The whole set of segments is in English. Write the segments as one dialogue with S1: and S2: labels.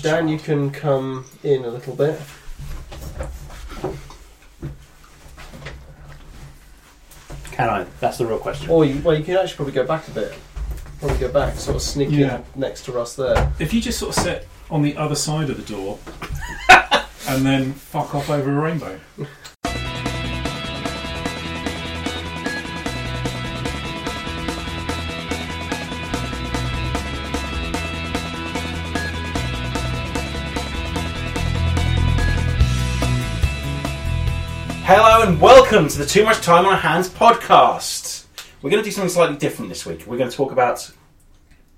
S1: Dan, you can come in a little bit.
S2: Can I? That's the real question.
S1: Or you, well, you can actually probably go back a bit. Probably go back, sort of sneak
S3: Yeah.
S1: in next to Russ there.
S3: If you just sort of sit on the other side of the door and then fuck off over a rainbow.
S2: Hello and welcome to the Too Much Time on Our Hands podcast. We're going to do something slightly different this week. We're going to talk about.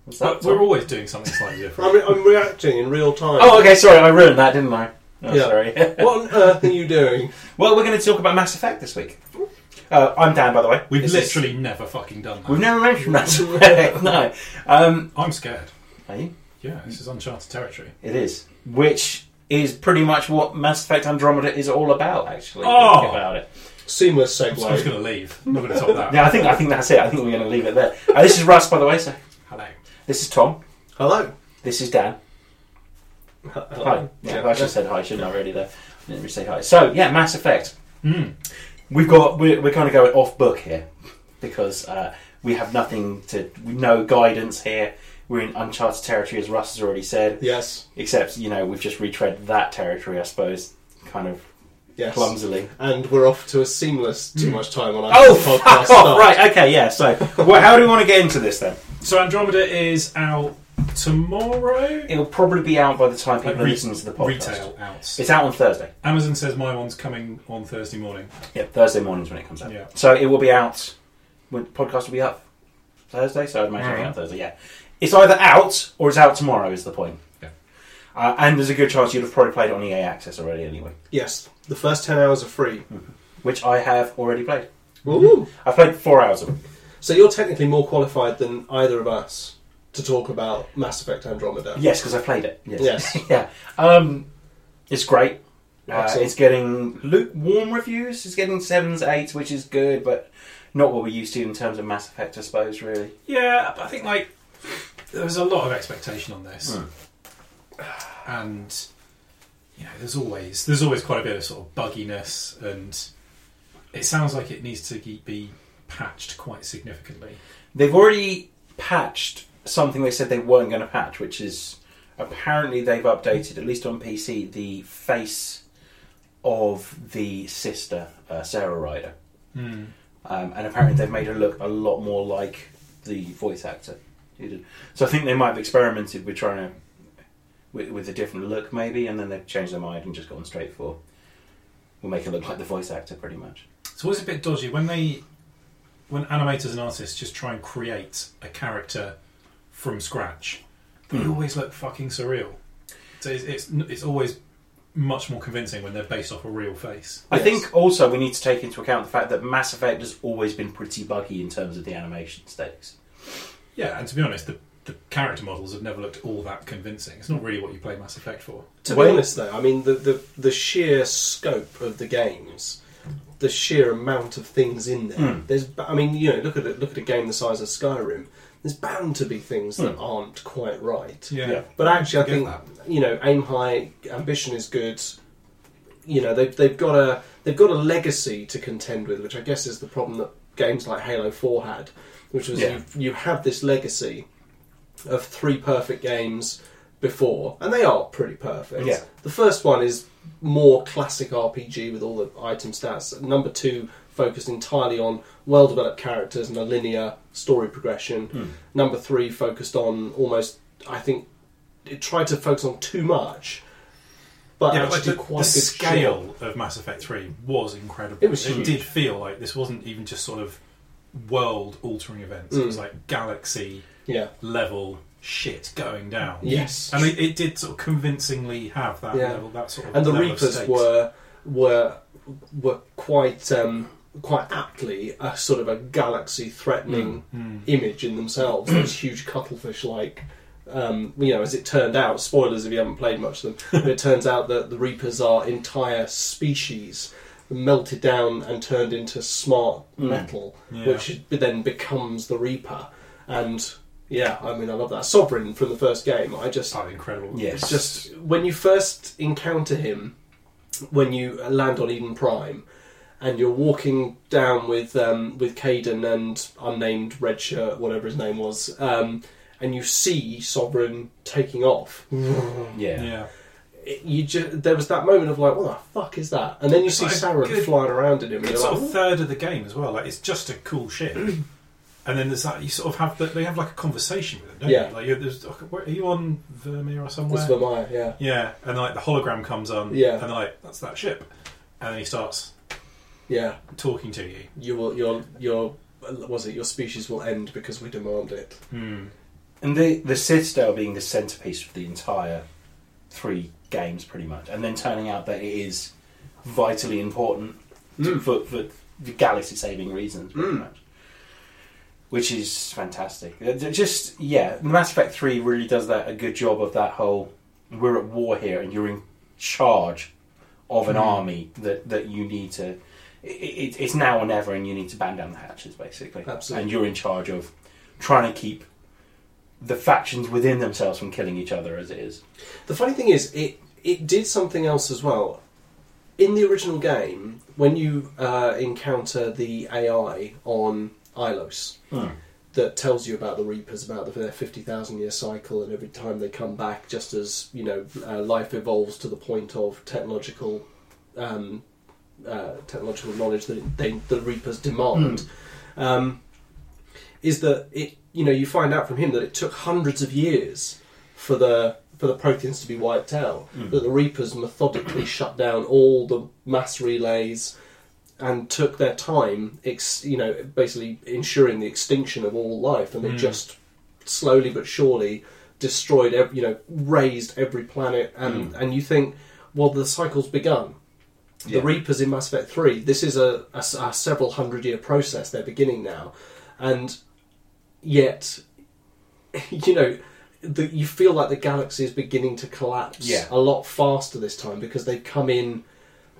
S2: What's that?
S3: But we're always doing something slightly different.
S1: I'm, I'm reacting in real time.
S2: Oh, okay. Sorry, I ruined that, didn't I? Oh,
S1: Yeah.
S2: Sorry.
S1: What on earth are you doing?
S2: well, we're going to talk about Mass Effect this week. Uh, I'm Dan, by the way.
S3: We've
S2: This is-
S3: literally never fucking done that.
S2: we've never mentioned Mass Effect. no. Um,
S3: I'm scared.
S2: are you?
S3: Yeah, this is uncharted territory.
S2: It is, which is pretty much what Mass Effect Andromeda is all about. Actually, if you
S3: Oh.
S2: think about it.
S1: Seamless
S3: I'm just
S1: segue.
S3: going to leave. I'm not going to top that.
S2: Yeah, I think I think that's it. I think we're going to leave it there. Uh, this is Russ, by the way. So
S3: Hello.
S2: this is Tom.
S1: Hello.
S2: This is Dan.
S1: H-
S2: Hi.
S1: Hello.
S2: Yeah, I just said hi, shouldn't I? Really, there. I didn't really say hi. So yeah, Mass Effect. We've got we're, we're kind of going off book here because uh, we have nothing to no guidance here. We're in uncharted territory, as Russ has already said.
S1: Yes.
S2: Except you know we've just retread that territory, I suppose, kind of
S1: Yes.
S2: clumsily.
S1: And we're off to a seamless too much time on our
S2: Oh,
S1: podcast.
S2: fuck
S1: start.
S2: off! Right, okay, yeah. So, well, how do we want to get into this then?
S3: So Andromeda is out tomorrow.
S2: It'll probably be out by the time people
S3: Like
S2: are
S3: re-
S2: listening to the podcast.
S3: Retail out.
S2: It's out on Thursday.
S3: Amazon says my one's coming on Thursday morning.
S2: Yeah, Thursday mornings when it comes out.
S3: Yeah.
S2: So it will be out. When podcast will be up Thursday, so I'd imagine it'll be out Thursday. Yeah, it's either out or it's out tomorrow. Is the point?
S3: Yeah.
S2: Uh, and there's a good chance you'd have probably played it on EA Access already, anyway,
S1: Yes. The first ten hours are free.
S2: which I have already played.
S1: Ooh.
S2: I've played four hours of it.
S1: So you're technically more qualified than either of us to talk about Mass Effect Andromeda.
S2: Yes, because I played it. Yes.
S1: Yes.
S2: yeah. Um, it's great. Uh,
S1: Excellent.
S2: it's getting lukewarm reviews. It's getting sevens, eights, which is good, but not what we're used to in terms of Mass Effect, I suppose. Really,
S3: Yeah, but I think like there was a lot of expectation on this, and you know, there's always there's always quite a bit of sort of bugginess, and it sounds like it needs to ge- be patched quite significantly.
S2: they've already patched something they said they weren't going to patch, which is apparently they've updated, at least on PC, the face of the sister uh, Sarah Ryder, um, and apparently they've made her look a lot more like the voice actor. who did- So I think they might have experimented with trying to with, with a different look, maybe, and then they've changed their mind and just gone straight for we'll make her look like the voice actor, pretty much.
S3: It's always a bit dodgy when they when animators and artists just try and create a character from scratch. They always look fucking surreal. So it's, it's it's always much more convincing when they're based off a real face.
S2: I
S1: Yes.
S2: think also we need to take into account the fact that Mass Effect has always been pretty buggy in terms of the animation stakes.
S3: Yeah, and to be honest, the, the character models have never looked all that convincing. It's not really what you play Mass Effect for.
S1: To
S2: Well-
S1: be honest, though, I mean the, the the sheer scope of the games, the sheer amount of things in there. There's, ba- I mean, you know, look at it, look at a game the size of Skyrim. There's bound to be things that aren't quite right.
S2: Yeah.
S1: But actually, I
S3: Get
S1: think
S3: that.
S1: you know, aim high, ambition is good. You know, they've they've got a they've got a legacy to contend with, which I guess is the problem that games like Halo Four had, which was
S2: Yeah.
S1: you, you have this legacy of three perfect games before, and they are pretty perfect.
S2: Yeah.
S1: The first one is more classic RPG with all the item stats. Number two focused entirely on well developed characters and a linear story progression.
S2: Hmm.
S1: Number three focused on almost, I think, it tried to focus on too much, but
S3: Yeah,
S1: actually
S3: like the,
S1: quite
S3: the
S1: good shot.
S3: scale of Mass Effect 3 was incredible.
S1: It was huge.
S3: did feel like this wasn't even just sort of world altering events,
S1: Mm.
S3: it was like galaxy
S1: Yeah.
S3: level shit going down.
S1: Yes.
S3: And it, it did sort of convincingly have that
S1: Yeah.
S3: level, that sort of
S1: and the
S3: level of
S1: Reapers
S3: stakes.
S1: were were were quite um, quite aptly a sort of a galaxy threatening
S3: Hmm.
S1: image in themselves. Those huge cuttlefish like. Um, you know, as it turned out, spoilers if you haven't played much of them, but it turns out that the Reapers are entire species melted down and turned into smart metal,
S3: Hmm. Yeah.
S1: which then becomes the Reaper. And Yeah, I mean, I love that Sovereign from the first game. I just
S3: Oh, incredible.
S2: Yes.
S1: It's just when you first encounter him, when you land on Eden Prime, and you're walking down with um, with Caden and unnamed red shirt, whatever his name was, um, and you see Sovereign taking off.
S2: Yeah.
S3: Yeah.
S1: It, you just there was that moment of like, what the fuck is that? And then you see
S3: Like,
S1: Sauron
S3: good-
S1: flying around at him, and you're
S3: It's sort
S1: like,
S3: of
S1: "Ooh."
S3: third of the game as well. Like it's just a cool ship, and then there's that you sort of have the, they have like a conversation with them, don't
S1: Yeah.
S3: you? Like you're, there's, oh, are you on Vermeer or somewhere?
S1: it's Vermeer, yeah.
S3: yeah, and like the hologram comes on.
S1: Yeah.
S3: and like that's that ship, and then he starts
S1: Yeah,
S3: talking to you.
S1: you will, your your what was it your species will end because we demand it.
S3: Hmm.
S2: And the the Citadel being the centerpiece of the entire three games, pretty much, and then turning out that it is vitally important to- for, for the galaxy saving reasons, pretty
S1: Mm.
S2: much. Which is fantastic. Uh, j- Just yeah, Mass Effect Three really does that a good job of that whole we're at war here and you're in charge of an
S3: Mm.
S2: army that that you need to. It, it, it's now or never, and you need to bang down the hatches, basically.
S1: Absolutely.
S2: And you're in charge of trying to keep the factions within themselves from killing each other as it is.
S1: The funny thing is, it it did something else as well. In the original game, when you uh, encounter the AI on Ilos that tells you about the Reapers, about their fifty thousand year cycle, and every time they come back, just as you know, uh, life evolves to the point of technological um, uh, technological knowledge that they, the Reapers demand. Um, is that it? You know, you find out from him that it took hundreds of years for the for the Protheans to be wiped out. That the Reapers methodically shut down all the mass relays and took their time, ex- you know, basically ensuring the extinction of all life,
S2: Hmm.
S1: and they just slowly but surely destroyed, ev- you know, raised every planet, and
S2: Hmm.
S1: and you think, well, the cycle's begun.
S2: Yeah.
S1: The Reapers in Mass Effect Three. This is a, a s- a several hundred year process. They're beginning now, and yet, you know, the, you feel like the galaxy is beginning to collapse
S2: Yeah.
S1: a lot faster this time because they've come in,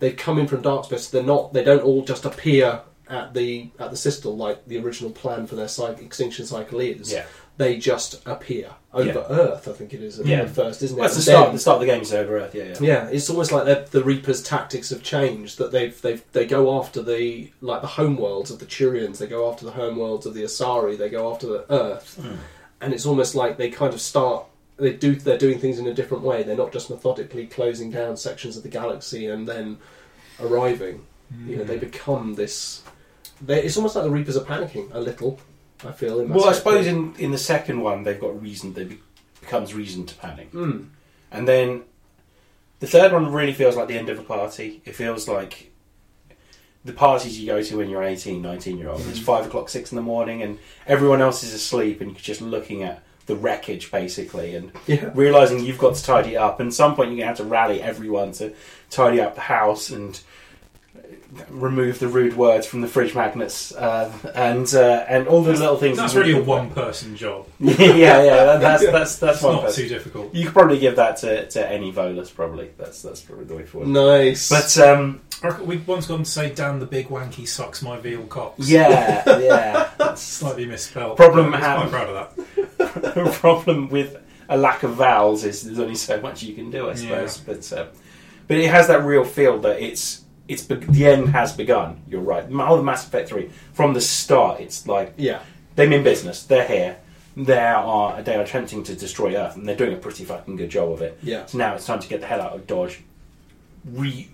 S1: they've come in from dark space. They're not. They don't all just appear at the at the system like the original plan for their cycle, extinction cycle is.
S2: Yeah.
S1: They just appear over
S2: Yeah.
S1: Earth. I think it is at
S2: Yeah.
S1: the first, isn't it?
S2: Well, that's the
S1: And
S2: start.
S1: then-
S2: The start of the game is over Earth. Yeah, yeah.
S1: yeah, it's almost like the, the Reapers' tactics have changed. That they've they have they go after the like the homeworlds of the Turians. They go after the homeworlds of the Asari. They go after the Earth,
S2: Hmm.
S1: and it's almost like they kind of start. They do they're doing things in a different way. They're not just methodically closing down sections of the galaxy and then arriving. You know, they
S2: Hmm.
S1: become this. They, it's almost like the Reapers are panicking a little. I feel. In
S2: Well,
S1: Mass
S2: I
S1: Effect
S2: suppose
S1: three.
S2: in, in the second one they've got reason. They be, becomes reason to panic,
S1: Mm.
S2: and then the third one really feels like the end of a party. It feels like the parties you go to when you're 18, 19 year old. It's five o'clock, six in the morning, and everyone else is asleep, and you're just looking at the wreckage basically, and
S1: Yeah.
S2: realizing you've got to tidy up. And at some point, you're going to have to rally everyone to tidy up the house and remove the rude words from the fridge magnets uh, and uh, and all the little things.
S3: That's
S2: that you
S3: really a
S2: think about.
S3: one person job.
S2: yeah, yeah, that, that's that's that's
S3: It's
S2: one
S3: not
S2: person.
S3: too difficult.
S2: You could probably give that to, to any volus. Probably that's that's probably the way forward.
S1: nice.
S2: But um,
S3: I reckon We'd once gone to say, "Damn the big wanky sucks my veal cocks."
S2: yeah, yeah. That's
S3: slightly misspelled.
S2: Problem
S3: I'm
S2: how-
S3: quite proud of that.
S2: the problem with a lack of vowels is there's only so much you can do, I suppose. But uh, but it has that real feel that it's it's be- the end has begun. You're right. All the Mass Effect three from the start, it's like
S1: yeah,
S2: they mean business. They're here. They are they are attempting to destroy Earth, and they're doing a pretty fucking good job of it.
S1: Yeah.
S2: So now it's time to get the hell out of Dodge, re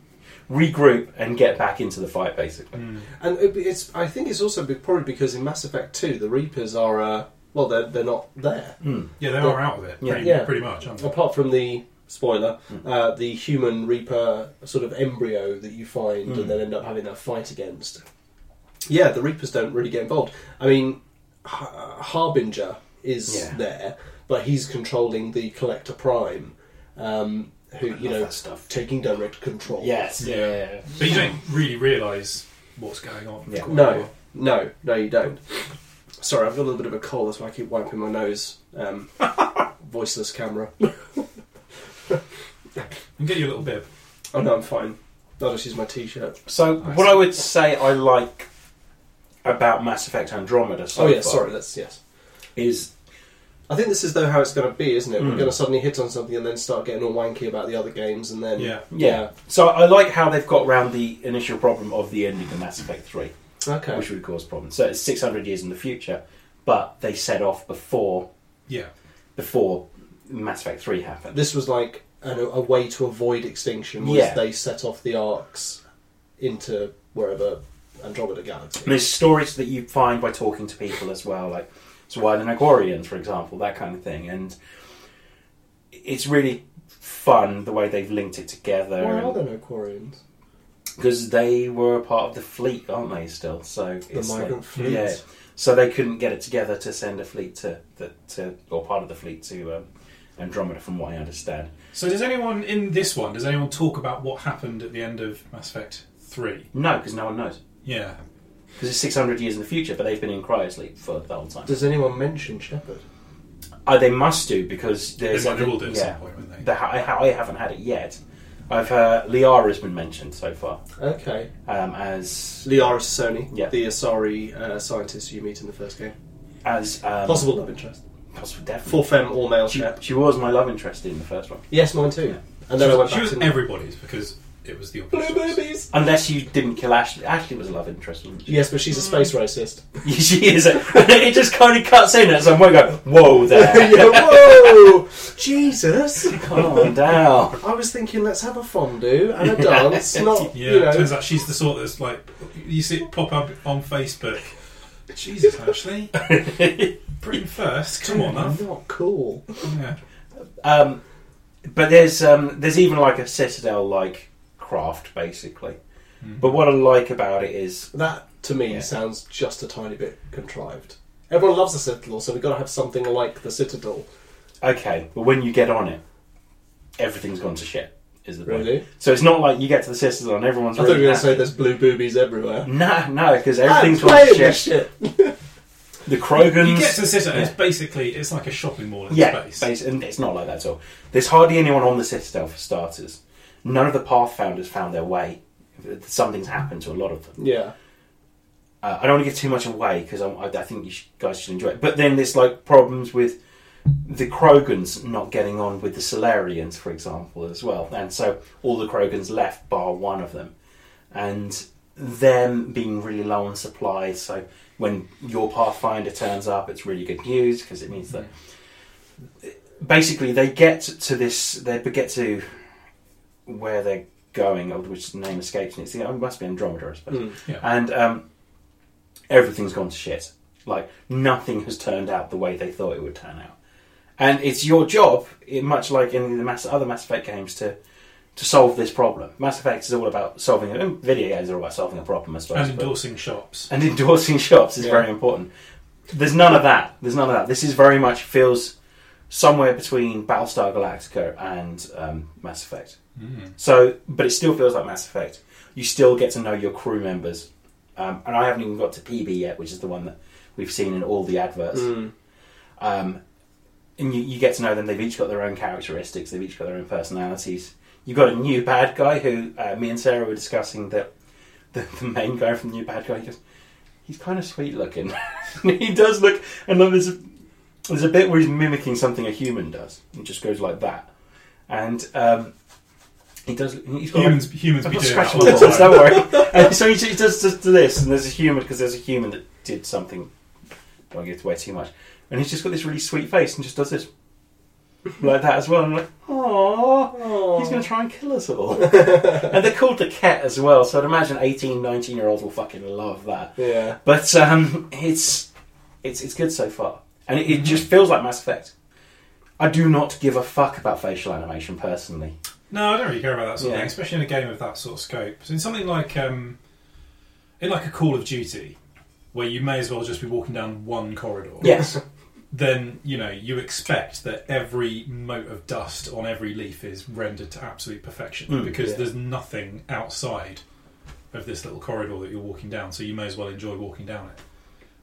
S2: regroup, and get back into the fight. Basically,
S1: And it- it's, I think it's also be- probably because in Mass Effect 2, the Reapers are, uh, well, they're, they're not there.
S2: Hmm.
S3: Yeah, they are out of it.
S2: Yeah.
S3: Pretty,
S1: Yeah.
S3: pretty much. Aren't they?
S1: Apart from the, spoiler,
S2: Hmm.
S1: uh, the human Reaper sort of embryo that you find
S2: Hmm.
S1: and then end up having that fight against. Yeah, the Reapers don't really get involved. I mean, Har- Harbinger is
S2: Yeah.
S1: there, but he's controlling the Collector Prime, um, who, you
S2: love
S1: know,
S2: that stuff.
S1: taking direct control.
S2: yes, yeah. yeah.
S3: But you don't really realise what's going on.
S2: Yeah.
S3: Quite
S1: No,
S3: well.
S1: no, no, you don't. Sorry, I've got a little bit of a cold, that's why I keep wiping my nose. Um, voiceless camera.
S3: And get you a little bib.
S1: Oh no, I'm fine. I'll just use my t-shirt.
S2: So
S3: Nice.
S2: what I would say I like about Mass Effect Andromeda so
S1: oh yeah,
S2: far
S1: sorry. That's yes.
S2: is
S1: I think this is though how it's going to be, isn't it? We're going to suddenly hit on something and then start getting all wanky about the other games, and then
S3: Yeah.
S2: Yeah. So I like how they've got around the initial problem of the ending of Mass Effect 3,
S1: Yeah. okay,
S2: which would cause problems. So it's 600 years in the future, but they set off before
S3: Yeah.
S2: before Mass Effect 3 happened.
S1: this was like a, a way to avoid extinction. Was
S2: Yeah.
S1: they set off the arcs into wherever Andromeda Galaxy?
S2: And there's stories that you find by talking to people as well, like so why the Nagorians, for example, that kind of thing. And it's really fun the way they've linked it together.
S1: Why are
S2: and-
S1: there no Quarians?
S2: because they were a part of the fleet, aren't they? Still, so
S1: The
S2: it's
S1: migrant
S2: like-
S1: fleet.
S2: Yeah, so they couldn't get it together to send a fleet to the to or part of the fleet to um, Andromeda, from what I understand.
S3: So does anyone in this one? Does anyone talk about what happened at the end of Mass Effect Three?
S2: No, because no one knows.
S3: Yeah.
S2: Because it's 600 years in the future, but they've been in cryosleep for the whole time.
S1: Does anyone mention Shepard?
S2: Oh, they must do because there's.
S3: They might- they will do at
S2: yeah,
S3: some point, won't they?
S2: The, I, ha- I haven't had it yet. I've uh, Liara's been mentioned so far
S1: Okay,
S2: um, as
S1: Liara Sony,
S2: Yeah.
S1: the Asari uh, scientist you meet in the first game.
S2: as um,
S1: Possible love interest.
S2: possible definitely.
S1: Full femme, all male
S2: She,
S1: Shep.
S2: she was my love interest in the first one,
S1: Yes, mine too. And then I
S3: she
S1: went
S3: was, she
S1: back
S3: was
S1: to
S3: everybody's because it was the obvious
S1: blue
S3: choice.
S1: babies.
S2: unless you didn't kill Ashley. Ashley was a love interest, wasn't she?
S1: Yes, but she's a space racist.
S2: Yeah, she is. A, it just kind of cuts in at some point. Go, whoa there,
S1: Yeah, whoa, Jesus!
S2: calm down.
S1: I was thinking, let's have a fondue and a dance, not
S3: Yeah,
S1: you know.
S3: turns out she's the sort that's like you see it pop up on Facebook. Jesus, Ashley, bring first. Come on,
S1: I'm
S3: up.
S1: not cool.
S3: Yeah.
S2: Um, but there's um, there's even like a citadel like craft basically.
S1: Hmm.
S2: But what I like about it is
S1: That to me
S2: Yeah.
S1: sounds just a tiny bit contrived. Everyone loves the Citadel, so we've got to have something like the Citadel.
S2: okay, but when you get on it, everything's gone to shit. Is the point.
S1: Really?
S2: So it's not like you get to the citadel and everyone's.
S1: I thought you were
S2: really
S1: going to say
S2: happy.
S1: there's blue boobies everywhere.
S2: No, no, because everything's
S1: Ah,
S2: gone to
S1: playing with
S2: shit.
S1: shit.
S2: The Krogans.
S3: You get to the city, and it's
S2: Yeah.
S3: basically it's like a shopping mall in
S2: Yeah,
S3: space.
S2: basi- and it's not like that at all. There's hardly anyone on the Citadel for starters. None of the Pathfounders found their way. Something's happened to a lot of them.
S1: Yeah.
S2: Uh, I don't want to give too much away because I, I think you sh guys should enjoy it. But then there's like problems with the Krogans not getting on with the Solarians, for example, as well. And so all the Krogans left, bar one of them. And them being really low on supply. So when your Pathfinder turns up, it's really good news because it means that basically they get to this, they get to where they're going, of which the name escapes me. It's the, it must be Andromeda, I suppose
S1: Mm.
S3: Yeah.
S2: and um, everything's gone to shit. Like nothing has turned out the way they thought it would turn out, and it's your job, i- much like in the mass, other Mass Effect games, to to solve this problem. Mass Effect is all about solving. and Video games are all about solving a problem, I suppose.
S3: And
S2: but-
S3: endorsing shops.
S2: and endorsing shops is
S1: Yeah.
S2: very important. There's none of that. There's none of that. This is very much feels somewhere between Battlestar Galactica and um, Mass Effect.
S3: Mm.
S2: So, but it still feels like Mass Effect. You still get to know your crew members, um, and I haven't even got to PB yet, which is the one that we've seen in all the adverts.
S1: Mm.
S2: Um, and you, you get to know them. They've each got their own characteristics. They've each got their own personalities. You've got a new bad guy who uh, me and Sarah were discussing that the, the main guy from the new bad guy. He goes, he's kind of sweet looking. he does look, and then there's a, there's a bit where he's mimicking something a human does. It just goes like that, and um, he does. He's got
S3: Humans, humans
S2: I'm
S3: be
S2: not
S3: doing that
S2: scratching
S3: all
S2: my
S3: the
S2: balls,
S3: time.
S2: don't worry. And so he, he does just this, and there's a human because there's a human that did something. Don't give away too much, and he's just got this really sweet face and just does this like that as well. And I'm like, oh, he's going to try and kill us all. and they're called the Cat as well, so I'd imagine 18, 19 year olds will fucking love that.
S1: Yeah.
S2: But um, it's it's it's good so far, and it, it
S3: Mm-hmm.
S2: just feels like Mass Effect. I do not give a fuck about facial animation personally.
S3: No, I don't really care about that sort
S2: Yeah.
S3: of thing, especially in a game of that sort of scope. So in something like um, in like a Call of Duty, where you may as well just be walking down one corridor.
S2: Yes.
S3: Then you know you expect that every mote of dust on every leaf is rendered to absolute perfection
S2: Mm,
S3: because
S1: yeah.
S3: there's nothing outside of this little corridor that you're walking down. So you may as well enjoy walking down it.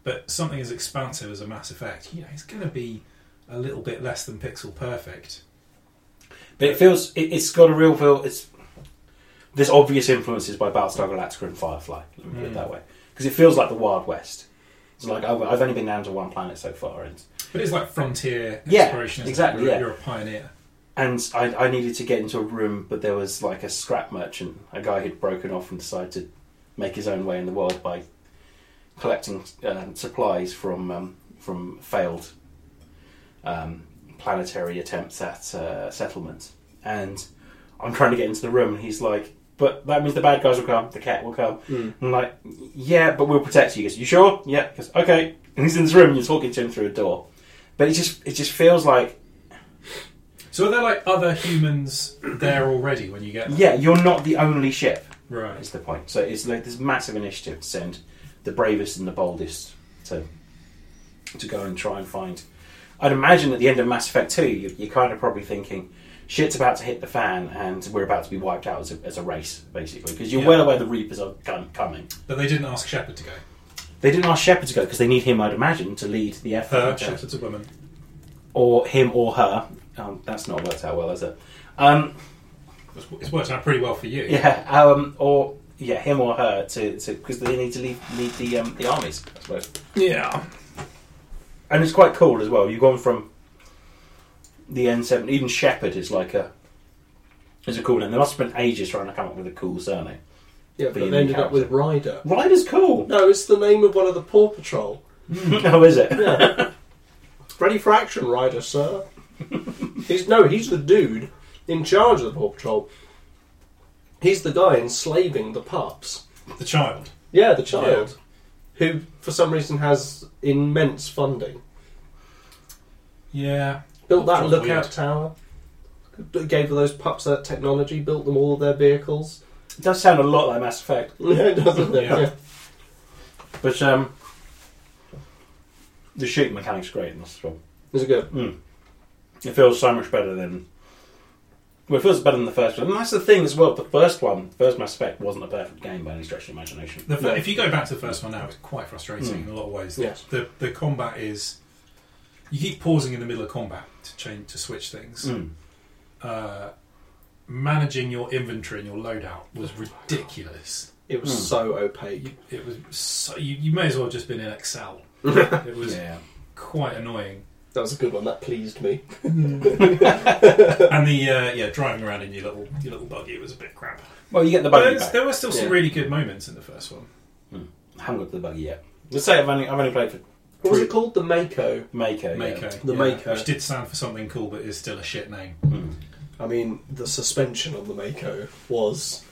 S3: But something as expansive as a Mass Effect, you know, it's going to be a little bit less than pixel perfect.
S2: But it feels it, it's got a real feel. It's there's obvious influences by Battlestar Galactica and Firefly. Let me put it
S3: Mm.
S2: that way, because it feels like the Wild West. It's like I've, I've only been down to one planet so far, and
S3: But it's like frontier
S2: Yeah,
S3: exploration. isn't it?
S2: exactly,
S3: You're,
S2: yeah.
S3: you're a pioneer.
S2: and I, I needed to get into a room, but there was like a scrap merchant, a guy who'd broken off and decided to make his own way in the world by collecting um, supplies from um, from failed um, planetary attempts at uh, settlement. And I'm trying to get into the room, and he's like, "But that means the bad guys will come. The cat will come."
S1: Mm.
S2: I'm like, "Yeah, but we'll protect you." He goes, "You sure?" Yeah. He goes, "Okay." And he's in this room, and you're talking to him through a door, but it just it just feels like
S3: So are there like other humans there already when you get there?
S2: Yeah, you're not the only ship.
S3: Right.
S2: Is the point? So it's like this massive initiative to send the bravest and the boldest to to go and try and find. I'd imagine at the end of Mass Effect Two, you, you're kind of probably thinking, "Shit's about to hit the fan, and we're about to be wiped out as a, as a race, basically." Because you're
S3: Yeah.
S2: well aware the Reapers are com- coming.
S3: But they didn't ask Shepard to go.
S2: They didn't ask Shepard to go because they need him, I'd imagine, to lead the
S3: Her,
S2: effort,
S3: Uh, Shepard's a woman.
S2: or him or her. Um, that's not worked out well, has it? Um,
S3: It's, it's worked out pretty well for you.
S2: Yeah, um, or yeah, him or her to because they need to lead, lead the um, the armies, I suppose.
S3: Yeah.
S2: And it's quite cool as well. You've gone from the N seven, even Shepherd is like a is a cool name. They must have spent ages trying to come up with a cool surname.
S1: Yeah, but
S2: Being
S1: they ended
S2: the
S1: up with Ryder.
S2: Ryder's cool.
S1: No, it's the name of one of the Paw Patrol.
S2: oh, is it?
S1: Yeah. Ready for action, Ryder, sir. he's no, he's the dude in charge of the Paw Patrol. He's the guy enslaving the pups.
S3: The child.
S1: Yeah, the child. Who, for some reason, has immense funding.
S3: Yeah.
S1: Built that
S3: Sounds
S1: lookout
S3: weird.
S1: tower. Gave those pups that technology. Built them all their vehicles.
S2: It does sound a lot like Mass Effect,
S1: Yeah, doesn't it?
S3: Yeah.
S1: Yeah.
S2: but um, the shooting mechanic's great in this film.
S1: Is it good?
S2: Mm. It feels so much better than. Well, it feels better than the first one. And that's the thing as well. The first one, first Mass Effect, wasn't a perfect game by any stretch of the imagination.
S3: The, f-
S1: No.
S3: If you go back to the first one now, it's quite frustrating
S2: Hmm.
S3: in a lot of ways.
S1: Yes.
S3: The, the combat is. You keep pausing in the middle of combat to change to switch things.
S2: Mm.
S3: Uh, managing your inventory and your loadout was ridiculous.
S1: It was
S2: Mm.
S1: so opaque.
S3: You, it was so, you, you may as well have just been in Excel. it was
S2: Yeah.
S3: quite annoying.
S1: That was a good one. That pleased me.
S3: And the uh, yeah, driving around in your little your little buggy was a bit crap.
S2: Well, you get the
S3: But
S2: buggy
S3: there,
S2: back.
S3: was- there were still some
S1: Yeah.
S3: really good moments in the first one.
S2: I haven't got to the buggy yet. Let's say I've only, I've only played for
S1: What was it
S2: Fruit.
S1: called? The Mako.
S2: Mako. yeah.
S3: Mako,
S1: The
S3: yeah,
S1: Mako.
S3: which did stand for something cool, but is still a shit name.
S2: Mm.
S1: I mean, the suspension on the Mako was,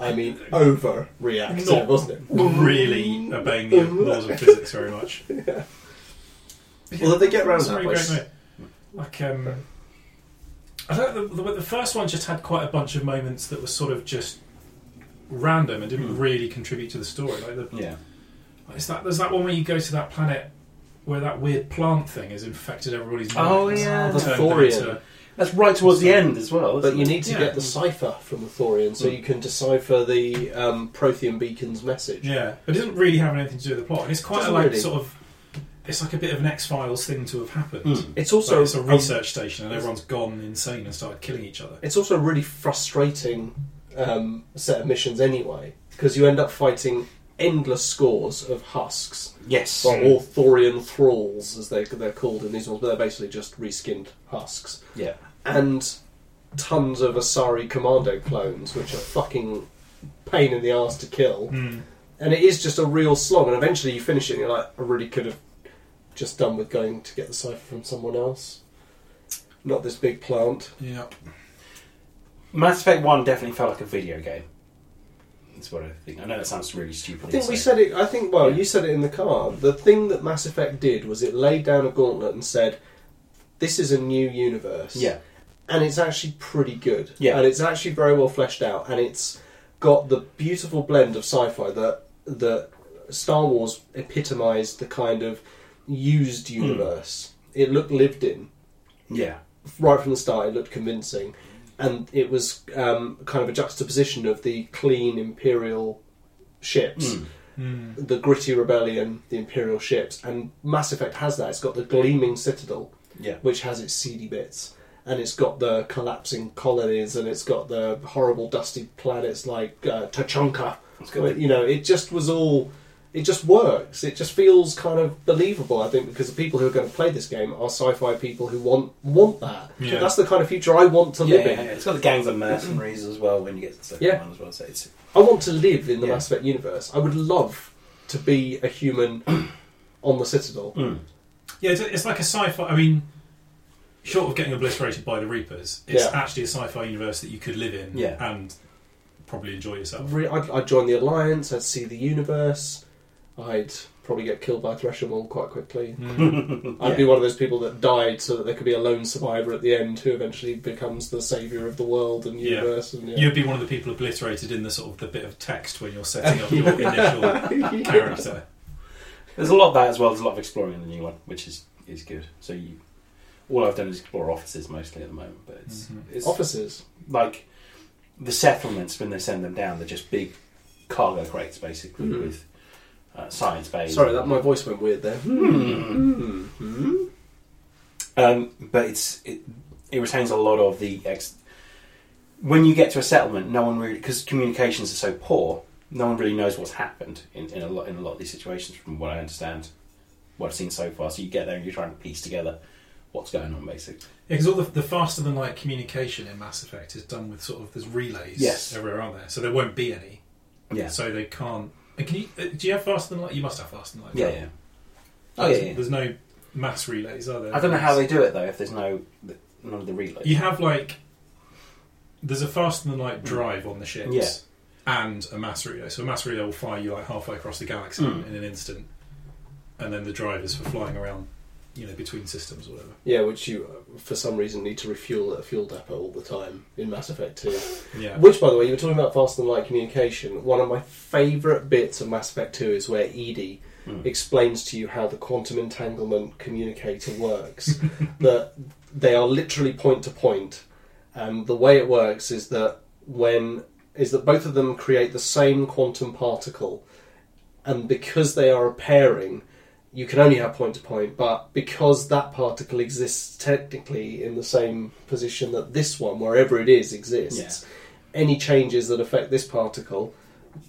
S1: I mean, overreactive,
S3: Not-
S1: wasn't
S3: really obeying the laws of physics very much.
S1: it? Although they get round
S3: It's a
S1: that
S3: really
S1: by
S3: great
S1: s-
S3: note. Like, um, I don't. The, the, the first one just had quite a bunch of moments that were sort of just random and
S1: Hmm.
S3: didn't really contribute to the story. Like, the,
S2: Yeah.
S3: it's that there's that one where you go to that planet where that weird plant thing has infected everybody's mind.
S2: Oh, yeah.
S1: The Thorian.
S2: That's right towards the end as well.
S1: But
S2: isn't
S1: you
S2: it?
S1: need to
S3: Yeah.
S1: get the cipher from the Thorian so you can decipher the um, Prothean beacon's message.
S3: Yeah, but it doesn't really have anything to do with the plot. And it's quite
S1: Doesn't
S3: like
S1: really.
S3: sort of. It's like a bit of an X Files thing to have happened.
S2: Mm.
S1: Hmm. It's
S3: So
S1: also
S3: it's a research station, and everyone's gone insane and started killing each other.
S1: it's also a really frustrating um, set of missions anyway because you end up fighting endless scores of husks
S2: Yes.
S1: or, or Thorian thralls as they they're called in these ones, but they're basically just reskinned husks.
S2: Yeah.
S1: and tons of Asari Commando clones, which are fucking pain in the ass to kill.
S2: Hmm.
S3: Mm.
S1: And it is just a real slog, and eventually you finish it and you're like, I really could have just done with going to get the cipher from someone else. Not this big plant.
S3: Yeah.
S2: Mass Effect 1 definitely felt like a video game. That's what I think. I know that sounds really stupid.
S1: I think we
S2: to say.
S1: said it, I think, well,
S2: Yeah.
S1: you said it in the car. The thing that Mass Effect did was it laid down a gauntlet and said, This is a new universe.
S2: Yeah.
S1: and it's actually pretty good.
S2: Yeah.
S1: and it's actually very well fleshed out, and it's got the beautiful blend of sci-fi that that Star Wars epitomised the kind of used universe. It looked lived in
S2: Yeah.
S1: right from the start. It looked convincing, and it was um, kind of a juxtaposition of the clean Imperial ships.
S3: Mm.
S1: The gritty rebellion, the imperial ships, and Mass Effect has that. It's got the gleaming citadel,
S2: Yeah.
S1: which has its seedy bits, and it's got the collapsing colonies, and it's got the horrible dusty planets like uh, Tachanka.
S2: It's got the-
S1: You know, it just was all it just works. It just feels kind of believable, I think, because the people who are going to play this game are sci-fi people who want want that.
S3: Yeah.
S1: That's the kind of future I want to
S2: Yeah,
S1: live
S2: yeah,
S1: in.
S2: yeah. it's got the gangs of mercenaries as well when you get to the second
S1: Yeah.
S2: one as well. So it's
S1: I want to live in the
S2: Yeah.
S1: Mass Effect universe. I would love to be a human on the Citadel.
S3: Yeah, it's, it's like a sci-fi. I mean, short of getting obliterated by the Reapers, it's
S1: Yeah.
S3: actually a sci-fi universe that you could live in
S2: Yeah.
S3: and probably enjoy yourself.
S1: Re- I'd, I'd join the Alliance. I'd see the universe. I'd probably get killed by Threshermall quite quickly. I'd be one of those people that died so that there could be a lone survivor at the end who eventually becomes the savior of the world and
S3: Yeah.
S1: universe. And, yeah.
S3: You'd be one of the people obliterated in the sort of the bit of text when you're setting up your initial character.
S2: There's a lot of that as well. There's a lot of exploring in the new one, which is is good. So you, all I've done is explore offices mostly at the moment, but it's
S1: Mm-hmm.
S2: it's
S1: Offices.
S2: like the settlements when they send them down. They're just big cargo crates basically
S1: Mhm.
S2: with uh, science bays.
S1: Sorry, that my voice went weird there. Hmm. Hmm.
S2: Um, but it's it, it retains a lot of the ex. When you get to a settlement, no one really because communications are so poor. No one really knows what's happened in, in a lot in a lot of these situations, from what I understand, what I've seen so far. So you get there and you're trying to piece together what's going on, basically.
S3: Because all the, the faster than light communication in Mass Effect is done with sort of there's relays
S2: Yes.
S3: everywhere aren't there, so there won't be any.
S2: Yeah.
S3: So they can't. and Can you? uh, Do you have faster than light? You must have faster than light.
S2: Yeah,
S3: right?
S2: yeah. Oh yeah, yeah.
S3: There's no mass relays, are there?
S2: I don't know how they do it though. If there's no none of the relays.
S3: You have like there's a faster than light drive on the ships,
S2: Yeah.
S3: and a mass relay. So a mass relay will fly you like halfway across the galaxy
S2: Mm.
S3: in an instant, and then the drive is for flying around, you know, between systems or whatever.
S1: Yeah, which you, uh, for some reason, need to refuel at a fuel depot all the time in Mass Effect 2.
S3: Yeah,
S1: Which, by the way, you were talking about faster than light communication. One of my favourite bits of Mass Effect 2 is where Edie
S2: Mm.
S1: explains to you how the quantum entanglement communicator works. that they are literally point to point, and the way it works is that when is that both of them create the same quantum particle, and because they are a pairing. You can only have point to point, but because that particle exists technically in the same position that this one, wherever it is, exists,
S2: Yeah.
S1: any changes that affect this particle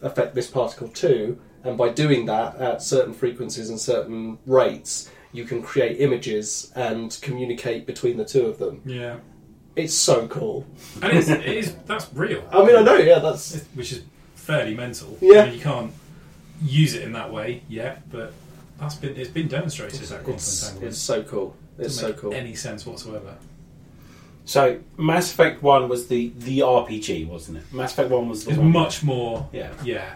S1: affect this particle too, and by doing that at certain frequencies and certain rates, you can create images and communicate between the two of them.
S3: yeah,
S1: It's so cool.
S3: and it's, it is that's real.
S2: Um,
S1: I mean, I know, yeah, that's
S3: It's- which is fairly mental.
S1: Yeah.
S3: I mean, you can't use it in that way yet, but that's been it's been demonstrated that quantum
S1: it's,
S3: entanglement
S1: it's so cool. It's
S3: doesn't
S1: so
S3: make
S1: cool.
S3: Any sense whatsoever?
S2: So Mass Effect One was the the RPG, wasn't it? Mass Effect One was the
S3: It's
S2: one-
S3: much more.
S2: Yeah.
S3: yeah,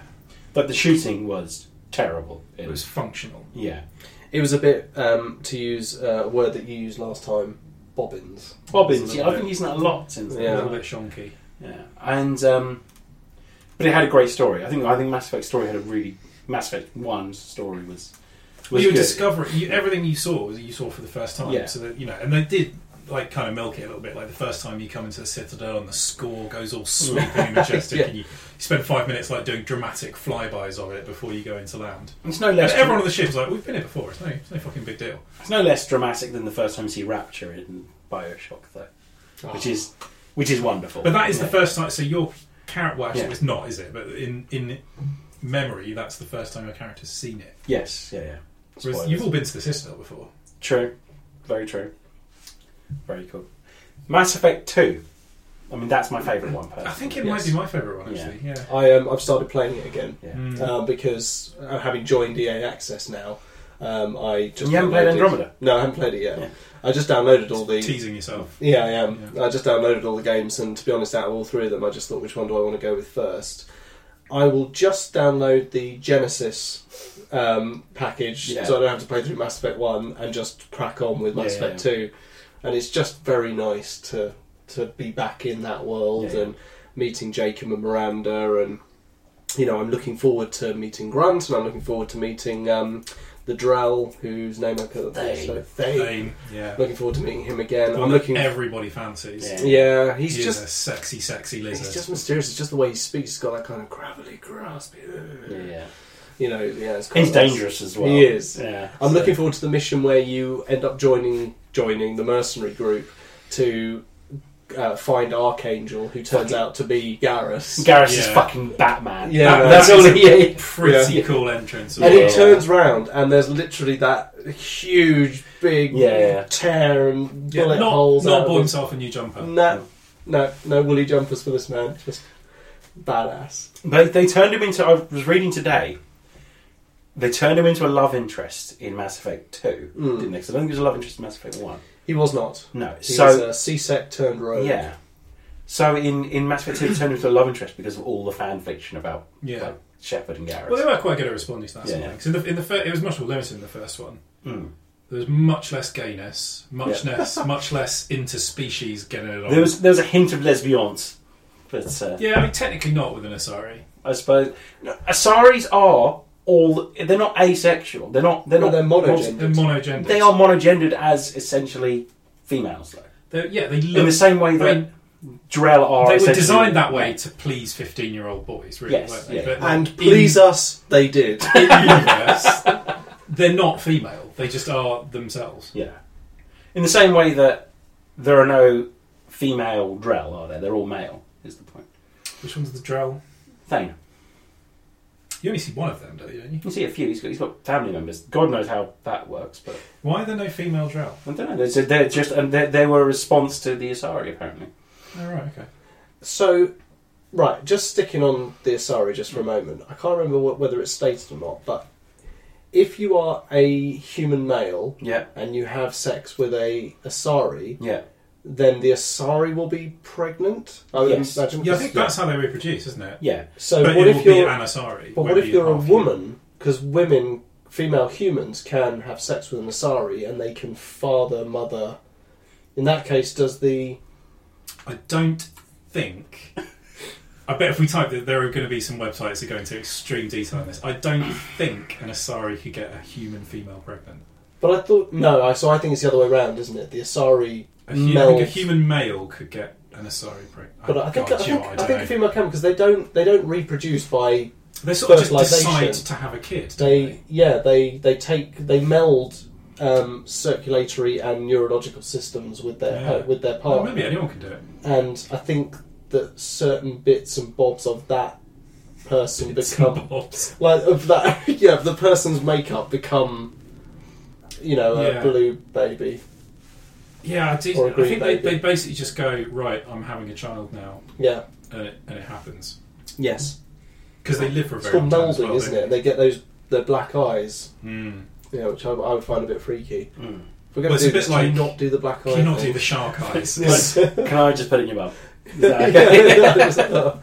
S2: But the shooting was terrible.
S3: it was functional.
S2: yeah.
S1: It was a bit um, to use uh, a word that you used last time, bobbins.
S2: Bobbins. Yeah, I've been using that a lot since.
S3: A
S1: Yeah.
S3: little bit shonky.
S2: Yeah. And um, but it had a great story. I think I think Mass Effect story had a really Mass Effect One story was was
S3: you were
S2: good.
S3: discovering you, everything you saw was you saw for the first time.
S2: Yeah.
S3: So that you know, and they did like kind of milk it a little bit. Like the first time you come into the Citadel and the score goes
S2: Mm.
S3: all sweeping and majestic,
S1: Yeah.
S3: and you, you spend five minutes like doing dramatic flybys of it before you go into land.
S2: it's no
S3: And
S2: less
S3: everyone on the ship is like, "We've been here before. It's no, it's no fucking big deal."
S2: it's no less dramatic than the first time you see Rapture in Bioshock though, which is which is wonderful.
S3: But that is
S2: Yeah.
S3: the first time. So your character, well, actually,
S2: Yeah.
S3: it's not, is it? But in in memory, that's the first time your character's seen it.
S2: Yes. Yeah. Yeah.
S3: Whereas
S2: Spoilers.
S3: you've all been to the Citadel before.
S2: True. Very true. Very cool. Mass Effect 2. I mean, that's my favourite one, personally.
S3: I think it
S2: Yes.
S3: might be my favourite one actually. Yeah.
S1: I um, I've started playing it again
S2: Yeah.
S3: Mm.
S1: uh, because uh, having joined EA Access now, um, I just
S2: You haven't played
S1: downloaded-
S2: Andromeda?
S1: No, I haven't played it yet.
S2: Yeah.
S1: I just downloaded all the
S3: Teasing yourself.
S1: Yeah, I am. I just downloaded all the games, and to be honest, out of all three of them, I just thought, which one do I want to go with first? I will just download the Genesis um, package,
S2: Yeah.
S1: so I don't have to play through Mass Effect One, and just crack on with Mass
S2: Yeah, yeah,
S1: Effect Two. And it's just very nice to to be back in that world
S2: Yeah, yeah.
S1: and meeting Jacob and Miranda, and you know, I'm looking forward to meeting Grant, and I'm looking forward to meeting um, the Drell, whose name I can't
S2: Thane.
S1: so-
S3: Aim. Yeah.
S1: Looking forward to meeting him again.
S3: The
S1: I'm
S3: one
S1: looking.
S3: that everybody fancies.
S2: Yeah.
S1: Yeah, he's
S3: he
S1: just
S3: is a sexy, sexy lizard.
S1: he's just mysterious. It's just the way he speaks. He's got that kind of gravelly, graspy.
S2: Yeah.
S1: You know, yeah, it's quite
S2: He's
S1: nice.
S2: dangerous as well.
S1: He is.
S2: Yeah.
S1: I'm
S2: So-
S1: looking forward to the mission where you end up joining joining the mercenary group to uh, find Archangel, who turns out to be Garrus.
S2: Garrus is
S3: Yeah.
S2: fucking Batman.
S1: yeah,
S3: That-
S1: that's
S3: that
S1: all.
S3: is
S1: Yeah, yeah.
S3: Pretty
S1: Yeah.
S3: cool entrance. as
S1: And
S3: well.
S1: he turns round, and there's literally that huge, big
S2: Yeah, yeah.
S1: tear and
S3: Yeah,
S1: bullet
S3: not
S1: holes.
S3: not
S1: out
S3: bought
S1: of his-
S3: himself a new jumper.
S1: No, no, no woolly jumpers for this man. Just badass.
S2: They they turned him into. I was reading today. They turned him into a love interest in Mass Effect Two,
S1: Mm.
S2: didn't they? 'Cause I don't think it was a love interest in Mass Effect One.
S1: He was not.
S2: No,
S1: He
S2: so
S1: was a C-sec turned rogue.
S2: Yeah. So in, in Mass Effect 2, it turned into a love interest because of all the fan fiction about
S3: Yeah.
S2: like, Shepard and Garrett.
S3: Well, they were quite good at responding to that
S2: Yeah,
S3: sort of
S2: yeah.
S3: thing. 'Cause in the, in the fir- it was much more limited in the first one.
S2: Mm.
S3: There was much less gayness, much less, much less interspecies getting along.
S2: There was there was a hint of lesbiance, but uh,
S3: yeah, I mean, technically not with an Asari.
S2: I suppose no, Asaris are all they're not asexual. They're not they're
S1: No,
S2: not
S1: they're monogendered.
S3: They're monogendered.
S2: They are monogendered as essentially females, though.
S3: They're- yeah, they
S2: In the
S3: look.
S2: same way that
S3: I mean,
S2: Drell are.
S3: they were
S2: essentially-
S3: designed that way to please fifteen-year-old boys, really,
S2: Yes,
S3: weren't they?
S2: yeah.
S3: But like,
S1: And please
S3: in,
S1: us, they did.
S3: in universe, they're not female. They just are themselves.
S2: Yeah. In the same way that there are no female Drell, are there? They're all male. Is the point?
S3: Which one's the Drell?
S2: Thane.
S3: You only see one of them, don't you? Don't you?
S2: You can see a few. He's got, he's got family members. God knows how that works, but
S3: Why are there no female Drell?
S2: I don't know. They're, so they're just and they, they were a response to the Asari, apparently.
S3: Oh right, okay.
S1: So, right, just sticking on the Asari just for a moment. I can't remember wh- whether it's stated or not, but if you are a human male
S2: Yeah,
S1: and you have sex with a Asari,
S2: yeah,
S1: then the Asari will be pregnant. I would
S2: Yes.
S1: imagine.
S3: Yeah, I think that's how they reproduce, isn't it?
S2: yeah.
S1: So
S3: but
S1: what
S3: it will
S1: if
S3: be
S1: you're?
S3: an Asari.
S1: But what
S3: won't
S1: if
S3: be
S1: you're a
S3: half
S1: woman? Because women, female humans, can have sex with an Asari, and they can father, mother. In that case, does the
S3: I don't think. I bet if we type that, there are going to be some websites that go into extreme detail on this. I don't think an Asari could get a human female pregnant.
S1: But I thought no, I, so I think it's the other way around, isn't it? The Asari
S3: A hu- I
S1: meld.
S3: think a human male could get an Asari pregnant. Oh
S1: but I think I think, I think a
S3: know.
S1: female can because they don't they don't reproduce by
S3: they sort of just
S1: fertilisation-
S3: decide to have a kid. don't
S1: they yeah they they take they meld um, circulatory and neurological systems with their
S3: Yeah.
S1: with their
S3: Well,
S1: partner,
S3: maybe anyone can do it.
S1: and I think that certain bits and bobs of that person
S3: It's
S1: become
S3: bobs.
S1: like of that yeah of the person's makeup become you know a
S3: Yeah.
S1: blue baby
S3: Yeah, I, do,
S1: Or a
S3: I
S1: green
S3: think they,
S1: baby.
S3: they basically just go right. I'm having a child now,
S1: yeah
S3: and it, and it happens
S1: yes
S3: because they live for a
S1: it's
S3: very
S1: called
S3: long time as
S1: moulding
S3: well,
S1: isn't
S3: don't
S1: it they get those their black eyes
S3: they? Mm.
S1: Yeah, which I, I would find a bit freaky.
S2: Mm.
S1: If we're going
S3: Well,
S1: to
S3: it's
S1: do
S3: a bit
S1: this,
S3: like-
S1: can you not do the black eye?
S3: Can you not do
S1: thing?
S3: the shark eyes?
S1: Yes.
S2: Can I just put it in your mouth? Is that
S1: Yeah,
S2: okay?
S1: yeah, it was like, oh.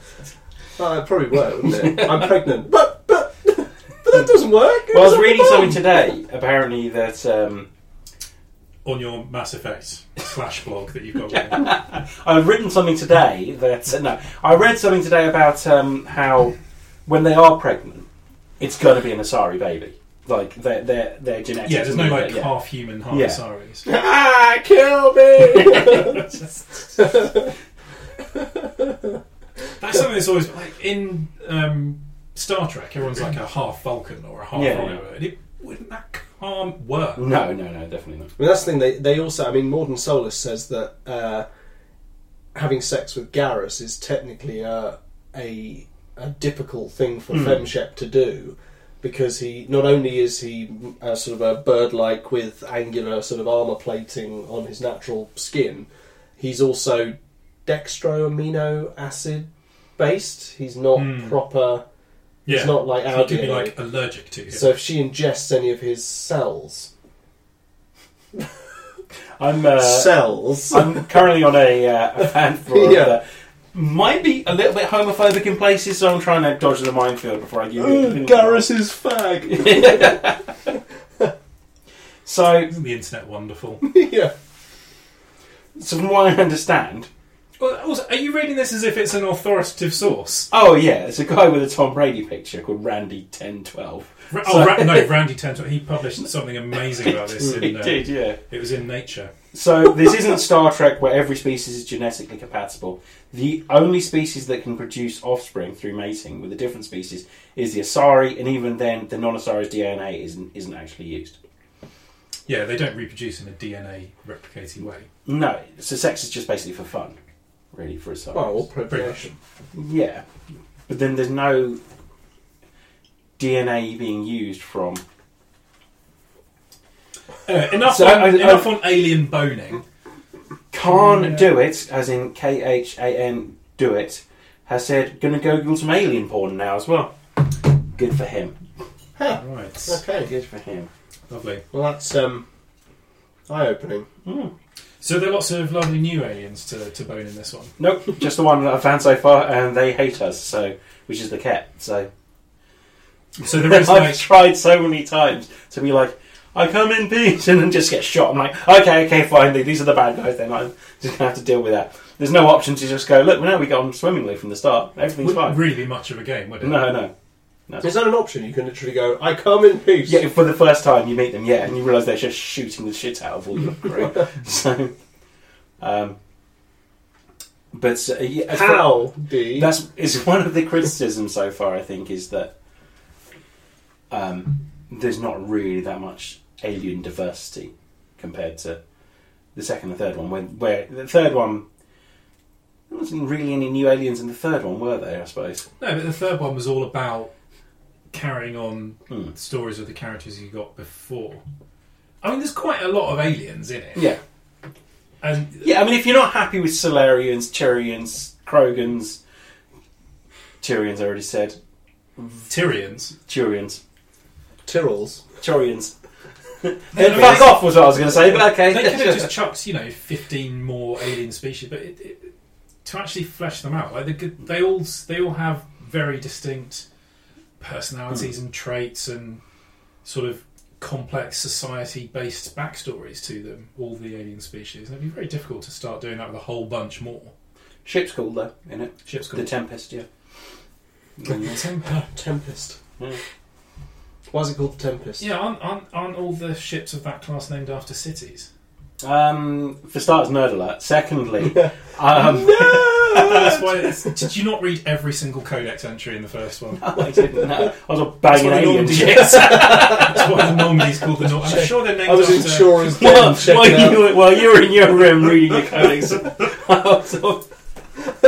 S1: Oh, it probably won't, wouldn't it? I'm pregnant. But, but, but that doesn't work.
S2: Well, I was reading something today. Apparently, that um,
S3: on your Mass Effect slash blog that you've got. going.
S2: I've written something today that uh, no, I read something today about um, how when they are pregnant, it's going to be an Asari baby. Like their their their genetics.
S3: Yeah, there's no
S2: mean
S3: like
S2: that, yeah.
S3: half human, half
S2: Yeah.
S3: Asaris.
S1: Ah, kill me!
S3: That's something that's always like in um, Star Trek. Everyone's like a half Vulcan or a half
S2: Yeah,
S3: yeah,
S2: yeah.
S3: and it wouldn't that can't work.
S2: No, no, no, definitely not.
S1: I mean, that's the thing. They, they also, I mean, Morden Solus says that uh, having sex with Garrus is technically a, a, a difficult thing for
S3: Hmm.
S1: Femshep to do because he not only is he uh, sort of a bird like with angular sort of armor plating on his natural skin, he's also dextroamino acid based. He's not
S3: Mm.
S1: proper.
S3: Yeah,
S1: He's not like
S3: so
S1: our
S3: you could be
S1: DNA.
S3: like allergic to. Him.
S1: So if she ingests any of his cells,
S2: I'm uh,
S1: cells.
S2: I'm currently on a, uh, a fan for
S1: Yeah.
S2: that might be a little bit homophobic in places, so I'm trying to dodge the minefield before I give you.
S1: Ooh, Garrus's fag.
S2: So,
S3: Isn't the internet wonderful?
S1: yeah.
S2: so from what I understand,
S3: well, also, are you reading this as if it's an authoritative source?
S2: oh yeah, there's a guy with a Tom Brady picture called Randy Ten Twelve.
S3: Ra-
S2: So-
S3: oh, Ra- no, Randy Tentor. He published something amazing about this.
S2: He
S3: In, uh,
S2: did, yeah.
S3: It was in Nature.
S2: So this isn't Star Trek where every species is genetically compatible. The only species that can produce offspring through mating with a different species is the Asari, and even then, the non-Asari's DNA isn't isn't actually used.
S3: Yeah, they don't reproduce in a DNA replicating way.
S2: No, so sex is just basically for fun. really, for a size.
S1: Well, appropriation.
S2: Yeah, but then there's no DNA being used from.
S3: Anyway, Uh, enough,
S2: So, uh,
S3: on,
S2: I- I-
S3: enough on alien boning.
S2: Can't
S3: Yeah.
S2: do it, as in K H A N do it, has said, gonna go Google some alien porn now as well. Good for him.
S1: Huh.
S3: Right.
S1: Okay.
S2: Good for him.
S3: Lovely.
S1: Well, that's um, eye-opening.
S2: Mm.
S3: So there are lots of lovely new aliens to, to bone in this one.
S2: Nope, just the one that I've found so far, and they hate us, so which is the cat. So
S3: So there is no.
S2: I've tried so many times to be like, I come in peace, and then just get shot. I'm like, okay, okay, fine. they- These are the bad guys. Then I'm just gonna have to deal with that. There's no option to just go. Look, no, we got on swimmingly from the start. Everything's
S3: Wouldn't
S2: fine.
S3: really be much of a game, would it?
S2: No, no.
S1: Is that an option? You can literally go, "I come in peace."
S2: Yeah, for the first time you meet them, yeah, and you realise they're just shooting the shit out of all your crew. so, um, but uh, yeah, as far-
S1: How D?
S2: That's is one of the criticisms so far. I think is that um, there's not really that much alien diversity compared to the second and third one. When where the third one there wasn't really any new aliens in the third one, were there? I suppose.
S3: No, but the third one was all about carrying on
S2: Hmm.
S3: stories of the characters you got before. I mean, there's quite a lot of aliens in it.
S2: Yeah,
S3: And
S2: yeah. I mean, if you're not happy with Solarians, Turians, Krogans, Turians, I already said
S3: Tyrians.
S2: Turians,
S1: Tyrrells.
S2: Turians.
S3: I
S2: then
S3: mean,
S2: fuck
S3: they-
S2: off was what I was going to say, but okay.
S3: They could have just chucked, you know, 15 more alien species, but it, it, to actually flesh them out, like they could, they all they all have very distinct personalities
S2: Hmm.
S3: and traits and sort of complex society-based backstories to them. All the alien species, and it'd be very difficult to start doing that with a whole bunch more.
S2: Ship's cool though, in it.
S3: Ship's
S2: The
S3: called
S2: Tempest, yeah.
S3: Temper.
S1: Tempest.
S2: Yeah.
S1: Why is it called the Tempest?
S3: Yeah, aren't, aren't, aren't all the ships of that class named after cities?
S2: Um, for starters, nerd alert. Secondly, um,
S3: That's why. It's, did you not read every single codex entry in the first one?
S2: I didn't know. I was a
S3: That's
S2: banging
S3: what the
S2: alien
S3: Normandy
S2: shit.
S3: is. That's why the Normandy's called the Normandy. I'm sure they're named
S1: I was in
S3: after.
S1: insurance.
S2: Well,
S1: check
S2: while,
S1: it
S2: you, were- while you were in your room reading the codex, I was all-
S1: out.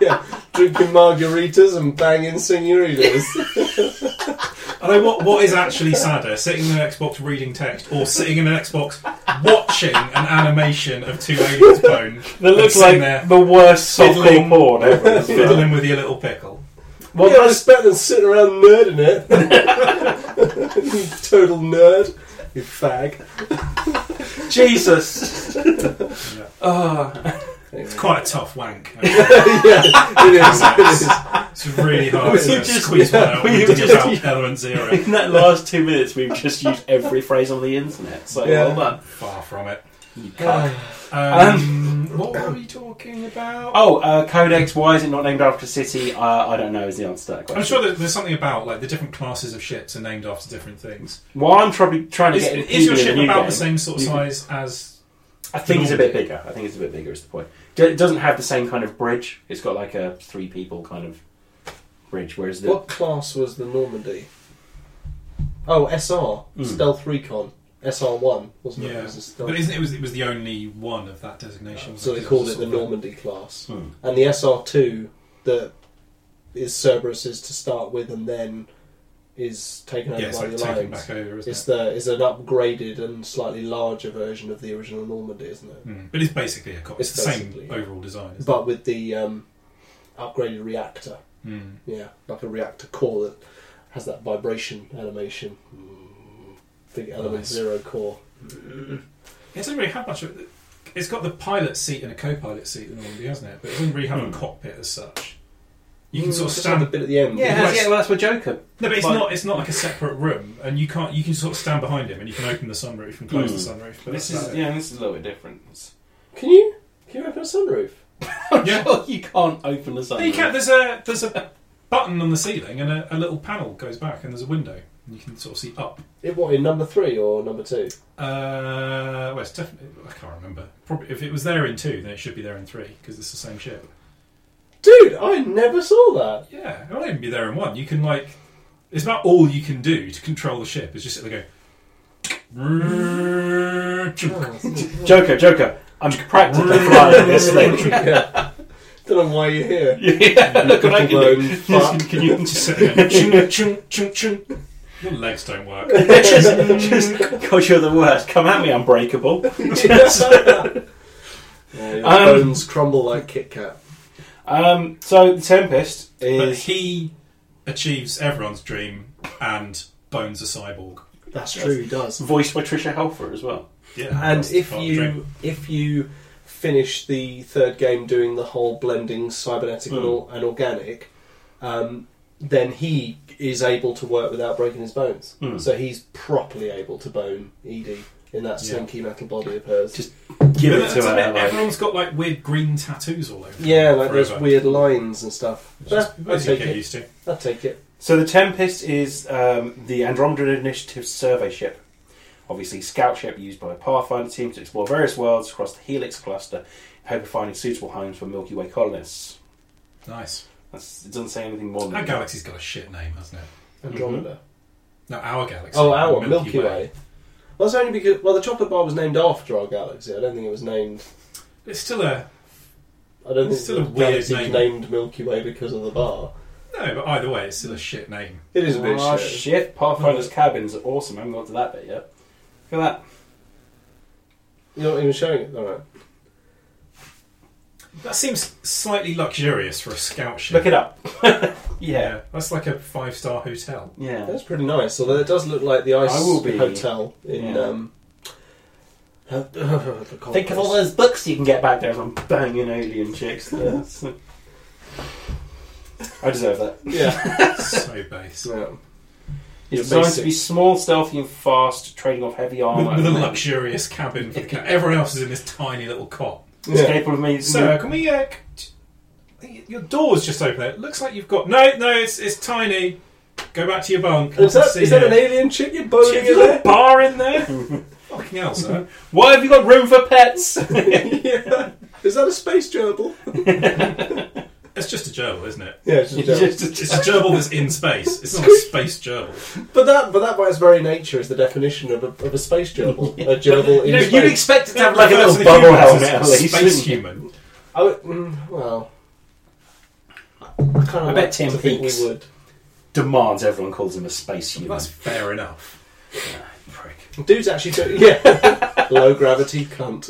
S1: yeah. Drinking margaritas and banging senoritas.
S3: I know what, what is actually sadder: sitting in an Xbox reading text, or sitting in an Xbox watching an animation of two aliens bone
S2: that
S3: and
S2: looks
S3: sitting
S2: like
S3: there
S2: the worst softcore
S3: Fiddling.
S2: porn ever.
S3: fiddling with your little pickle.
S2: Well,
S1: yeah, I
S2: that's,
S1: respect them sitting around nerding it. you total nerd. You fag.
S2: Jesus.
S3: Yeah.
S2: Oh,
S1: Anyway.
S3: It's quite a tough wank.
S1: yeah, it is. It is.
S3: It's really hard to
S2: We just-
S3: squeeze one out
S2: we
S3: when you're talking
S2: just-
S3: about Element Zero.
S2: in that last two minutes, we've just used every phrase on the internet. So
S1: Yeah.
S2: well done.
S3: Far from it.
S2: You can't.
S3: Um, what were we talking about?
S2: Oh, uh, Codex, why is it not named after City? Uh, I don't know is the answer to that question.
S3: I'm sure that there's something about like the different classes of ships are named after different things.
S2: Well, I'm probably trying to
S3: Is,
S2: get an
S3: is your
S2: preview of
S3: ship
S2: new
S3: about
S2: game.
S3: the same sort of
S2: You can-
S3: size as?
S2: I think it's a bit bigger. I think it's a bit bigger. Is the point? D- It doesn't have the same kind of bridge. It's got like a three people kind of bridge, whereas the
S1: What class was the Normandy? Oh, SR.
S3: Hmm.
S2: Mm.
S1: Stealth Recon. SR1, wasn't it? It
S3: Yeah,
S1: was a stealth-
S3: but isn't it was it was the only one of that designation?
S1: so they
S3: was
S1: called it the
S3: sort of-
S1: Normandy class.
S2: Hmm.
S1: And the SR2 that is Cerberus's to start with and then is taken over by
S3: Yeah, it's like
S1: the
S3: taken
S1: Alliance.
S3: back over, isn't
S1: It's
S3: it?
S1: the is an upgraded and slightly larger version of the original Normandy, isn't it?
S3: Hmm. But it's basically a copy. It's,
S1: It's
S3: the
S1: basically-
S3: same overall design. Isn't
S1: But with the um, upgraded reactor,
S3: it? Hmm.
S1: yeah, like a reactor core that has that vibration animation. Mm. Big element
S3: Nice.
S1: zero core.
S3: It doesn't really have much of it. It's got the pilot seat and a co-pilot seat, the Normandy, hasn't it? But it doesn't really have
S2: Hmm.
S3: a cockpit as such. You can
S1: Mm,
S3: sort of
S1: just
S3: stand
S1: like a bit at the end.
S2: yeah, it has-
S3: Right.
S2: yeah, well, that's where Joker.
S3: No, but it's
S2: Like-
S3: not. It's not like a separate room, and you can't. You can sort of stand behind him, and you can open the sunroof and close
S2: Hmm.
S3: the sunroof. But
S2: This
S3: that's
S2: is
S3: about
S2: yeah, this is a little bit different. It's-
S1: Can you can you open a sunroof?
S3: it. yeah.
S2: Well, you can't open the sun.
S3: No, you can't. There's a there's a button on the ceiling, and a, a little panel goes back, and there's a window, and you can sort of see up.
S1: It what in number three or number two?
S3: Uh, well, it's definitely. I can't remember. Probably if it was there in two, then it should be there in three because it's the same ship.
S1: Dude, I never saw that.
S3: Yeah, it might even be there in one. You can like. It's about all you can do to control the ship. Is just sit there going.
S2: Joker, Joker. I'm practically flying this thing.
S1: yeah. Don't know why you're here.
S2: yeah, look what I can do.
S1: Nickelbone,
S2: Yes,
S1: fuck.
S2: Can you
S3: Just sit there. chung, chung, chung, chung. Your legs don't work.
S2: just, just, God, you're the worst. Come at me, unbreakable.
S1: Yeah, your
S2: Um,
S1: bones crumble like Kit Kat.
S2: Um, so the Tempest
S3: But
S2: is
S3: he achieves everyone's dream and bones a cyborg.
S1: That's true. He does.
S2: voiced by Trisha Helfer as well.
S3: Yeah.
S1: And
S3: that's
S1: if
S3: part of the dream.
S1: you if you finish the third game doing the whole blending cybernetic and,
S3: Hmm.
S1: or, and organic, um, then he is able to work without breaking his bones.
S2: Hmm.
S1: So he's properly able to bone Edie in that
S3: Yeah.
S1: slinky metal body of hers.
S2: Just- Give
S3: But
S2: it to
S3: that's
S2: her.
S3: it,
S2: Like,
S3: Everyone's got like weird green tattoos all over.
S1: yeah,
S3: them
S1: like those
S3: forever.
S1: weird lines and stuff.
S3: It's
S1: Nah,
S3: just-
S1: I'll
S3: you
S1: take
S3: get
S1: it.
S3: used to.
S1: I'll take it.
S2: so the Tempest is um, the Andromeda Initiative survey ship. Obviously, scout ship used by a Pathfinder team to explore various worlds across the Helix cluster in hope of finding suitable homes for Milky Way colonists.
S3: Nice.
S2: That's, it doesn't say anything more than
S3: That galaxy's got a shit name, hasn't it? Mm-hmm.
S1: Andromeda.
S3: No, our galaxy.
S1: Oh, our Milky, Way. Well, that's only because well, the chocolate bar was named after our galaxy. I don't think it was named.
S3: It's still a
S1: I don't think
S3: It's still a
S1: the
S3: weird
S1: galaxy was
S3: name.
S1: named Milky Way because of the bar.
S3: no, but either way, it's still a shit name.
S1: It is a bit
S2: Ah,
S1: shit.
S2: shit. Pathfinder's cabins are awesome. I haven't got to that bit yet. Look at that.
S1: You're not even showing it, alright.
S3: That seems slightly luxurious for a scout ship.
S2: Look it up. yeah.
S3: yeah, that's like a five-star hotel.
S2: Yeah.
S1: That's pretty nice, although it does look like the ice
S2: I will be-
S1: hotel in.
S2: yeah.
S1: Um, the Cold
S2: Think of all
S1: Coast.
S2: those books you can get back there from banging alien chicks. That's- I deserve that.
S1: Yeah.
S3: so base.
S1: yeah. You're
S2: It's designed to
S1: basic.
S2: be small, stealthy, and fast, trading off heavy
S3: With,
S2: armor.
S3: with a
S2: and
S3: luxurious cabin for the cat. Everyone else is in this tiny little cot.
S2: It's
S1: Yeah.
S2: capable of me.
S3: So, can we? Uh, c- t- your door's just open. There. It looks like you've got no, no. It's it's tiny. Go back to your bunk.
S1: Is that,
S3: See
S1: is that
S3: ya.
S1: an alien chick you're boning
S3: Have you
S1: in
S3: got a
S1: there?
S3: bar in there? Fucking hell, sir.
S2: Why have you got room for pets?
S1: yeah. Is that a space gerbil?
S3: It's just a gerbil, isn't it?
S1: Yeah, it's just a gerbil.
S2: Just-
S3: It's a gerbil that's in space. It's not a space gerbil.
S1: But that, but that by its very nature is the definition of a, of a space gerbil. A gerbil in
S2: you know,
S1: space.
S2: you'd expect it to have like a
S3: Reverse of
S2: little
S3: the
S2: bubble
S3: humans, it's
S2: helmet at
S3: a
S2: least.
S3: Space
S2: isn't it?
S3: human.
S1: I would, mm, well, I kind of
S2: I bet Tim
S1: to think
S2: Peaks.
S1: we would.
S2: Demands everyone calls him a space human.
S3: That's fair enough.
S2: prick.
S1: Dude's actually doing yeah, low gravity cunt.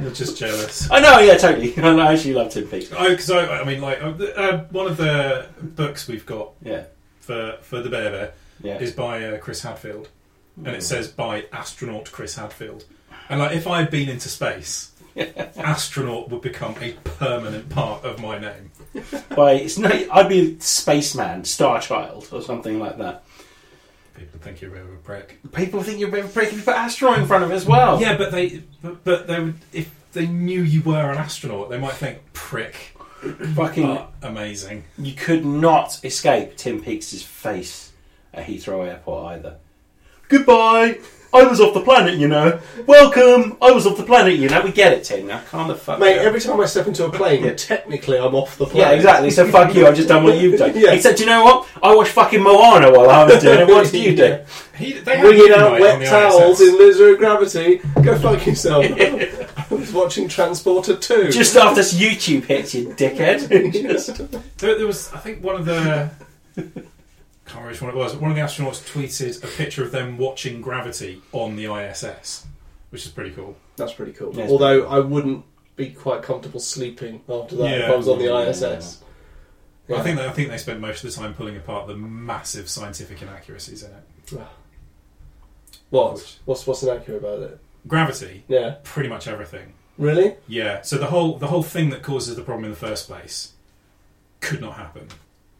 S3: You're just jealous.
S2: I know, yeah, totally. I actually love Tim Peake.
S3: Oh, because I, I mean, like uh, the- uh, one of the books we've got
S2: Yeah,
S3: for for the Bear Bear
S2: yeah. Hmm.
S3: is by uh, Chris Hadfield, and it says by astronaut Chris Hadfield. And like, if I had been into space, astronaut would become a permanent part of my name.
S2: By it's not, I'd be spaceman, star child, or something like that.
S3: People think you're a bit of a prick.
S2: People think you're breaking breaking put asteroid in front of it as well.
S3: Yeah, but they, but, but they would if they knew you were an astronaut, they might think prick.
S2: fucking.
S3: But amazing.
S2: You could not escape Tim Peake's face at Heathrow Airport either. Goodbye. I was off the planet, you know. Welcome. I was off the planet, you know. We get it, Tim. Now calm the fuck
S1: Mate,
S2: down.
S1: every time I step into a plane,
S2: Yeah.
S1: technically I'm off the plane.
S2: Yeah, exactly. So fuck you. I've just done what you've done.
S1: Yeah.
S2: Except, you know what? I watched fucking Moana while I was doing it. What did you do?
S1: Yeah.
S3: He, they had
S1: Wringing
S3: Moonlight
S1: out
S3: on
S1: wet
S3: the
S1: towels
S3: ISS.
S1: in zero gravity. Go fuck yourself. I was watching Transporter 2.
S2: Just after this YouTube hits, you dickhead.
S1: Just-
S3: There, there was, I think, one of the. Can't remember which one it was. but One of the astronauts tweeted a picture of them watching Gravity on the ISS, which is pretty cool.
S1: That's pretty cool.
S2: Yeah, it's
S1: Although I wouldn't be quite comfortable sleeping after that if I was on the
S2: Yeah.
S1: ISS.
S3: I think they, I think they spent most of the time pulling apart the massive scientific inaccuracies in it.
S1: What? What's what's inaccurate about it?
S3: Gravity,
S1: Yeah.
S3: pretty much everything.
S1: Really?
S3: Yeah. So the whole the whole thing that causes the problem in the first place could not happen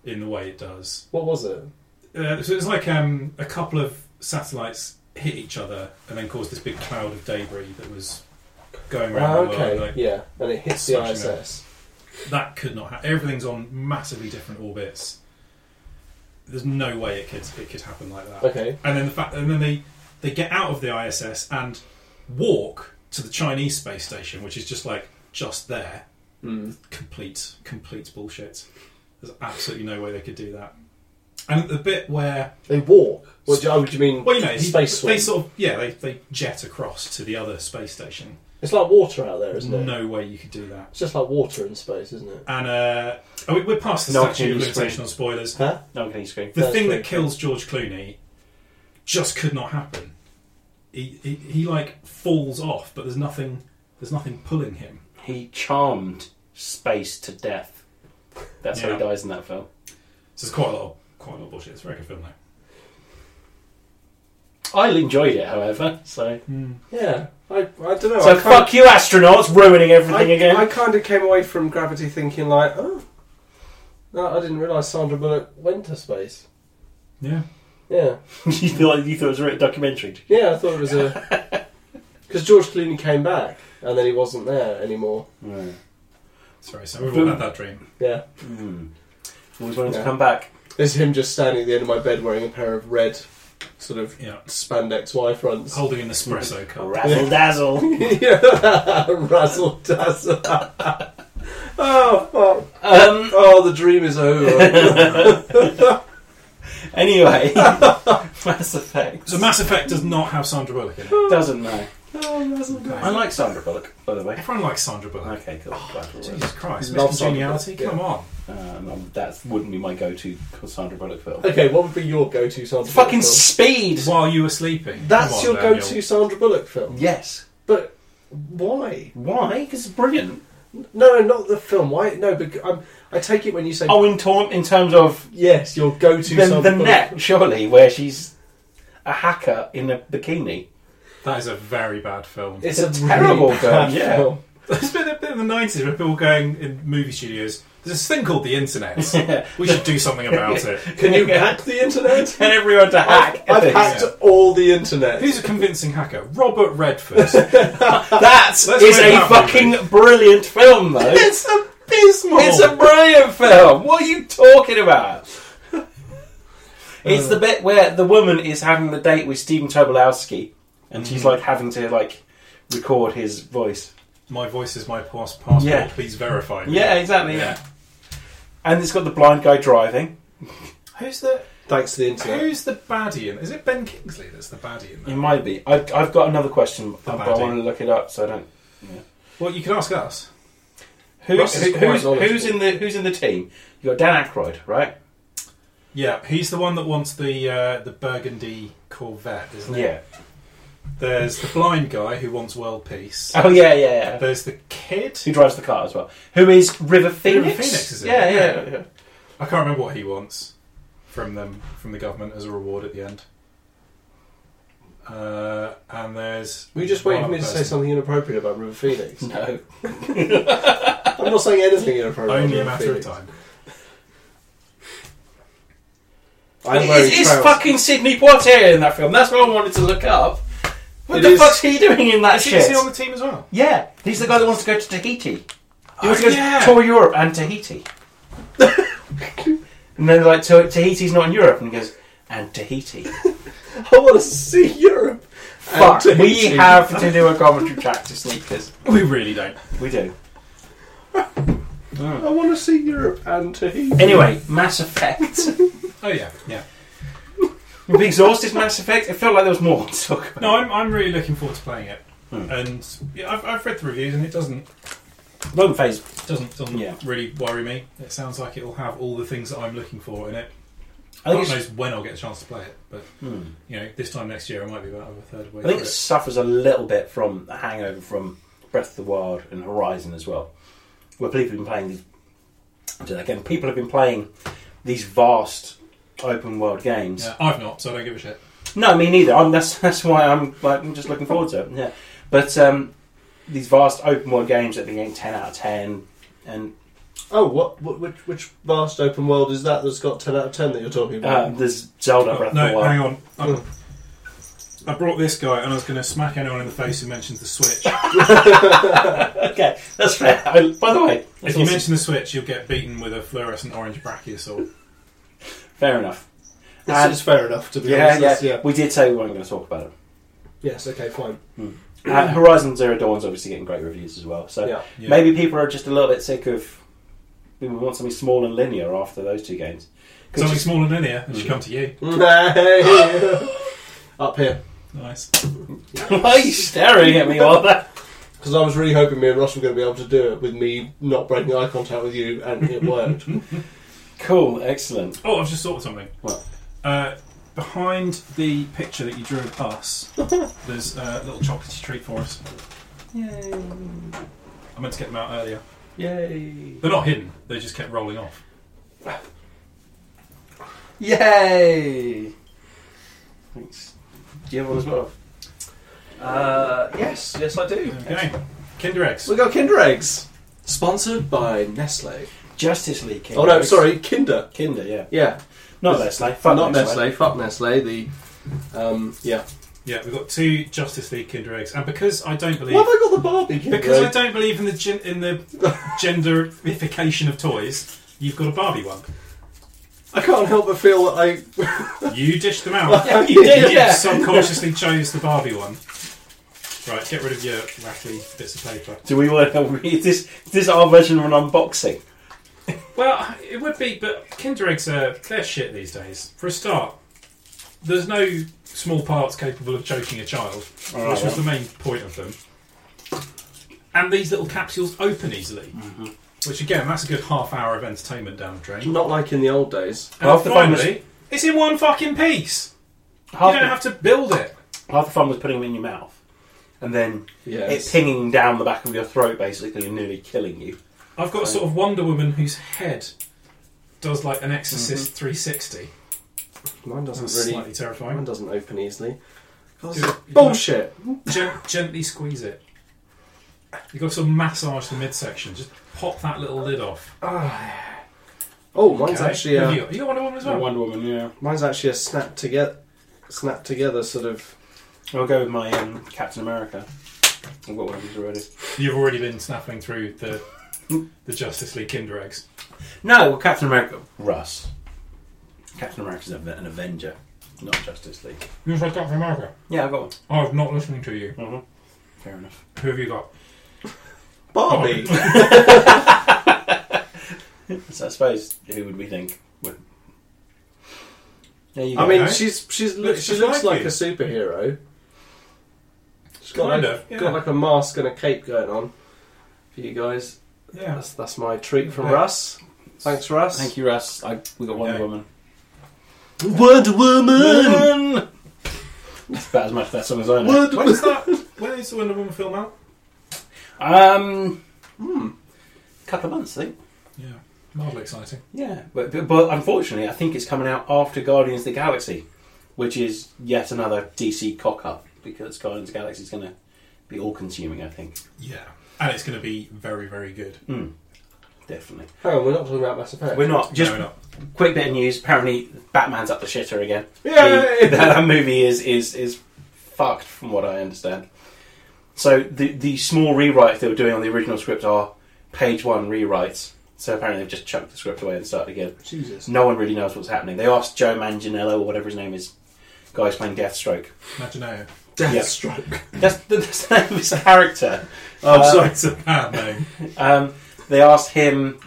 S3: in the way it does.
S1: What was it?
S3: Uh, so it's like um, a couple of satellites hit each other and then caused this big cloud of debris that was going around
S1: Ah,
S3: the
S1: okay.
S3: world. Like,
S1: yeah, and it hits the
S3: smashing it.
S1: ISS.
S3: That could not happen. Everything's on massively different orbits. There's no way it could it could happen like that.
S1: Okay.
S3: And then the fact, and then they they get out of the ISS and walk to the Chinese space station, which is just like just there.
S1: Hmm.
S3: Complete complete bullshit. There's absolutely no way they could do that. And the bit where
S1: They walk. What do you, oh, do you mean?
S3: Well, you know, he-
S1: space swim.
S3: they sort of yeah, they, they jet across to the other space station,
S1: It's like water out there, isn't it?
S3: no way you could do that.
S1: It's just like water in space, isn't it?
S3: And uh, oh, we- we're past the
S2: No,
S3: statute
S2: can
S3: of
S2: you explain?
S3: limitation on spoilers.
S1: Huh?
S2: No one can eat screen.
S3: The
S1: That's
S3: thing
S1: very
S3: that kills George Clooney just could not happen. He, he he like falls off, but there's nothing there's nothing pulling him.
S2: He charmed space to death. That's how
S3: Yeah.
S2: he dies in that film.
S3: So it's quite a lot of, quite a lot of bullshit. It's a very good film though.
S2: I enjoyed it, however. So,
S1: Yeah. I, I don't know. I
S2: so
S1: can't-
S2: fuck you, astronauts, ruining
S1: I,
S2: everything again.
S1: I kind of came away from Gravity thinking like, oh, no, I didn't realise Sandra Bullock went to space.
S3: Yeah,
S1: Yeah,
S2: you, thought, you thought it was a documentary.
S1: yeah, I thought it was a because George Clooney came back and then he wasn't there anymore.
S2: Right.
S3: sorry. So we've all
S2: Boom.
S3: had that dream.
S1: Yeah,
S2: Mm. Always wanted
S1: Yeah.
S2: to come back.
S1: it's him just standing at the end of my bed wearing a pair of red, sort of
S3: Yeah,
S1: spandex Y fronts.
S3: holding an espresso cup.
S2: Razzle dazzle.
S1: yeah, razzle dazzle. oh fuck!
S2: um,
S1: Oh, the dream is over.
S2: anyway, Mass Effect.
S3: So Mass Effect does not have Sandra Bullock in it.
S2: Doesn't know.
S1: oh, razzle dazzle.
S2: I like Sandra Bullock, by the way.
S3: Everyone likes Sandra Bullock.
S2: Okay, cool. Glad we're right.
S3: Jesus Christ,
S1: Love
S3: Miss
S1: Sandra
S3: Congeniality,
S1: Bullock,
S3: come on.
S2: Um, um, that wouldn't be my go-to Sandra Bullock film.
S1: Okay, what would be your go-to Sandra? Bullock
S2: Fucking
S1: film?
S2: Speed.
S3: While you were sleeping.
S1: That's
S3: Come on,
S1: your
S3: Daniel.
S1: go-to Sandra Bullock film.
S2: Yes.
S1: But why?
S2: Why? Because it's brilliant.
S1: No, no, not the film. Why? No, because um, I take it when you say
S2: Oh, in, tor- in terms of
S1: yes, your go-to
S2: the,
S1: Sandra
S2: the
S1: Bullock.
S2: net, surely, where she's a hacker in a bikini.
S3: That is a very bad film.
S1: It's,
S2: It's
S1: a,
S2: a terrible
S1: really
S2: film,
S1: bad
S2: yeah.
S1: film.
S3: There's been a bit of the 90s where people going in movie studios, there's this thing called the internet.
S2: Yeah.
S3: We should do something about it.
S1: Can you hack the internet?
S2: And everyone to hack.
S1: I've
S2: things.
S1: hacked all the internet.
S3: Who's a convincing hacker? Robert Redford.
S2: That
S3: Let's
S2: is
S3: make
S2: a
S3: that
S2: fucking brilliant film, though.
S1: it's abysmal.
S2: It's a brilliant film. What are you talking about? It's the bit where the woman is having the date with Stephen Tobolowsky, and she's like having to like record his voice.
S3: my voice is my pass- passport,
S2: Yeah.
S3: please verify me.
S2: Yeah, exactly.
S3: Yeah.
S2: And it's got the blind guy driving.
S3: Who's the
S1: Thanks to the internet.
S3: who's the baddie in Is it Ben Kingsley that's the baddie in
S2: It
S3: there?
S2: might be. I, I've got another question, but I
S3: baddie.
S2: want to look it up, so I don't.
S3: Well, you can ask us.
S2: Who,
S1: Russ is
S2: who-
S1: quite
S2: who's,
S1: knowledgeable.
S2: who's in the Who's in the team? You got Dan Aykroyd, right?
S3: Yeah, he's the one that wants the uh, the burgundy Corvette, isn't he? There's the blind guy who wants world peace.
S2: Oh yeah, yeah, yeah.
S3: There's the kid.
S2: Who drives the car as well? Who is River Phoenix?
S3: Phoenix, is it?
S2: Yeah, yeah,
S3: Yeah.
S2: yeah. yeah.
S3: I can't remember what he wants from them from the government as a reward at the end. Uh, and there's
S1: Were you just waiting for me to
S3: one
S1: say
S3: other person.
S1: something inappropriate about River Phoenix?
S2: No.
S1: I'm not saying anything inappropriate.
S3: Only a
S1: about
S3: matter
S1: River Phoenix.
S3: of time.
S1: I'm wearing
S2: It is
S1: trousers.
S2: fucking Sidney Poitier in that film. That's what I wanted to look up. What
S1: It
S2: the
S1: is-
S2: fuck's he doing in that
S3: Is he, is
S2: shit?
S3: he on the team as well?
S2: Yeah, he's the guy that wants to go to Tahiti. He wants
S3: Oh,
S2: to go
S3: yeah.
S2: to tour Europe and Tahiti. and they're like, "Tah- Tahiti's not in Europe. And he goes, and Tahiti.
S1: I want to see Europe. and
S2: Fuck, we
S1: Tahiti.
S2: have to do a commentary track to sneakers.
S3: We really don't.
S2: We do.
S1: I want to see Europe and Tahiti.
S2: Anyway, Mass Effect.
S3: Oh yeah, yeah.
S2: You've exhausted Mass Effect? It felt like there was more to talk about.
S3: No, I'm, I'm really looking forward to playing it.
S1: Hmm.
S3: And yeah, I've, I've read the reviews, and it doesn't
S2: Lone Phase.
S3: doesn't doesn't
S2: Yeah.
S3: really worry me. It sounds like it'll have all the things that I'm looking for in it.
S2: I think,
S3: God
S2: it's,
S3: knows when I'll get a chance to play it, but
S1: Hmm.
S3: you know, this time next year I might be about a third way.
S2: I think
S3: through
S2: it
S3: it.
S2: suffers a little bit from a hangover from Breath of the Wild and Horizon as well, where people have been playing these. I'll do that again. People have been playing these vast open world games.
S3: Yeah, I've not, so I don't give a shit.
S2: No, me neither. I'm, that's that's why I'm like I'm just looking forward to it. Yeah, but um, these vast open world games that have been getting ten out of ten, and
S1: Oh, what, what which, which vast open world is that that's got 10 out of 10 that you're talking
S2: uh,
S1: about?
S2: there's Zelda Breath of the
S3: No,
S2: Wild.
S3: hang on. I'm- I brought this guy, and I was going to smack anyone in the face who mentions the Switch.
S2: Okay, that's fair. I, by the way,
S3: if
S2: that's
S3: you
S2: also-
S3: mention the Switch, you'll get beaten with a fluorescent orange brachiosaur.
S2: fair enough.
S1: This
S2: and-
S1: is fair enough, to be
S2: Yeah,
S1: honest.
S2: yeah,
S1: That's- yeah.
S2: We did say we weren't going to talk about it.
S1: Yes, okay, fine.
S2: And Horizon Zero Dawn's obviously getting great reviews as well. So
S1: Yeah.
S3: Yeah.
S2: maybe people are just a little bit sick of we want something small and linear after those two games. 'Cause
S3: Something
S2: just- Hmm.
S3: small and linear, and should come to you.
S1: Up here.
S3: Nice.
S2: why are you staring at me all that?
S1: because I was really hoping me and Ross were going to be able to do it with me not breaking eye contact with you, and it worked.
S2: Cool, excellent.
S3: Oh, I've just thought of something.
S2: What?
S3: Uh, behind the picture that you drew of us, there's uh, a little chocolatey treat for us.
S2: Yay.
S3: I meant to get them out earlier.
S2: Yay.
S3: They're not hidden. They just kept rolling off.
S2: Yay! Thanks. Do you have one as well?
S1: Uh, yes, yes, I do.
S3: Okay. Kinder eggs.
S1: We got Kinder eggs, sponsored by Nestle.
S2: Justice League. Kinder
S1: Oh no,
S2: eggs.
S1: sorry, Kinder.
S2: Kinder, yeah.
S1: Yeah,
S2: Not Nestle. Fuck
S1: not Nestle. Fuck Nestle. The um, yeah.
S3: Yeah, we've got two Justice League Kinder eggs, and because I don't believe
S1: Why have I got the Barbie Kinder?
S3: because I
S1: egg?
S3: don't believe in the gen- in the genderification of toys, you've got a Barbie one.
S1: I can't help but feel that I
S3: You dished them out.
S2: Yeah, Oh, you did,
S3: You
S2: yeah.
S3: subconsciously chose the Barbie one. Right, get rid of your wacky bits of paper.
S2: Do we want to read this? Is this our version of an unboxing?
S3: Well, it would be, but Kinder eggs are they're shit these days. For a start, there's no small parts capable of choking a child,
S2: All
S3: which
S2: right,
S3: was the main point of them. And these little capsules open easily,
S2: Mm-hmm.
S3: which again, that's a good half hour of entertainment down the drain.
S1: not like in the old days.
S3: And
S2: Half the fun
S3: finally, it's in one fucking piece. you
S2: Half, the,
S3: don't have to build it.
S2: half the fun was putting them in your mouth, and then
S1: Yes.
S2: it pinging down the back of your throat, basically, and nearly killing you.
S3: I've got a sort of Wonder Woman whose head does like an
S2: Mm-hmm.
S3: Exorcist 360.
S1: Mine doesn't
S3: That's
S1: really.
S3: slightly
S1: Mine
S3: terrifying.
S1: doesn't open easily.
S3: Do it.
S1: Bullshit.
S3: Gen- gently squeeze it. You've got to sort of massage the midsection. Just pop that little lid off.
S1: Oh, mine's
S3: Okay?
S1: actually
S3: Have
S1: a
S3: you, got, you got Wonder Woman as well?
S2: Wonder Woman, yeah.
S1: mine's actually a snap together, snap together sort of.
S2: I'll go with my um, Captain America. I've got one of these already.
S3: You've already been snapping through the the Justice League Kinder Eggs.
S2: No, well, Captain America. Russ. Captain America's an an Avenger, not Justice League.
S3: You've got that from America. Oh,
S2: Yeah, I've got one.
S3: I'm not listening to you.
S2: Fair enough.
S3: Who have you got? Oh,
S1: Barbie.
S2: So I suppose who would we think? would- There you go.
S1: I mean,
S3: Okay.
S1: she's she's
S3: Looks
S1: looks she
S3: just
S1: looks like,
S3: like you.
S1: a superhero. She's got
S3: Kind
S1: like,
S3: of, yeah.
S1: got like a mask and a cape going on for you guys.
S3: Yeah.
S1: That's that's my treat from
S3: Yeah.
S1: Russ. Thanks, Russ.
S2: thank you, Russ. I, we got Wonder
S3: Okay.
S2: Woman.
S1: you. Wonder Woman.
S2: That's about as much that song as I know.
S1: Wonder Woman.
S3: that? When is the Wonder Woman film out?
S2: Um, couple of months, I think.
S3: Yeah. Mildly exciting.
S2: Yeah, but, but, but unfortunately, I think it's coming out after Guardians of the Galaxy, which is yet another DC cock up because Guardians of the Galaxy is going to be all consuming. I think.
S3: Yeah. And it's going to be very, very good.
S2: Hmm. Definitely.
S1: Hang on, Oh, Uh, we're not talking about Mass Effect.
S2: We're not. Just
S3: no, we're not.
S2: quick bit of news. Apparently, Batman's up the shitter again.
S1: Yay!
S2: The- that movie is is is fucked, from what I understand. So the the small rewrites they were doing on the original script are page one rewrites. So apparently they've just chucked the script away and started again.
S1: Jesus.
S2: No one really knows what's happening. They asked Joe Manganiello or whatever his name is, guy who's playing Deathstroke.
S3: Imagineo.
S1: Deathstroke.
S2: That's, that's the name of his character.
S3: Oh,
S2: Uh,
S3: sorry, it's a bad name.
S2: Um, they asked him.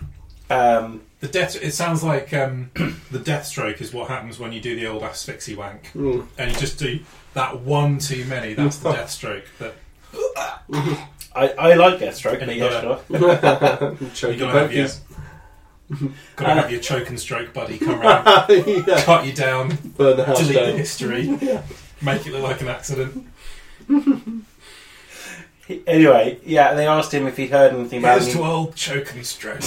S2: Um,
S3: The death. It sounds like um, the death stroke is what happens when you do the old asphyxie wank,
S1: Mm.
S3: and you just do that one too many. That's the death stroke. That
S2: I, I like Deathstroke, but
S3: And
S2: yeah,
S3: got a-
S2: sure.
S1: Choke
S3: you gotta Mm. have your, gotta have your choke and stroke buddy come around,
S1: yeah.
S3: cut you down,
S1: Burn the house
S3: delete the
S1: down.
S3: history, make it look like an accident.
S2: He- Anyway, yeah, they asked him if he'd heard anything about
S3: Here's
S2: it.
S3: to old choke and stroke.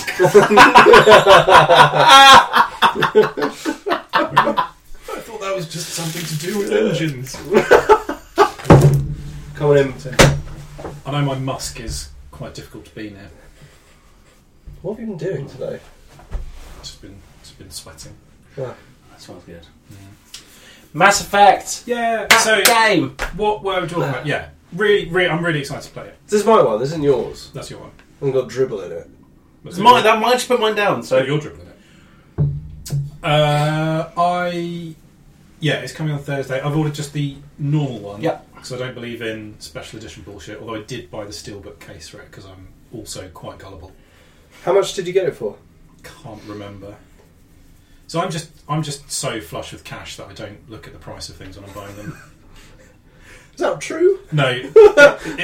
S3: I thought that was just something to do with engines.
S1: Coming in.
S3: I know my musk is quite difficult to be now.
S1: What have you been doing today?
S3: It's been, it's been sweating.
S2: That sounds good.
S3: Yeah.
S2: Mm-hmm. Mass Effect.
S3: Yeah.
S2: That
S3: So
S2: game.
S3: What were we talking about? Yeah, really, really, I'm really excited to play it.
S1: This is my one. This isn't yours.
S3: That's your one.
S1: And got dribble in it.
S3: That's
S2: It's mine. That mine. Just put mine down.
S3: So
S2: So
S3: you're dribbling it. Uh, I, yeah, it's coming on Thursday. I've ordered just the normal one.
S2: Yeah.
S3: Because I don't believe in special edition bullshit. Although I did buy the steelbook case for it because I'm also quite gullible.
S1: How much did you get it for?
S3: Can't remember. So I'm just I'm just so flush with cash that I don't look at the price of things when I'm buying them.
S1: Is that true?
S3: No, it,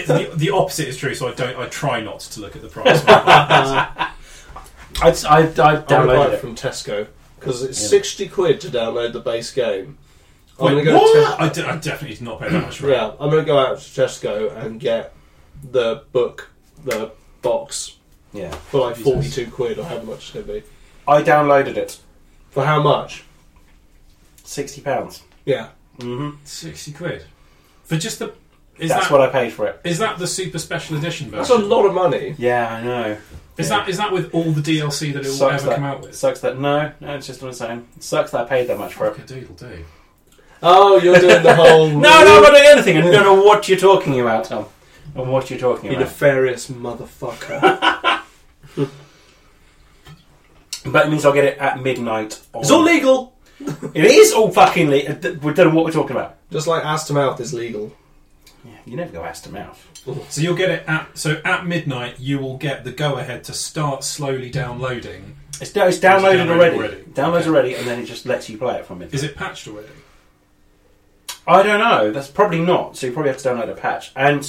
S3: the, the opposite is true. So I don't. I try not to look at the price. when I buy
S2: I, I, I
S1: I'm going to buy
S2: downloaded
S1: it
S2: it.
S1: from Tesco because it's
S2: Yeah.
S1: 60 quid to download the base game. I'm
S3: Wait,
S1: gonna go
S3: what? I, d- I definitely did not pay that much
S1: to-
S3: for it.
S1: yeah, I'm going to go out to Tesco and get the book, the box
S2: Yeah,
S1: for like
S3: Jesus.
S1: 42 quid or however much it's going to be.
S2: I downloaded it.
S1: For how much?
S2: Sixty pounds.
S1: Yeah.
S2: Mm-hmm.
S3: Sixty quid for just the. Is
S2: That's
S3: that
S2: what I paid for it.
S3: is that the super special edition
S1: That's
S3: version?
S1: a lot of money.
S2: Yeah, I know.
S3: Is that is that with all the DLC that it will
S2: Sucks
S3: ever
S2: that-
S3: come out with?
S2: Sucks that no, no, it's just on its own. It sucks that I paid that much for it.
S3: Fuck a doodle do.
S1: Oh, you're doing the whole.
S2: No, no, I'm not doing anything. I don't know what you're talking about, Tom. And what you're talking
S1: You
S2: about.
S1: nefarious motherfucker.
S2: But it means I'll get it at midnight. On...
S1: it's all legal!
S2: It is all fucking legal. We don't know what we're talking about.
S1: Just like ass to mouth is legal.
S2: Yeah, you never go ass to mouth.
S3: So you'll get it at so at midnight. You will get the go ahead to start slowly downloading.
S2: It's, no, it's downloaded
S3: downloaded
S2: already.
S3: already.
S2: Downloads
S3: Okay.
S2: already, and then it just lets you play it from it.
S3: Is it patched already?
S2: I don't know. That's probably not. So you probably have to download a patch. And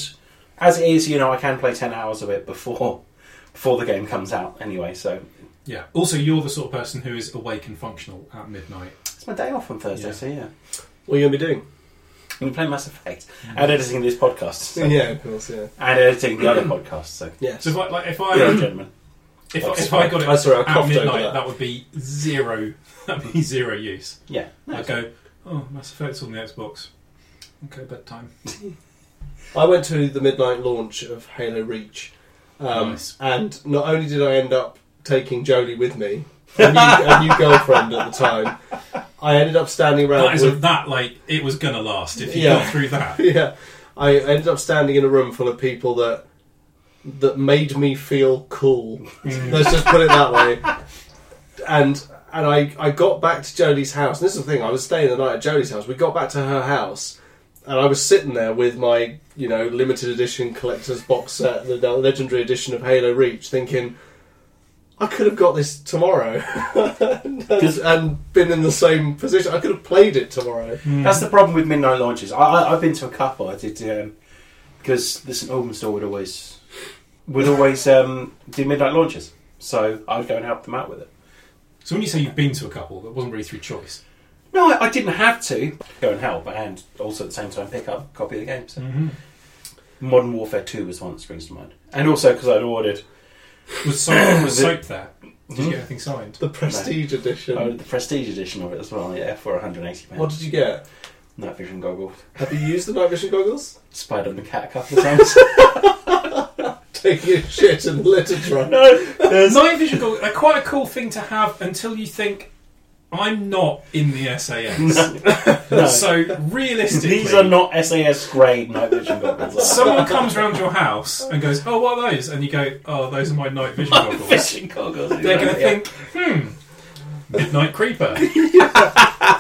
S2: as it is, you know, I can play ten hours of it before before the game comes out. Anyway, so
S3: Yeah. Also, you're the sort of person who is awake and functional at midnight.
S2: it's my day off on Thursday.
S3: Yeah.
S2: So yeah,
S1: What are you going to be doing?
S2: I'm gonna play Mass Effect and editing this podcast so-
S1: Yeah, of course, yeah.
S2: and editing the other podcast. So.
S1: Yes.
S3: So if I, like if
S1: Oh,
S3: I
S2: Yeah, gentlemen.
S3: if, I-
S2: That's
S3: if I got it
S1: I sorry, I
S3: at
S1: coughed over
S3: midnight,
S1: that.
S3: that. would be zero. That'd be zero use.
S2: Yeah.
S3: I'd go. Oh, Mass Effect's on the Xbox. Okay, bedtime.
S1: I went to the midnight launch of Halo Reach, um,
S3: Nice.
S1: and not only did I end up taking Jolie with me, a new, a new girlfriend at the time, I ended up standing
S3: That
S1: around
S3: is a,
S1: with
S3: that like it was gonna last if you
S1: Yeah.
S3: got through that.
S1: yeah, I ended up standing in a room full of people that that made me feel cool. Let's just put it that way. And and I, I got back to Jolie's house. And this is the thing, I was staying the night at Jolie's house. We got back to her house and I was sitting there with my, you know, limited edition collector's box set, the legendary edition of Halo Reach, thinking I could have got this tomorrow and, and been in the same position. I could have played it tomorrow.
S2: That's the problem with midnight launches. I, I, I've been to a couple. I did um, because the St Albans store would always would always um, do midnight launches, so I'd go and help them out with it.
S3: So when you say you've been to a couple, that wasn't really through choice.
S2: No, I, I didn't have to go and help, and also at the same time pick up a copy of the game. So.
S1: Mm-hmm.
S2: Modern Warfare Two was one that springs to mind, and also because I'd ordered
S3: Was soap, was
S2: it-
S3: soap there? Did
S1: Hmm?
S3: you get anything signed?
S1: The Prestige Edition.
S2: I ordered the Prestige edition of it as well. Yeah, for 180 pounds.
S1: What did you get?
S2: Night vision goggles.
S1: Have you used the night vision goggles?
S2: Spied on the cat a couple of times.
S1: Taking a shit in the litter trunk.
S2: no, there's-
S3: Night vision goggles are quite a cool thing to have until you think, I'm not in the SAS.
S2: no.
S3: So realistically,
S2: These are not SAS grade night vision goggles.
S3: someone comes round your house and goes, "Oh, what are those?" and you go, "Oh, those are my night vision goggles."
S2: fishing goggles.
S3: They're going to think, "Hmm, midnight creeper."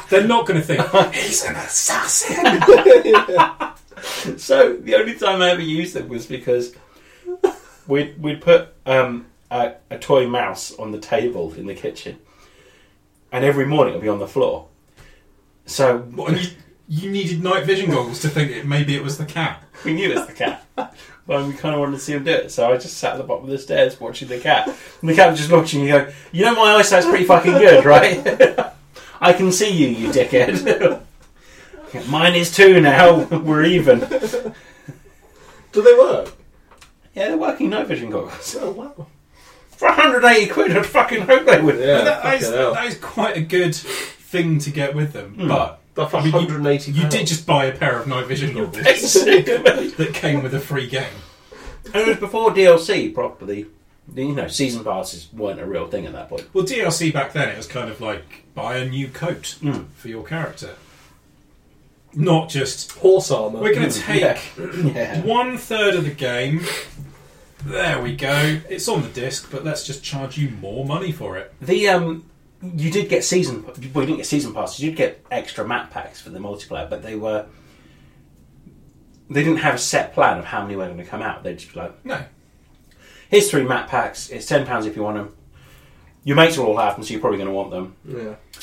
S3: They're not going to think "Oh, he's an assassin.
S2: think. So the only time I ever used them was because we'd we'd put um, a, a toy mouse on the table in the kitchen, and every morning it'd be on the floor. So
S3: What, and you, you needed night vision goggles to think it, maybe it was the cat.
S2: we knew it was the cat, but we kind of wanted to see him do it. So I just sat at the bottom of the stairs watching the cat, and the cat was just watching. You go, you know my eyesight's pretty fucking good, right? I can see you, you dickhead. Mine is too now. We're even.
S1: Do they work?
S2: Yeah, they're working night vision goggles.
S1: Oh wow.
S2: For 180 quid, I'd fucking hope they would.
S1: Yeah.
S3: that, is,
S1: fucking hell.
S3: that is quite a good thing to get with them,
S2: Hmm.
S3: but.
S1: But for
S3: I mean, you-
S1: 180
S3: You
S1: pounds.
S3: did just buy a pair of night vision goggles
S2: Basically.
S3: that came with a free game.
S2: and it was before DLC, properly. You know, season passes weren't a real thing at that point.
S3: Well, DLC back then, it was kind of like buy a new coat
S2: Hmm.
S3: for your character. Not just,
S1: horse armor.
S3: we're going to take
S2: Yeah. Hmm. Yeah.
S3: one third of the game. There we go. It's on the disc, but let's just charge you more money for it.
S2: The um, you did get season. Well, you didn't get season passes. You did get extra map packs for the multiplayer, but they were. They didn't have a set plan of how many were going to come out. They'd just be like,
S3: No.
S2: "Here's three map packs. It's ten pounds if you want them." Your mates will all have them, so you're probably going to want them.
S1: Yeah.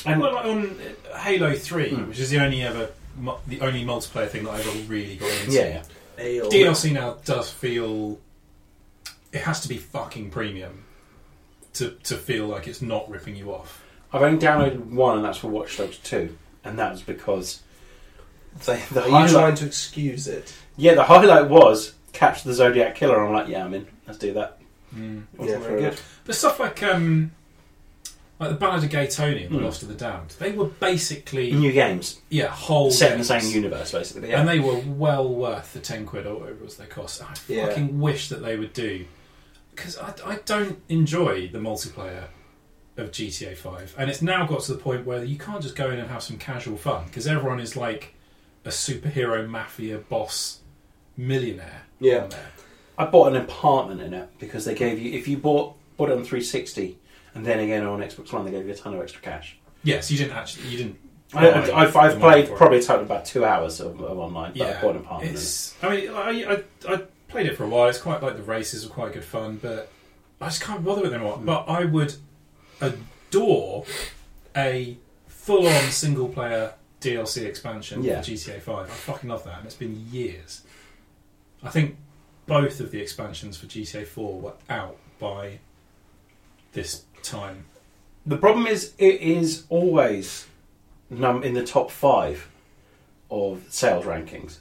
S2: And Hmm.
S3: Well, like on uh, Halo 3, which is the only ever mu- the only multiplayer thing that I ever really got into.
S2: Yeah, yeah.
S1: Ale.
S3: DLC now does feel it has to be fucking premium to to feel like it's not ripping you off.
S2: I've only downloaded one, and that's for Watch Dogs Two, and that was because they, the
S1: Are you
S2: highlight.
S1: trying to excuse it?
S2: Yeah, the highlight was catch the Zodiac killer. I'm like, yeah, I'm in. Let's do that.
S1: Yeah,
S2: Wasn't
S1: fair
S2: very good.
S1: enough.
S3: But stuff like um, like the Ballad of Gay Tony and The
S2: Hmm.
S3: Lost of the Damned, they were basically
S2: New games
S3: yeah whole
S2: set in the
S3: games.
S2: same universe, basically. Yeah.
S3: and they were well worth the ten quid or whatever it was they cost. I
S1: Yeah.
S3: fucking wish that they would do because I, I don't enjoy the multiplayer of GTA Five, and it's now got to the point where you can't just go in and have some casual fun because everyone is like a superhero, mafia boss, millionaire.
S1: Yeah.
S3: on there.
S2: I bought an apartment in it because they gave you if you bought bought it on 360 and then again on Xbox One, they gave you a ton of extra cash.
S3: Yes, you didn't actually. You didn't.
S2: I,
S3: buy
S2: I, I've,
S3: the money
S2: I've played
S3: for it.
S2: probably a total of about two hours of, of online, but I bought an apartment. in it.
S3: It's, I mean, I, I, I played it for a while. It's quite like the races are quite good fun, but I just can't bother with it anymore. But I would adore a full-on single-player DLC expansion
S2: Yeah.
S3: for GTA Five. I fucking love that, and it's been years. I think both of the expansions for GTA Four were out by this time.
S2: The problem is, it is always num- in the top five of sales rankings.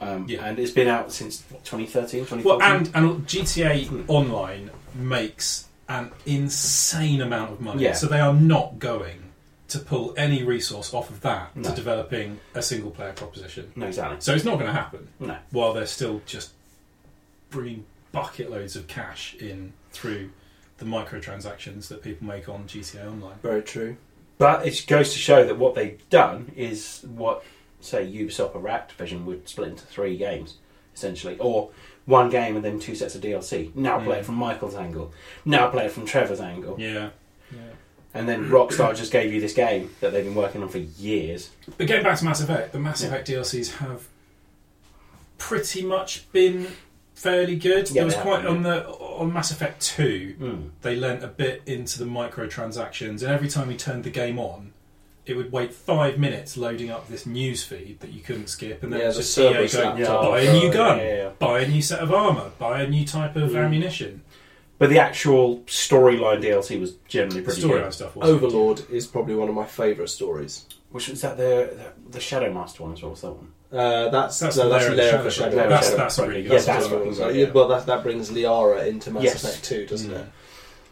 S2: Um,
S3: Yeah.
S2: And it's been out since what, 2013, 2014?
S3: Well, and and GTA Online makes an insane amount of money,
S2: Yeah.
S3: so they are not going to pull any resource off of that
S2: No.
S3: to developing a single player proposition.
S2: No, exactly.
S3: So it's not going to happen
S2: No.
S3: while they're still just bringing bucket loads of cash in through the microtransactions that people make on GTA Online.
S1: Very true.
S2: But it goes to show that what they've done is what, say, Ubisoft or Activision would split into three games, essentially, or one game and then two sets of DLC. Now play
S3: Mm.
S2: it from Michael's angle. Now play it from Trevor's angle.
S3: Yeah. yeah.
S2: And then Rockstar just gave you this game that they've been working on for years.
S3: But getting back to Mass Effect, the Mass
S2: Yeah.
S3: Effect DLCs have pretty much been fairly good. there
S2: Yeah, they
S3: was
S2: have,
S3: quite
S2: yeah.
S3: on the on Mass Effect two,
S2: Mm.
S3: they lent a bit into the microtransactions, and every time we turned the game on, it would wait five minutes loading up this news feed that you couldn't skip, and then
S1: Yeah,
S3: it was
S1: the
S3: just EA
S1: servers
S3: going,
S1: that- Yeah.
S3: buy a new gun,
S2: Yeah, yeah, yeah.
S3: buy a new set of armor, buy a new type of
S2: Mm.
S3: ammunition.
S2: But the actual storyline DLC was generally
S3: The
S2: pretty
S3: storyline
S2: good.
S3: stuff was
S1: Overlord is probably one of my favourite stories.
S2: Which was that the the, the Shadow Master one as well? Was that one?
S1: Uh, that's
S3: That's
S1: no, that's
S3: Lair of the
S1: Lair of the
S3: Shadow.
S1: Shadow.
S2: Lair of
S3: That's
S2: Shadow.
S3: that's a really good.
S2: Yeah,
S3: story.
S2: that's
S1: what
S2: what
S1: it was
S2: it
S1: like.
S2: was,
S1: Yeah, Well, that, that brings Liara into Mass
S2: Yes.
S1: Effect 2, doesn't
S3: Mm.
S1: it?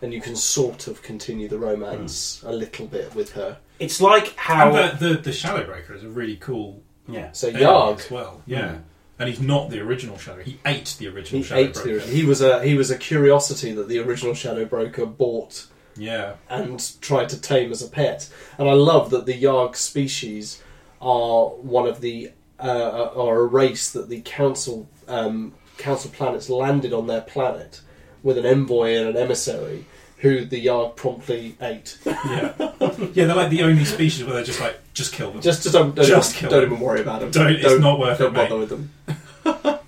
S1: And you can sort of continue the romance a little bit with her.
S2: It's like how
S3: And the, the the Shadowbreaker is a really cool
S2: yeah.
S1: So
S3: alien
S1: Yarg,
S3: as well. Yeah.
S2: Mm.
S3: And he's not the original Shadow. He ate the original
S1: he
S3: Shadow.
S1: ate the
S3: Broker.
S1: original. He was a he was a curiosity that the original Shadow Broker bought
S3: Yeah.
S1: and tried to tame as a pet. And I love that the Yarg species are one of the uh, are a race that the council um, council planets landed on their planet with an envoy and an emissary who the Yarg promptly ate.
S3: Yeah. yeah, they're like the only species where they're just like, just kill them.
S1: Just, just don't, don't,
S3: Just
S1: even,
S3: kill
S1: don't
S3: them.
S1: even worry about them.
S3: Don't- it's not worth
S1: don't
S3: it,
S1: bother with
S3: mate.
S1: them.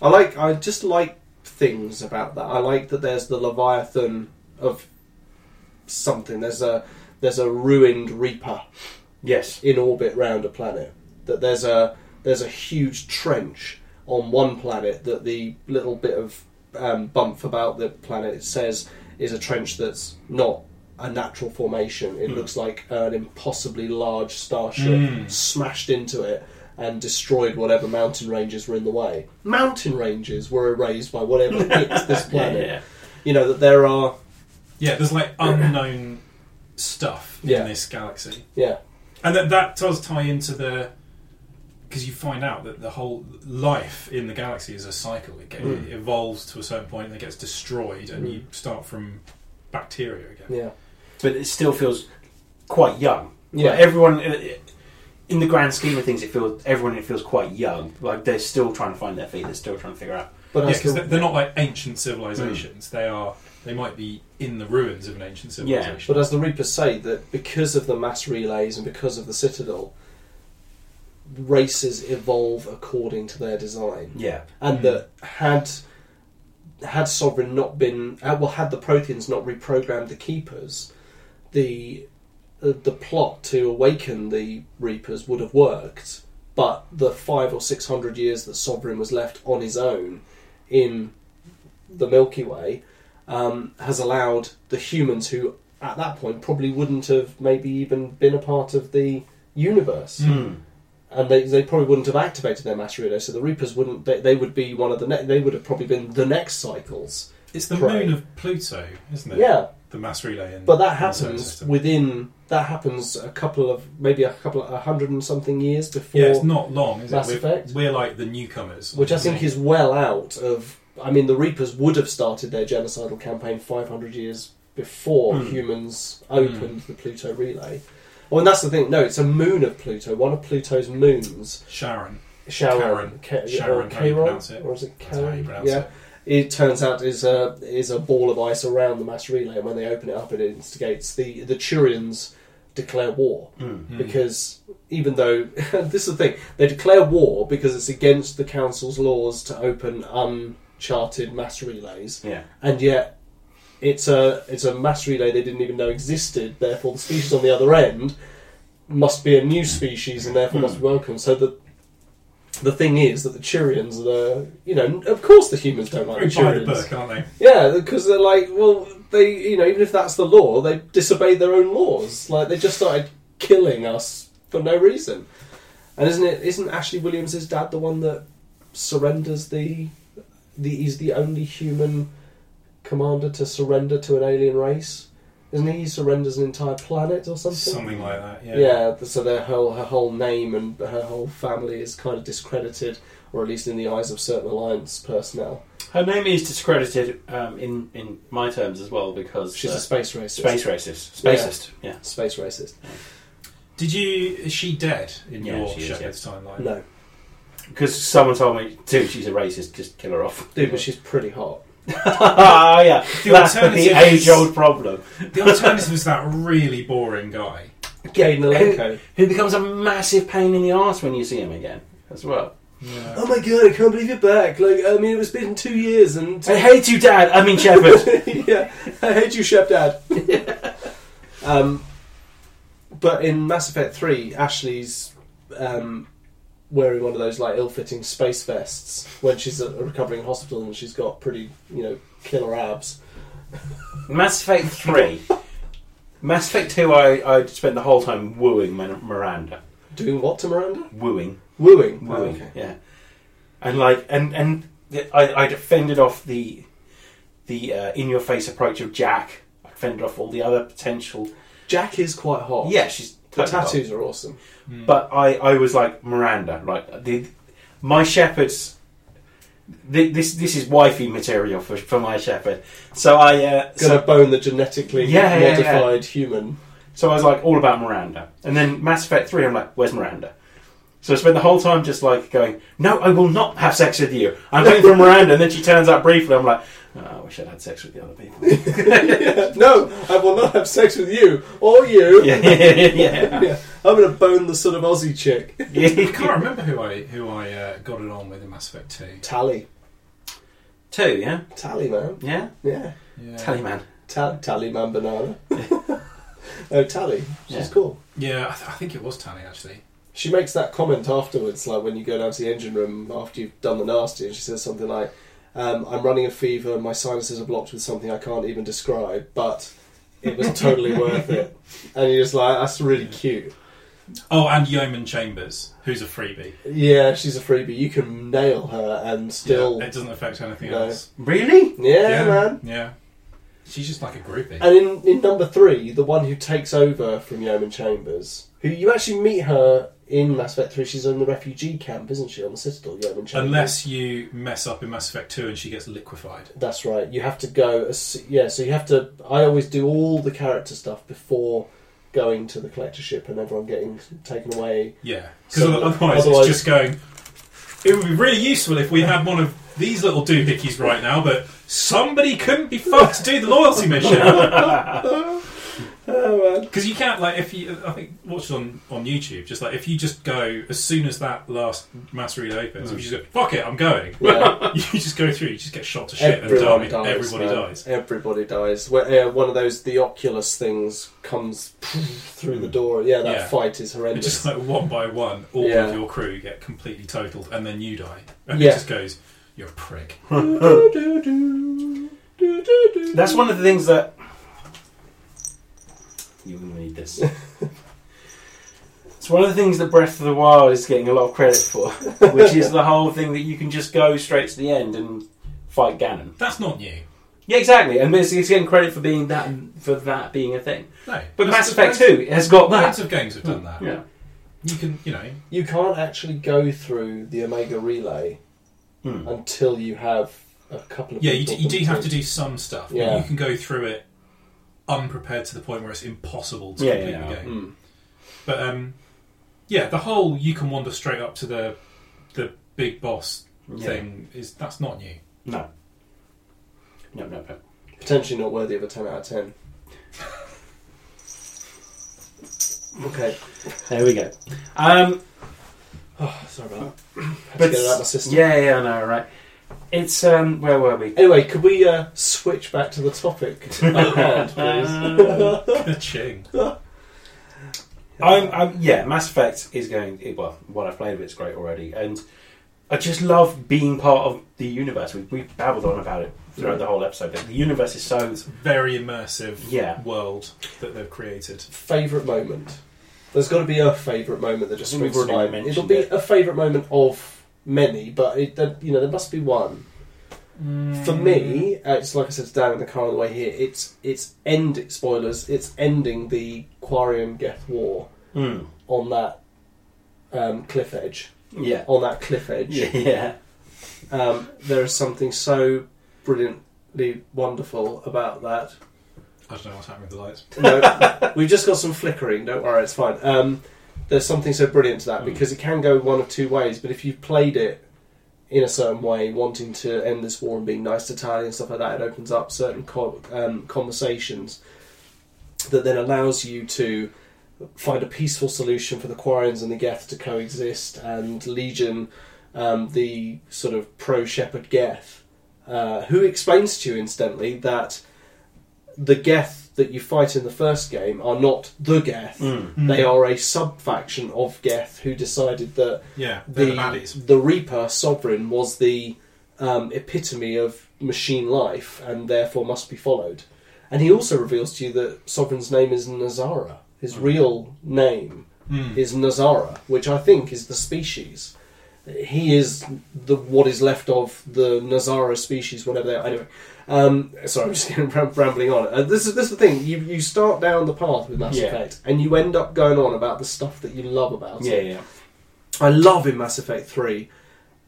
S1: I like. I just like things about that. I like that there's the Leviathan of something. There's a there's a ruined Reaper
S2: Yes.
S1: in orbit round a planet. That there's a there's a huge trench on one planet that the little bit of um, bump about the planet says is a trench that's not a natural formation.
S2: Hmm.
S1: It looks like an impossibly large starship
S3: Mm.
S1: smashed into it and destroyed whatever mountain ranges were in the way. Mountain ranges were erased by whatever hit this planet.
S2: Yeah.
S1: You know that there are
S3: Yeah, there's like unknown stuff
S1: Yeah.
S3: in this galaxy.
S1: yeah
S3: And that, that does tie into the. Because you find out that the whole life in the galaxy is a cycle. It,
S1: Hmm.
S3: get, it evolves to a certain point and it gets destroyed, and you start from bacteria again.
S1: yeah
S2: But it still feels quite young.
S1: Yeah.
S2: Like everyone in the grand scheme of things, it feels everyone it feels quite young. Like they're still trying to find their feet. They're still trying to figure out.
S1: but I
S3: Yeah,
S1: still-
S3: because they're not like ancient civilizations.
S1: Hmm.
S3: They are. They might be in the ruins of an ancient civilization.
S1: But as the Reapers say, that because of the mass relays and because of the Citadel, races evolve according to their design,
S2: Yeah.
S1: and
S3: Mm.
S1: that had had Sovereign not been uh, well, had the Protheans not reprogrammed the Keepers, the uh, the plot to awaken the Reapers would have worked, but the five or six hundred years that Sovereign was left on his own in the Milky Way um, has allowed the humans who at that point probably wouldn't have maybe even been a part of the universe and they, they probably wouldn't have activated their mass relay, so the Reapers wouldn't. They, they would be one of the ne- they would have probably been the next cycles.
S3: It's the
S1: Prey.
S3: moon of Pluto, isn't it?
S1: Yeah,
S3: The mass relay. In,
S1: but that
S3: in the solar
S1: happens
S3: system.
S1: within that happens a couple of maybe a couple of a hundred and something years before,
S3: Yeah, it's not long, is
S1: Mass
S3: it? We're,
S1: Effect.
S3: we're like the newcomers.
S1: which I think is well out of. I mean, the Reapers would have started their genocidal campaign five hundred years before
S3: Hmm.
S1: humans opened the Pluto relay. Oh, and that's the thing. No, it's a moon of Pluto. One of Pluto's moons,
S3: Sharon.
S1: Charon,
S3: Charon.
S1: Ca-
S3: Charon,
S1: or
S3: how you
S1: Charon,
S3: pronounce it.
S1: or is it
S3: That's how you
S1: Charon?
S3: pronounce
S1: Yeah,
S3: it.
S1: it turns out is a is a ball of ice around the mass relay, and when they open it up, it instigates the the Turians declare war
S3: Mm.
S1: because even though this is the thing, they declare war because it's against the council's laws to open uncharted mass relays,
S2: Yeah.
S1: and yet. It's a it's a mass relay they didn't even know existed. Therefore, the species on the other end must be a new species and therefore
S3: Hmm.
S1: must be welcome. So the the thing is that the Turians are the you know of course the humans don't like
S3: Very
S1: the
S3: by the
S1: Turians.
S3: book, aren't they?
S1: Yeah, because they're like, well, they, you know, even if that's the law, they disobeyed their own laws. Like they just started killing us for no reason. And isn't it? Isn't Ashley Williams' dad the one that surrenders the? The he's the only human commander to surrender to an alien race. Isn't he? He surrenders an entire planet or something.
S3: Something like that. Yeah.
S1: Yeah, th so their whole her whole name and her whole family is kind of discredited, or at least in the eyes of certain alliance personnel.
S2: Her name is discredited um, in in my terms as well because
S1: She's
S2: uh,
S1: a space racist.
S2: space racist,
S1: Yeah.
S2: spacist. Yeah.
S1: space racist.
S3: Did you? Is she dead in
S2: Yeah,
S3: your
S2: she is,
S3: Shepherd's timeline?
S1: No,
S2: Because someone told me too, she's a racist. Just kill her off.
S1: dude, but she's pretty hot.
S2: oh yeah,
S3: The
S2: that's the
S3: alternative is-
S2: age-old problem.
S3: The alternative is that really boring guy.
S1: Gay Nalenko.
S2: Who becomes a massive pain in the arse when you see him again, as well.
S1: oh my god, I can't believe you're back. Like, I mean, it was been two years, and
S2: I hate you, Dad. I mean Shepherd.
S1: yeah, I hate you, Chef Dad. um, but in Mass Effect Three, Ashley's um, wearing one of those like ill-fitting space vests when she's at a recovering hospital, and she's got pretty, you know, killer abs.
S2: Mass Effect three. Mass Effect two. I I spent the whole time wooing Man- Miranda.
S1: Doing what to Miranda?
S2: Wooing.
S1: Wooing.
S2: Wooing.
S1: Oh, okay.
S2: Yeah. And like and and I I defended off the the uh, in your face approach of Jack. I defended off all the other potential.
S1: Jack is quite hot.
S2: Yeah, she's
S1: The
S2: totally hot.
S1: tattoos Mm. are awesome.
S2: But I, I was like Miranda, right? The, my shepherd's thi- this this is wifey material for, for my shepherd. So I uh,
S1: Gonna
S2: so,
S1: bone the genetically
S2: Yeah, yeah, yeah.
S1: modified human.
S2: so I was like all about Miranda, and then Mass Effect three, I'm like, where's Miranda? So I spent the whole time just like going, no, I will not have sex with you. I'm waiting for Miranda, and then she turns up briefly. I'm like, oh, I wish I'd had sex with the other people.
S1: no, I will not have sex with you or you.
S2: yeah, yeah,
S1: Yeah. I'm gonna bone the sort of Aussie chick.
S2: yeah.
S3: I can't remember who I who I uh, got it on with in Mass Effect Two.
S1: Tally,
S2: Two, yeah,
S1: tally man.
S2: yeah.
S1: Yeah,
S3: Yeah.
S2: Tally man.
S1: Ta- tally man banana. oh, tally. She's
S2: Yeah.
S1: cool.
S3: Yeah, I, th- I think it was Tally actually.
S1: She makes that comment afterwards, like when you go down to the engine room after you've done the nasty, and she says something like, um, "I'm running a fever, my sinuses are blocked with something I can't even describe, but it was totally worth it." And you're just like, "That's really cute."
S3: Oh, and Yeoman Chambers, who's a freebie.
S1: Yeah, she's a freebie. You can nail her and still,
S3: Yeah, it doesn't affect anything
S1: No.
S3: else.
S2: Really?
S1: yeah, man.
S3: Yeah. She's just like a groupie.
S1: And in, in number three, the one who takes over from Yeoman Chambers, who you actually meet her in Mass Effect 3, she's in the refugee camp, isn't she, on the Citadel, Yeoman Chambers?
S3: Unless you mess up in Mass Effect 2 and she gets liquefied.
S1: That's right, you have to go, as- yeah, so you have to, I always do all the character stuff before going to the collector ship and everyone getting taken away.
S3: Yeah. Because
S1: So,
S3: otherwise,
S1: otherwise-
S3: it's just going. It would be really useful if we had one of these little doohickeys right now, but somebody couldn't be fucked to do the loyalty mission.
S1: Oh, man.
S3: Because you can't like if you I think watch it on on YouTube. Just like if you just go as soon as that last mass read opens, if you just go fuck it, I'm going.
S1: Yeah.
S3: you just go through. You just get shot to shit
S1: Everyone
S3: and
S1: dies.
S3: die. Everybody
S1: man.
S3: dies.
S1: Everybody dies. Where, uh, one of those the Oculus things comes through the door. Yeah, that
S3: Hmm. Yeah.
S1: fight is
S3: It's
S1: horrendous.
S3: just like one by one, all
S1: Yeah.
S3: of your crew get completely totaled, and then you die. And
S1: Yeah.
S3: it just goes, "You're a prick."
S2: That's one of the things that you're going to need this. it's one of the things that Breath of the Wild is getting a lot of credit for, which is the whole thing that you can just go straight to the end and fight Ganon.
S3: That's not new.
S2: Yeah, exactly. And it's, it's getting credit for being that for that being a thing.
S3: No,
S2: But
S3: That's-
S2: Mass Effect
S3: that's-
S2: Two has got
S3: Loads
S2: that.
S3: of games have done that.
S2: Yeah.
S3: You can, you know,
S1: you can't actually go through the Omega Relay
S2: Hmm.
S1: until you have a couple of.
S3: yeah, you, d-
S1: people
S3: you do
S1: from
S3: have
S1: the
S3: to do some stuff. but
S1: Yeah.
S3: you can go through it unprepared to the point where it's impossible to
S2: Yeah,
S3: complete
S2: yeah, Mm.
S3: the
S2: yeah.
S3: game.
S1: team.
S3: But um, yeah, the whole you can wander straight up to the the big boss
S2: Yeah.
S3: thing is that's not new.
S2: No. No, no, no.
S1: Mm. Potentially not worthy of a ten out of ten. okay,
S2: There we go. Um,
S1: oh, sorry about that. Had
S2: but
S1: to get it out of my system.
S2: yeah, yeah, I know, right? It's um, where were we?
S1: Anyway, could we uh, switch back to the topic at hand, please?
S3: Ching.
S2: I'm, I'm, yeah, Mass Effect is going it- well. What I've played of it's great already, and I just love being part of the universe. We we babbled on about it throughout the whole episode, but the universe is so
S3: It's a very immersive
S2: Yeah.
S3: world that they've created.
S1: favourite moment. There's got to be a favourite moment that just
S2: I think
S1: springs to
S2: we've already
S1: mind. It'll
S2: mentioned
S1: be
S2: it.
S1: a favourite moment of many, but it, there- you know there must be one. For me, uh, it's like I said to Dan in the car on the way here. It's it's end spoilers. It's ending the Quarian Geth war
S2: mm,
S1: on that um, cliff edge.
S2: yeah,
S1: On that cliff edge,
S2: yeah,
S1: um, there is something so brilliantly wonderful about that.
S3: I don't know what's happening with the lights.
S1: no, we've just got some flickering. Don't worry, it's fine. Um, there's something so brilliant to that
S3: Mm.
S1: because it can go one of two ways. But if you've played it in a certain way, wanting to end this war and being nice to Tally and stuff like that, it opens up certain co- um, conversations that then allows you to find a peaceful solution for the Quarians and the Geth to coexist, and Legion, um, the sort of pro Shepherd Geth, uh, who explains to you incidentally that the Geth that you fight in the first game are not the Geth.
S2: mm,
S1: They are a sub faction of Geth who decided that
S3: Yeah, they're the, baddies.
S1: the, the Reaper Sovereign was the um, epitome of machine life and therefore must be followed. And he also reveals to you that Sovereign's name is Nazara. His
S3: Hmm.
S1: real name
S3: Mm.
S1: is Nazara, which I think is the species. He is the what is left of the Nazara species, whatever they are. Anyway, um, sorry, I'm just getting ram- rambling on. Uh, this is this is the thing. You you start down the path with Mass
S2: Yeah.
S1: Effect, and you end up going on about the stuff that you love about
S2: yeah,
S1: it.
S2: yeah.
S1: I love in Mass Effect 3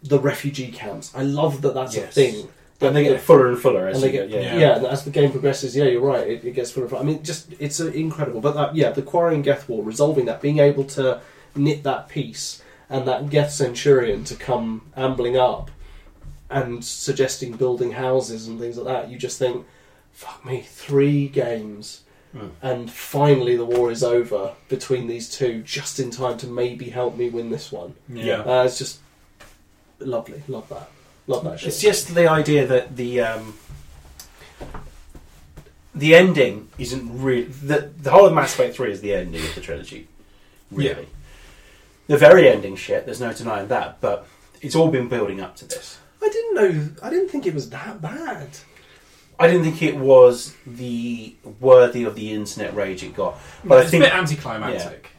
S1: the refugee camps. I love that that's a
S2: Yes.
S1: thing.
S2: And they
S1: Yeah.
S2: get fuller and fuller as
S1: And they
S2: you
S1: get,
S2: go,
S1: yeah.
S2: yeah.
S1: and as the game progresses, yeah, you're right, it, it gets full of. I mean, just it's uh, incredible. But that, yeah, the Quarian Geth War, resolving that, being able to knit that piece, and that Geth Centurion to come ambling up and suggesting building houses and things like that, you just think, fuck me, three games,
S2: Mm.
S1: and finally the war is over between these two, just in time to maybe help me win this one.
S2: Yeah.
S1: Uh, it's just lovely. Love that. Love that shit.
S2: It's just the idea that the um, the ending isn't really the, the whole of Mass Effect Three is the ending of the trilogy. Really,
S3: Yeah.
S2: the very ending shit. There's no denying that, but it's all been building up to this.
S1: I didn't know. I didn't think it was that bad.
S2: I didn't think it was the worthy of the internet rage it got, but I
S3: it's
S2: think.
S3: a bit anticlimactic.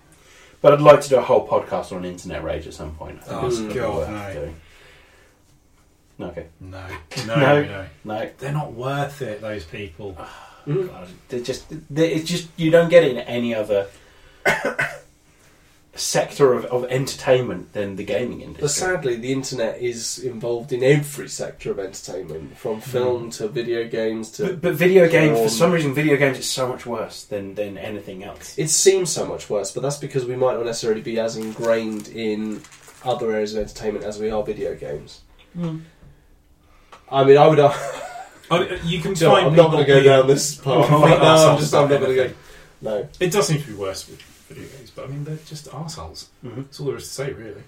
S2: But I'd like to do a whole podcast on internet rage at some point. I think
S3: Oh,
S2: it's gonna be
S3: God,
S2: Mm. worth
S3: no.
S2: doing. No, okay,
S3: No,
S2: No.
S3: no, no.
S2: no.
S3: They're not worth it, those people.
S2: God, they're just they it's just you don't get it in any other sector of, of entertainment than the gaming industry.
S1: But sadly, the internet is involved in every sector of entertainment, from film to video games to.
S2: but, but video games,
S1: Porn.
S2: for some reason, video games is so much worse than than anything else.
S1: It seems so much worse, but that's because we might not necessarily be as ingrained in other areas of entertainment as we are video games. I mean, I would.
S3: Oh, you can
S1: So
S3: find
S1: I'm not going to
S3: people
S1: go
S3: being-
S1: down this path.
S3: Oh,
S1: no, I'm
S3: ourselves
S1: just. I'm not
S3: about
S1: going to go.
S3: anything.
S1: No.
S3: It does seem to be worse with video games, but I mean, they're just assholes.
S2: Mhm.
S3: That's all there is to say, really.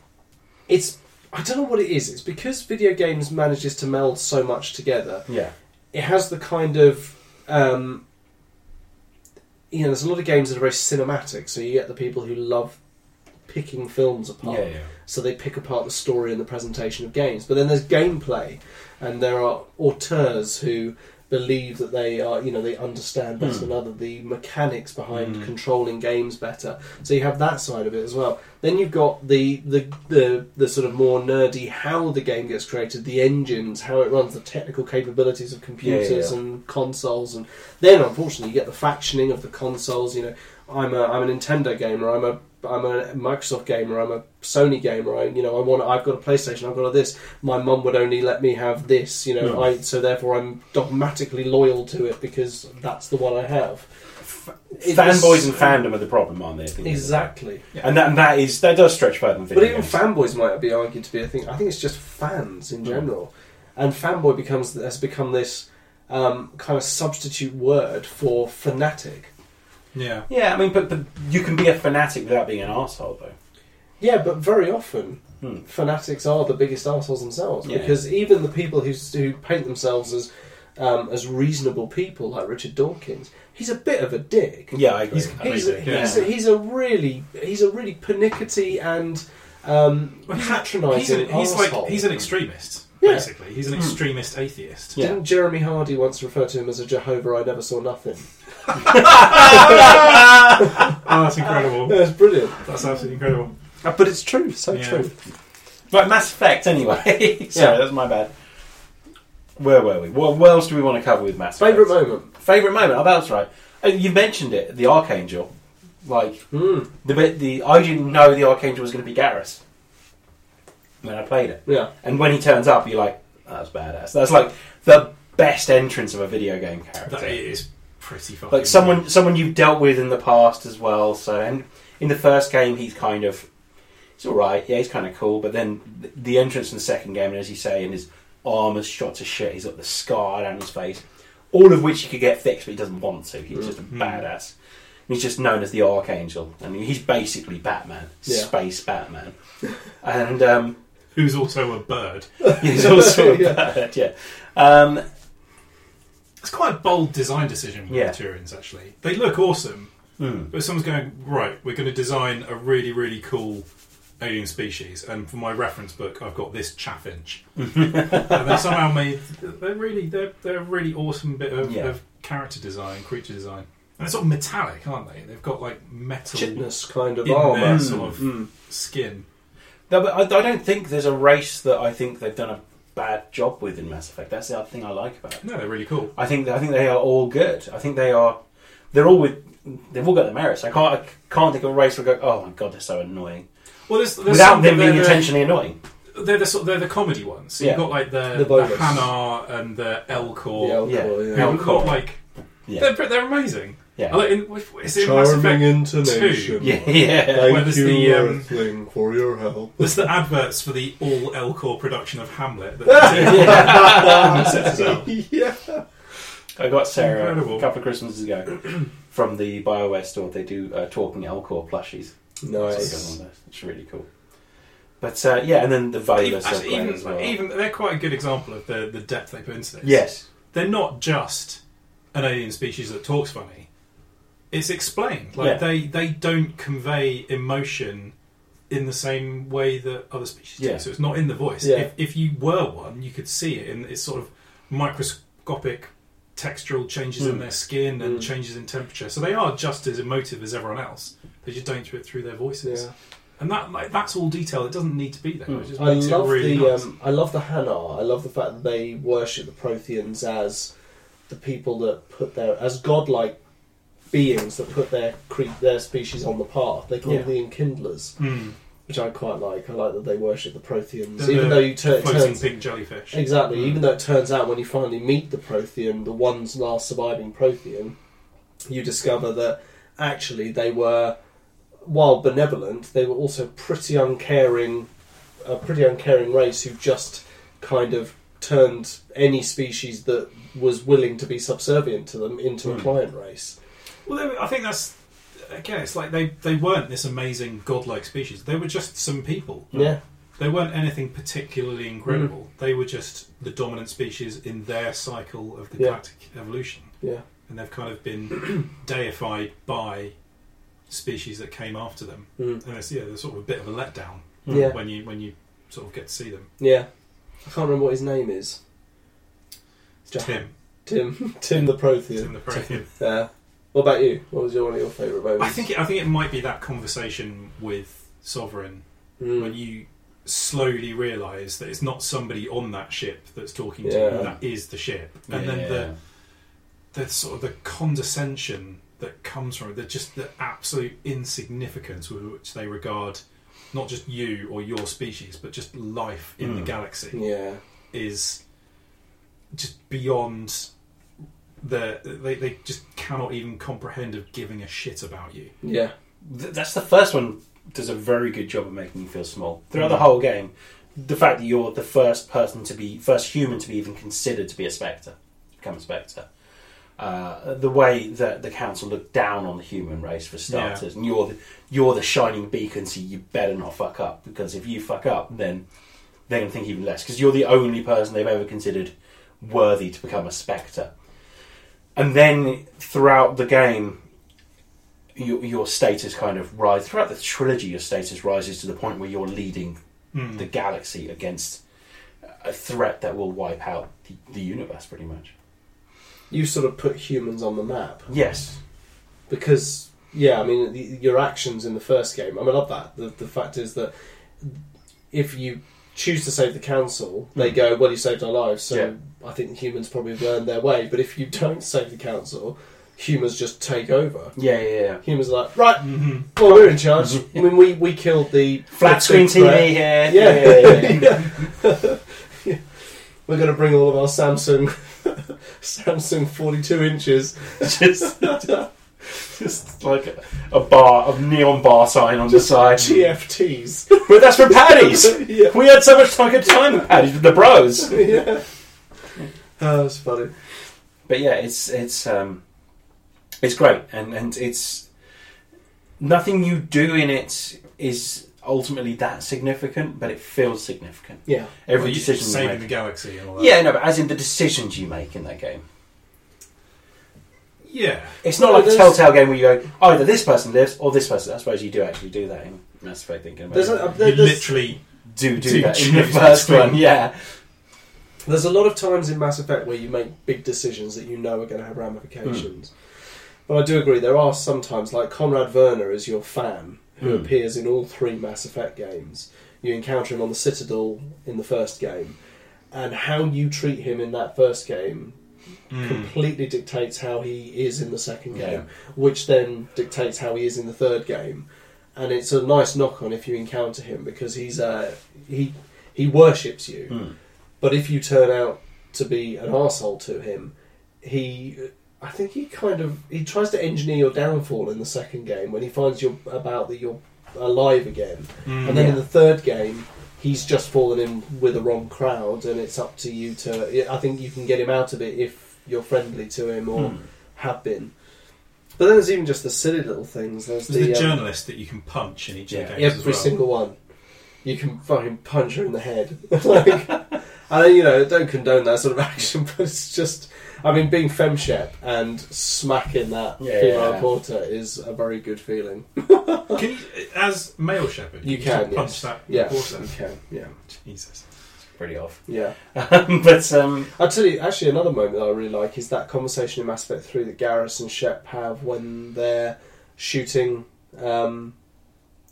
S1: It's I don't know what it is. It's because video games manages to meld so much together.
S2: Yeah.
S1: It has the kind of um, you know, there's a lot of games that are very cinematic, so you get the people who love picking films apart.
S2: Yeah, yeah.
S1: so they pick apart the story and the presentation of games. But then there's gameplay, and there are auteurs who believe that they are, you know, they understand better
S2: Hmm.
S1: than other the mechanics behind
S3: Hmm.
S1: controlling games better. So you have that side of it as well. Then you've got the the, the the sort of more nerdy how the game gets created, the engines, how it runs, the technical capabilities of computers
S2: yeah.
S1: and consoles, and then unfortunately you get the factioning of the consoles. You know, I'm a I'm a Nintendo gamer. I'm a I'm a Microsoft gamer. I'm a Sony gamer. I you know I want I've got a PlayStation. I've got a this. My mum would only let me have this. You know
S2: Hmm.
S1: I so therefore I'm dogmatically loyal to it because that's the one I have. It's-
S2: Fanboys and fandom are the problem, aren't they? at the end of the day?
S1: Exactly.
S2: And that, and that is that does stretch further than video
S1: But even
S2: games.
S1: fanboys might be argued to be a thing. I think it's just fans
S3: Mm.
S1: in general, and fanboy becomes has become this um, kind of substitute word for fanatic.
S3: Yeah.
S2: yeah, I mean, but, but you can be a fanatic without being an asshole, though.
S1: Yeah, but very often
S2: Hmm.
S1: fanatics are the biggest assholes themselves
S2: Yeah.
S1: because even the people who who paint themselves as um, as reasonable people, like Richard Dawkins, he's a bit of a dick.
S2: Yeah, I agree.
S3: He's-
S2: I
S1: He's,
S3: Amazing, yeah.
S1: he's, he's a really he's a really pernickety and um,
S3: Well, he's- He's,
S1: patronising
S3: an, he's like
S1: arsehole.
S3: he's an extremist,
S1: Yeah.
S3: basically. He's an extremist atheist.
S2: Yeah.
S1: Didn't Jeremy Hardy once refer to him as a Jehovah I never saw nothing?
S3: Oh, that's incredible.
S1: That's brilliant.
S3: That's absolutely incredible.
S1: Uh, But it's true, so
S3: Yeah.
S1: true.
S2: Right, Mass Effect. Anyway, sorry,
S1: Yeah.
S2: that's my bad. Where were we? What, what else do we want to cover with Mass
S1: Favourite
S2: Effect?
S1: moment?
S2: Favorite moment. Oh, that's right. Uh, You mentioned it. The Archangel. Like
S1: Mm,
S2: the bit. The I didn't know the Archangel was going to be Garrus when I played it.
S1: yeah.
S2: And when he turns up, you're like, "That's badass." That's like the best entrance of a video game character.
S3: That is pretty fucking.
S2: like someone someone you've dealt with in the past as well. So and in the first game, he's kind of he's all right. Yeah, he's kind of cool. But then th- the entrance in the second game, and as you say, and his arm is shot to shit. He's got the scar down his face, all of which he could get fixed, but he doesn't want to. He's just a
S1: Mm-hmm.
S3: Mhm.
S2: badass. And He's just known as the Archangel, and he's basically Batman,
S1: Yeah.
S2: space Batman, and um,
S3: who's also a bird.
S2: he's also a
S1: Yeah.
S2: bird. Yeah, um,
S3: It's quite a bold design decision with
S2: Yeah.
S3: the Turians, actually. They look awesome,
S2: mm,
S3: but someone's going right. We're going to design a really really cool alien species, and for my reference book, I've got this chaffinch. and they somehow made they're really they're they're a really awesome bit of,
S2: Yeah.
S3: of character design, creature design, and they're sort of metallic, aren't they? They've got like metal
S1: Chitness kind of
S3: in
S2: Oh,
S3: their
S1: armour.
S3: sort of
S1: Mm.
S3: skin.
S2: No, but I, I don't think there's a race that I think they've done a bad job with in Mass Effect. That's the other thing I like about it.
S3: No, they're really cool.
S2: I think I think they are all good. I think they are. They're all with. They've all got their merits. I can't. I can't think of a race where I go. Oh my god, they're so annoying.
S3: Well, there's, there's
S2: Without
S3: some-
S2: them being
S3: they're the-
S2: intentionally annoying.
S3: they're the sort they're the comedy ones. So
S2: Yeah.
S3: you've got like the
S1: The
S3: the,
S1: bogus.
S3: Hanar and the Elcor.
S1: The alcohol,
S3: who
S1: yeah.
S2: Yeah.
S3: are
S2: Elcor.
S3: not like
S2: Yeah.
S3: they're pre- they're amazing.
S2: Yeah.
S3: Like in, is it in Mass
S1: Charming
S3: Effect?
S1: intonation.
S2: yeah. Yeah.
S1: Thank
S3: Where there's
S1: you,
S3: the, um,
S1: Earthling, for your help.
S3: There's the adverts for the all Elcor production of Hamlet. That that sets us out.
S1: yeah.
S2: I got Sarah
S3: Incredible.
S2: a couple of Christmases ago from the Bioware store. They do uh, talking Elcor plushies. So I
S1: Nice.
S2: got one of those. It's really cool. But uh, yeah, and then the
S3: Even,
S2: Valor stuff
S3: actually,
S2: as well.
S3: even, even they're quite a good example of the, the depth they put into this.
S2: yes.
S3: they're not just an alien species that talks funny. It's explained. Like
S2: Yeah.
S3: they, they don't convey emotion in the same way that other species
S2: Yeah.
S3: do. So it's not in the voice.
S1: Yeah.
S3: If, if you were one, you could see it in its sort of microscopic textural changes in
S2: Mm.
S3: their skin and
S1: Mm.
S3: changes in temperature. So they are just as emotive as everyone else. They just don't do it through their voices.
S1: Yeah. Hmm.
S3: And that like, that's all detail. It doesn't need to be there.
S2: Mm.
S3: It just
S1: I
S3: makes
S1: love
S3: it really
S1: the
S3: nice.
S1: um, I love the Hanar. I love the fact that they worship the Protheans as the people that put their as godlike beings that put their cre- their species on the path. They call
S2: Yeah.
S1: them the Enkindlers,
S3: Mm.
S1: which I quite like. I like that they worship the Protheans,
S3: The-
S1: even
S3: the
S1: though you turn
S3: floating
S1: turns
S3: pink jellyfish.
S1: Exactly.
S3: Mm.
S1: Even though it turns out when you finally meet the Prothean, the one's last surviving Prothean, you discover that actually they were, while benevolent, they were also pretty uncaring, a pretty uncaring race who just kind of
S3: Mm.
S1: turned any species that was willing to be subservient to them into a
S2: Hmm.
S1: client race.
S3: Well, they were- I think that's again. It's like they they weren't this amazing godlike species. They were just some people.
S1: Yeah.
S3: They weren't anything particularly incredible.
S1: Mm.
S3: They were just the dominant species in their cycle of the
S1: Yeah.
S3: galactic evolution,
S1: Yeah.
S3: and they've kind of been deified by species that came after them.
S1: Mm.
S3: And it's yeah, there's sort of a bit of a letdown
S1: Yeah.
S3: when you when you sort of get to see them.
S1: Yeah. I can't remember what his name is. Jack-
S3: Tim,
S1: Tim. Tim the Prothean.
S3: Tim the Prothean.
S1: Yeah. What about you? What was your one of your favourite moments?
S3: I think it, I think it might be that conversation with Sovereign
S1: Mm.
S3: when you slowly realise that it's not somebody on that ship that's talking
S1: Yeah.
S3: to you, that is the ship. And then the, the sort of the condescension that comes from it, the just the absolute insignificance with which they regard not just you or your species, but just life in the
S2: Mm.
S3: galaxy
S1: Yeah.
S3: is just beyond the they, they just cannot even comprehend of giving a shit about you.
S1: Yeah.
S2: Th- that's the first one does a very good job of making you feel small throughout the
S3: Mm.
S2: whole game. The fact that you're the first person to be, first human to be even considered to be a spectre, to become a spectre. Uh, the way that the council looked down on the human race for starters, and you're the, you're the shining beacon, so you better not fuck up because if you fuck up, then they're going to think even less because you're the only person they've ever considered worthy to become a spectre. And then throughout the game, your, your status kind of rises. Throughout the trilogy, your status rises to the point where you're leading
S1: Hmm.
S2: the galaxy against a threat that will wipe out the, the universe, pretty much.
S1: You sort of put humans on the map
S2: Yes.
S1: because, yeah, I mean, the, your actions in the first game. I mean, I love that. The, the fact is that if you choose to save the council,
S3: Hmm.
S1: they go, "Well, you saved our lives." So I think humans probably have learned their way. But if you don't save the council, humans just take over.
S2: Yeah, yeah, yeah.
S1: Humans are like, right,
S3: Mm-hmm.
S1: well, we're in charge. I mean, we, we killed the
S2: Flat
S1: the
S2: screen
S1: big threat.
S2: TV here.
S1: Yeah. Yeah. We're going to bring all of our Samsung Samsung 42 inches.
S2: just, just like a, a bar, a neon bar sign on the side.
S1: GFTs.
S2: But that's for Paddy's.
S1: yeah.
S2: We had so much fucking time at Paddy's with the bros.
S1: yeah. Oh, that's funny.
S2: But yeah, it's it's um, it's great, and and it's nothing you do in it is ultimately that significant, but it feels significant.
S1: Yeah.
S2: Every
S3: Well, you-
S2: decision you
S3: saving
S2: make.
S3: the galaxy and all that.
S2: Yeah, no, but as in the decisions you make in that game.
S3: yeah.
S2: It's not
S1: No,
S2: like a
S1: there's-
S2: Telltale game where you go either this person lives or this person. I suppose you do actually do that in Mass Effect. Thinking about
S1: There's
S2: it.
S1: a, uh,
S3: You
S1: there- there's,
S3: literally
S2: do do
S3: do
S2: that in the
S3: choose
S2: first
S3: between-
S2: one. Yeah,
S1: there's a lot of times in Mass Effect where you make big decisions that you know are going to have ramifications. But I do agree, there are sometimes, like Conrad Werner is your fan, who
S2: Hmm.
S1: appears in all three Mass Effect games. You encounter him on the Citadel in the first game, and how you treat him in that first game
S3: Mm.
S1: completely dictates how he is in the second
S2: Hmm. Yeah.
S1: game, which then dictates how he is in the third game. And it's a nice knock on if you encounter him because he's uh, he he worships you.
S2: Mm.
S1: But if you turn out to be an arsehole to him, he I think he kind of he tries to engineer your downfall in the second game when he finds you're about that you're alive again.
S3: Mm.
S1: And then in
S2: Yeah.
S1: the third game, he's just fallen in with the wrong crowd, and it's up to you to. I think you can get him out of it if you're friendly to him or
S2: Hmm.
S1: have been. But then there's even just the silly little things. There's
S3: There's
S1: the,
S3: a
S1: um,
S3: journalist that you can punch in each
S2: Yeah.
S3: of the games
S1: every
S3: as well.
S1: single one. You can fucking punch her in the head. like, I don't, you know, don't condone that sort of action, but it's just. I mean, being femshep and smacking that
S2: Yeah,
S1: female
S2: yeah.
S1: porter is a very good feeling.
S3: Can you, as male shepherd,
S1: You
S3: sort
S1: can,
S3: of punch
S1: yes.
S3: that
S1: Yeah,
S3: quarter?
S1: you can. Yeah,
S3: Jesus.
S2: pretty off.
S1: yeah.
S2: but um,
S1: I'll tell you, actually, another moment that I really like is that conversation in Mass Effect 3 that Garrus and Shep have when they're shooting. Um,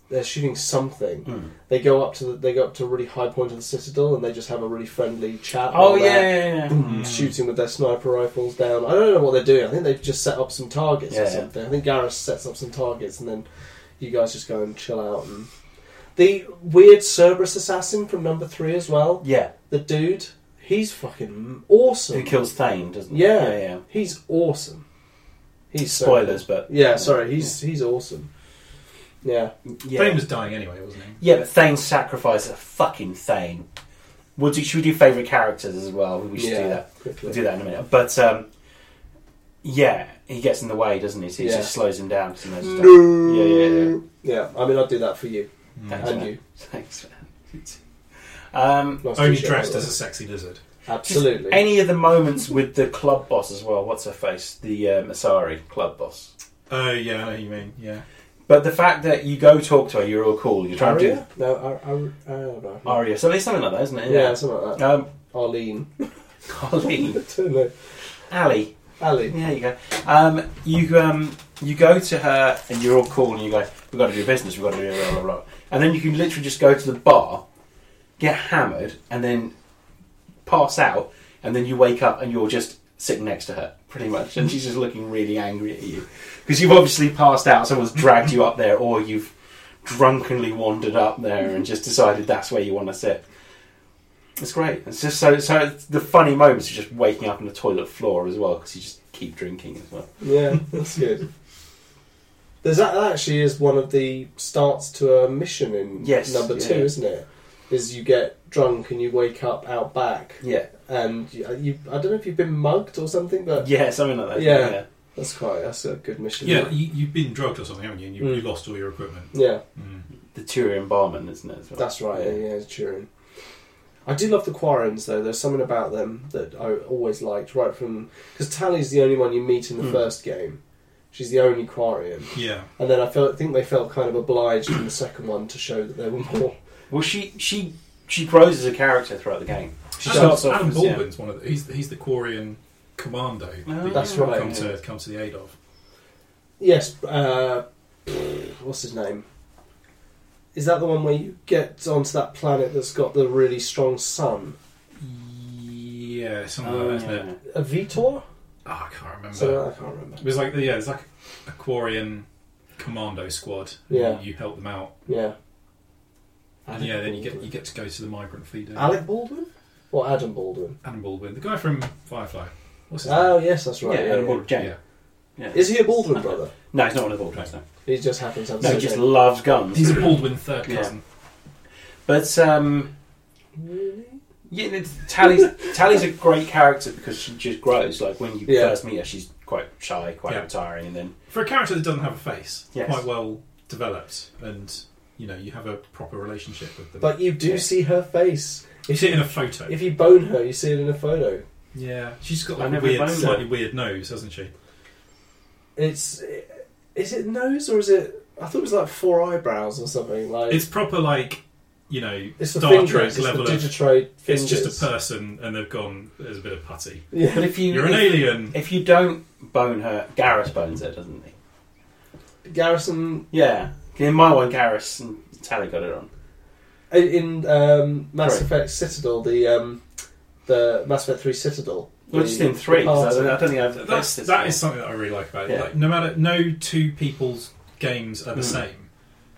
S1: they're shooting something.
S2: mm.
S1: They go up to the, they go up to a really high point of the citadel and they just have a really friendly chat.
S2: oh
S1: while
S2: yeah,
S1: they're
S2: yeah, yeah.
S1: boom,
S3: Mm.
S1: Shooting with their sniper rifles down. I don't know what they're doing. I think they've just set up some targets
S2: Yeah,
S1: or
S2: yeah.
S1: something. I think Garrus sets up some targets and then you guys just go and chill out. And the weird Cerberus assassin from number three as well.
S2: yeah.
S1: The dude, he's fucking
S2: Who
S1: awesome.
S2: kills Thane? Doesn't
S1: Yeah.
S2: yeah, yeah.
S1: He's awesome. He's so
S2: Spoilers, but
S1: good. yeah, sorry, he's he's awesome. Yeah,
S2: yeah.
S3: Fame was dying anyway, wasn't he?
S2: Yeah, but Thane's sacrifice is a fucking Thane. We'll do, should we do favourite characters as well? We should
S1: yeah,
S2: do that. We'll
S1: Quickly.
S2: do that in a minute. But um, Yeah, he gets in the way, doesn't he? So he
S1: Yeah.
S2: just slows him down. 'cause he knows he's done.
S1: No.
S2: Yeah, yeah, yeah.
S1: Yeah, I mean, I'd do that for you.
S2: Thanks,
S1: And
S2: man.
S1: Mm. you.
S2: Thanks, man. Um,
S1: Nice
S3: Only
S1: t-shirt,
S3: dressed
S1: by the
S3: as a
S1: way.
S3: sexy lizard.
S1: Absolutely.
S2: any of the moments with the club boss as well. What's her face? The uh, Masari club boss.
S3: Oh yeah, I know what you mean. Yeah.
S2: But the fact that you go talk to her, you're all cool. You're trying to
S1: Aria?
S2: do
S1: No, I, I, I don't know.
S2: Aria. So there's something like that, isn't it?
S1: yeah, something like that.
S2: Um,
S1: Arlene. I
S2: Colleen,
S1: don't know.
S2: Ali.
S1: Ali.
S2: Yeah, you go. Um, you um, you go to her and you're all cool and you go, we've got to do business, we've got to do blah blah blah. And then you can literally just go to the bar, get hammered, and then pass out, and then you wake up and you're just sitting next to her, pretty much, and she's just looking really angry at you because you've obviously passed out. Someone's dragged you up there, or you've drunkenly wandered up there and just decided that's where you want to sit. It's great. It's just so so. it's- The funny moments are just waking up on the toilet floor as well because you just keep drinking as well.
S1: Yeah, that's good. There's that, that actually is one of the starts to a mission in
S2: Yes,
S1: number
S2: yeah.
S1: two, isn't it? Is you get drunk and you wake up out back,
S2: Yeah,
S1: and you, uh, you I don't know if you've been mugged or something, but
S2: yeah, something like that.
S1: Yeah. that's quite that's a good mission.
S3: Yeah, you, you've been drugged or something, haven't you? And you, you
S1: Mm.
S3: lost all your equipment.
S1: yeah,
S3: Mm.
S2: the Turian barman, isn't it? As well?
S1: that's right. Yeah,
S2: Yeah.
S1: yeah Turin. I do love the Quarrens though. There's something about them that I always liked, right from because Tally's the only one you meet in the
S2: Hmm.
S1: first game. She's the only Quarian.
S3: Yeah.
S1: And then I felt, think they felt kind of obliged in the second one to show that they were more.
S2: Well, she she she grows as a character throughout the game. She
S3: Adam,
S1: Um,
S2: starts off
S3: Adam
S2: as yeah.
S3: Baldwin's one of the, he's he's the Quarian commando that
S2: Oh,
S3: you
S1: That's right,
S3: come
S2: yeah.
S3: to come to the aid of.
S1: Yes, uh, what's his name? Is that the one where you get onto that planet that's got the really strong sun?
S3: Yeah, something
S2: Oh,
S3: like that,
S2: yeah.
S3: isn't it?
S1: A Vitor?
S3: Oh, I can't remember.
S1: So I can't remember.
S3: it was like the, yeah, it's like a Quarian commando squad.
S1: Yeah.
S3: You, you help them out.
S1: Yeah.
S3: And yeah, then you get you get to go to the migrant feeder.
S1: Alec Baldwin or Adam Baldwin?
S3: Adam Baldwin, the guy from Firefly. What's his
S1: Oh
S3: name?
S1: yes, that's right.
S2: Yeah,
S1: yeah,
S2: Adam
S1: yeah.
S2: Baldwin, Jane.
S3: Yeah.
S2: Yeah.
S1: Is he a Baldwin brother?
S2: No, he's not one of the Baldwins. No,
S1: He just happens to have.
S2: no he
S1: the
S2: just
S1: same
S2: loves guns.
S3: He's a Baldwin third
S2: Yeah.
S3: cousin.
S2: But um,
S1: name.
S2: yeah, it's- Tally's Tally's a great character because she just grows. Like when you
S1: Yeah.
S2: first meet her, she's quite shy, quite
S3: Yeah.
S2: retiring, and then
S3: For a character that doesn't have a face,
S2: Yes.
S3: quite well developed, and you know you have a proper relationship with them.
S1: But you do
S2: Yeah.
S1: see her face.
S3: you see it in a photo.
S1: If you bone her, you see it in a photo.
S3: Yeah, she's got
S2: I
S3: like a
S2: never
S3: weird,
S2: boned her.
S3: slightly weird nose, hasn't she?
S1: It's is it nose or is it? I thought it was like four eyebrows or something. Like
S3: It's proper like you know
S1: it's the
S3: Star
S1: fingers,
S3: Trek
S1: it's
S3: level
S1: the
S3: of.
S1: Digitrade
S3: It's
S1: fingers.
S3: just a person, and they've gone. There's a bit of putty.
S2: But
S1: Yeah,
S2: if you
S3: You're an
S2: if-
S3: alien.
S2: If you don't bone her, Garrus bones her, doesn't he?
S1: Garrison
S2: Yeah. In my one, Garrus and Tally got it on.
S1: in um, Mass
S2: Right.
S1: Effect Citadel, the um, the Mass Effect Three Citadel.
S2: Well,
S1: the-
S2: just in three.
S1: the
S2: 'cause I,
S1: party.
S2: don't, I don't think I've.
S3: That's
S2: this
S3: that
S2: one.
S3: is something that I really like about it.
S2: Yeah.
S3: Like, no matter, no two people's games are the
S2: Mm.
S3: same.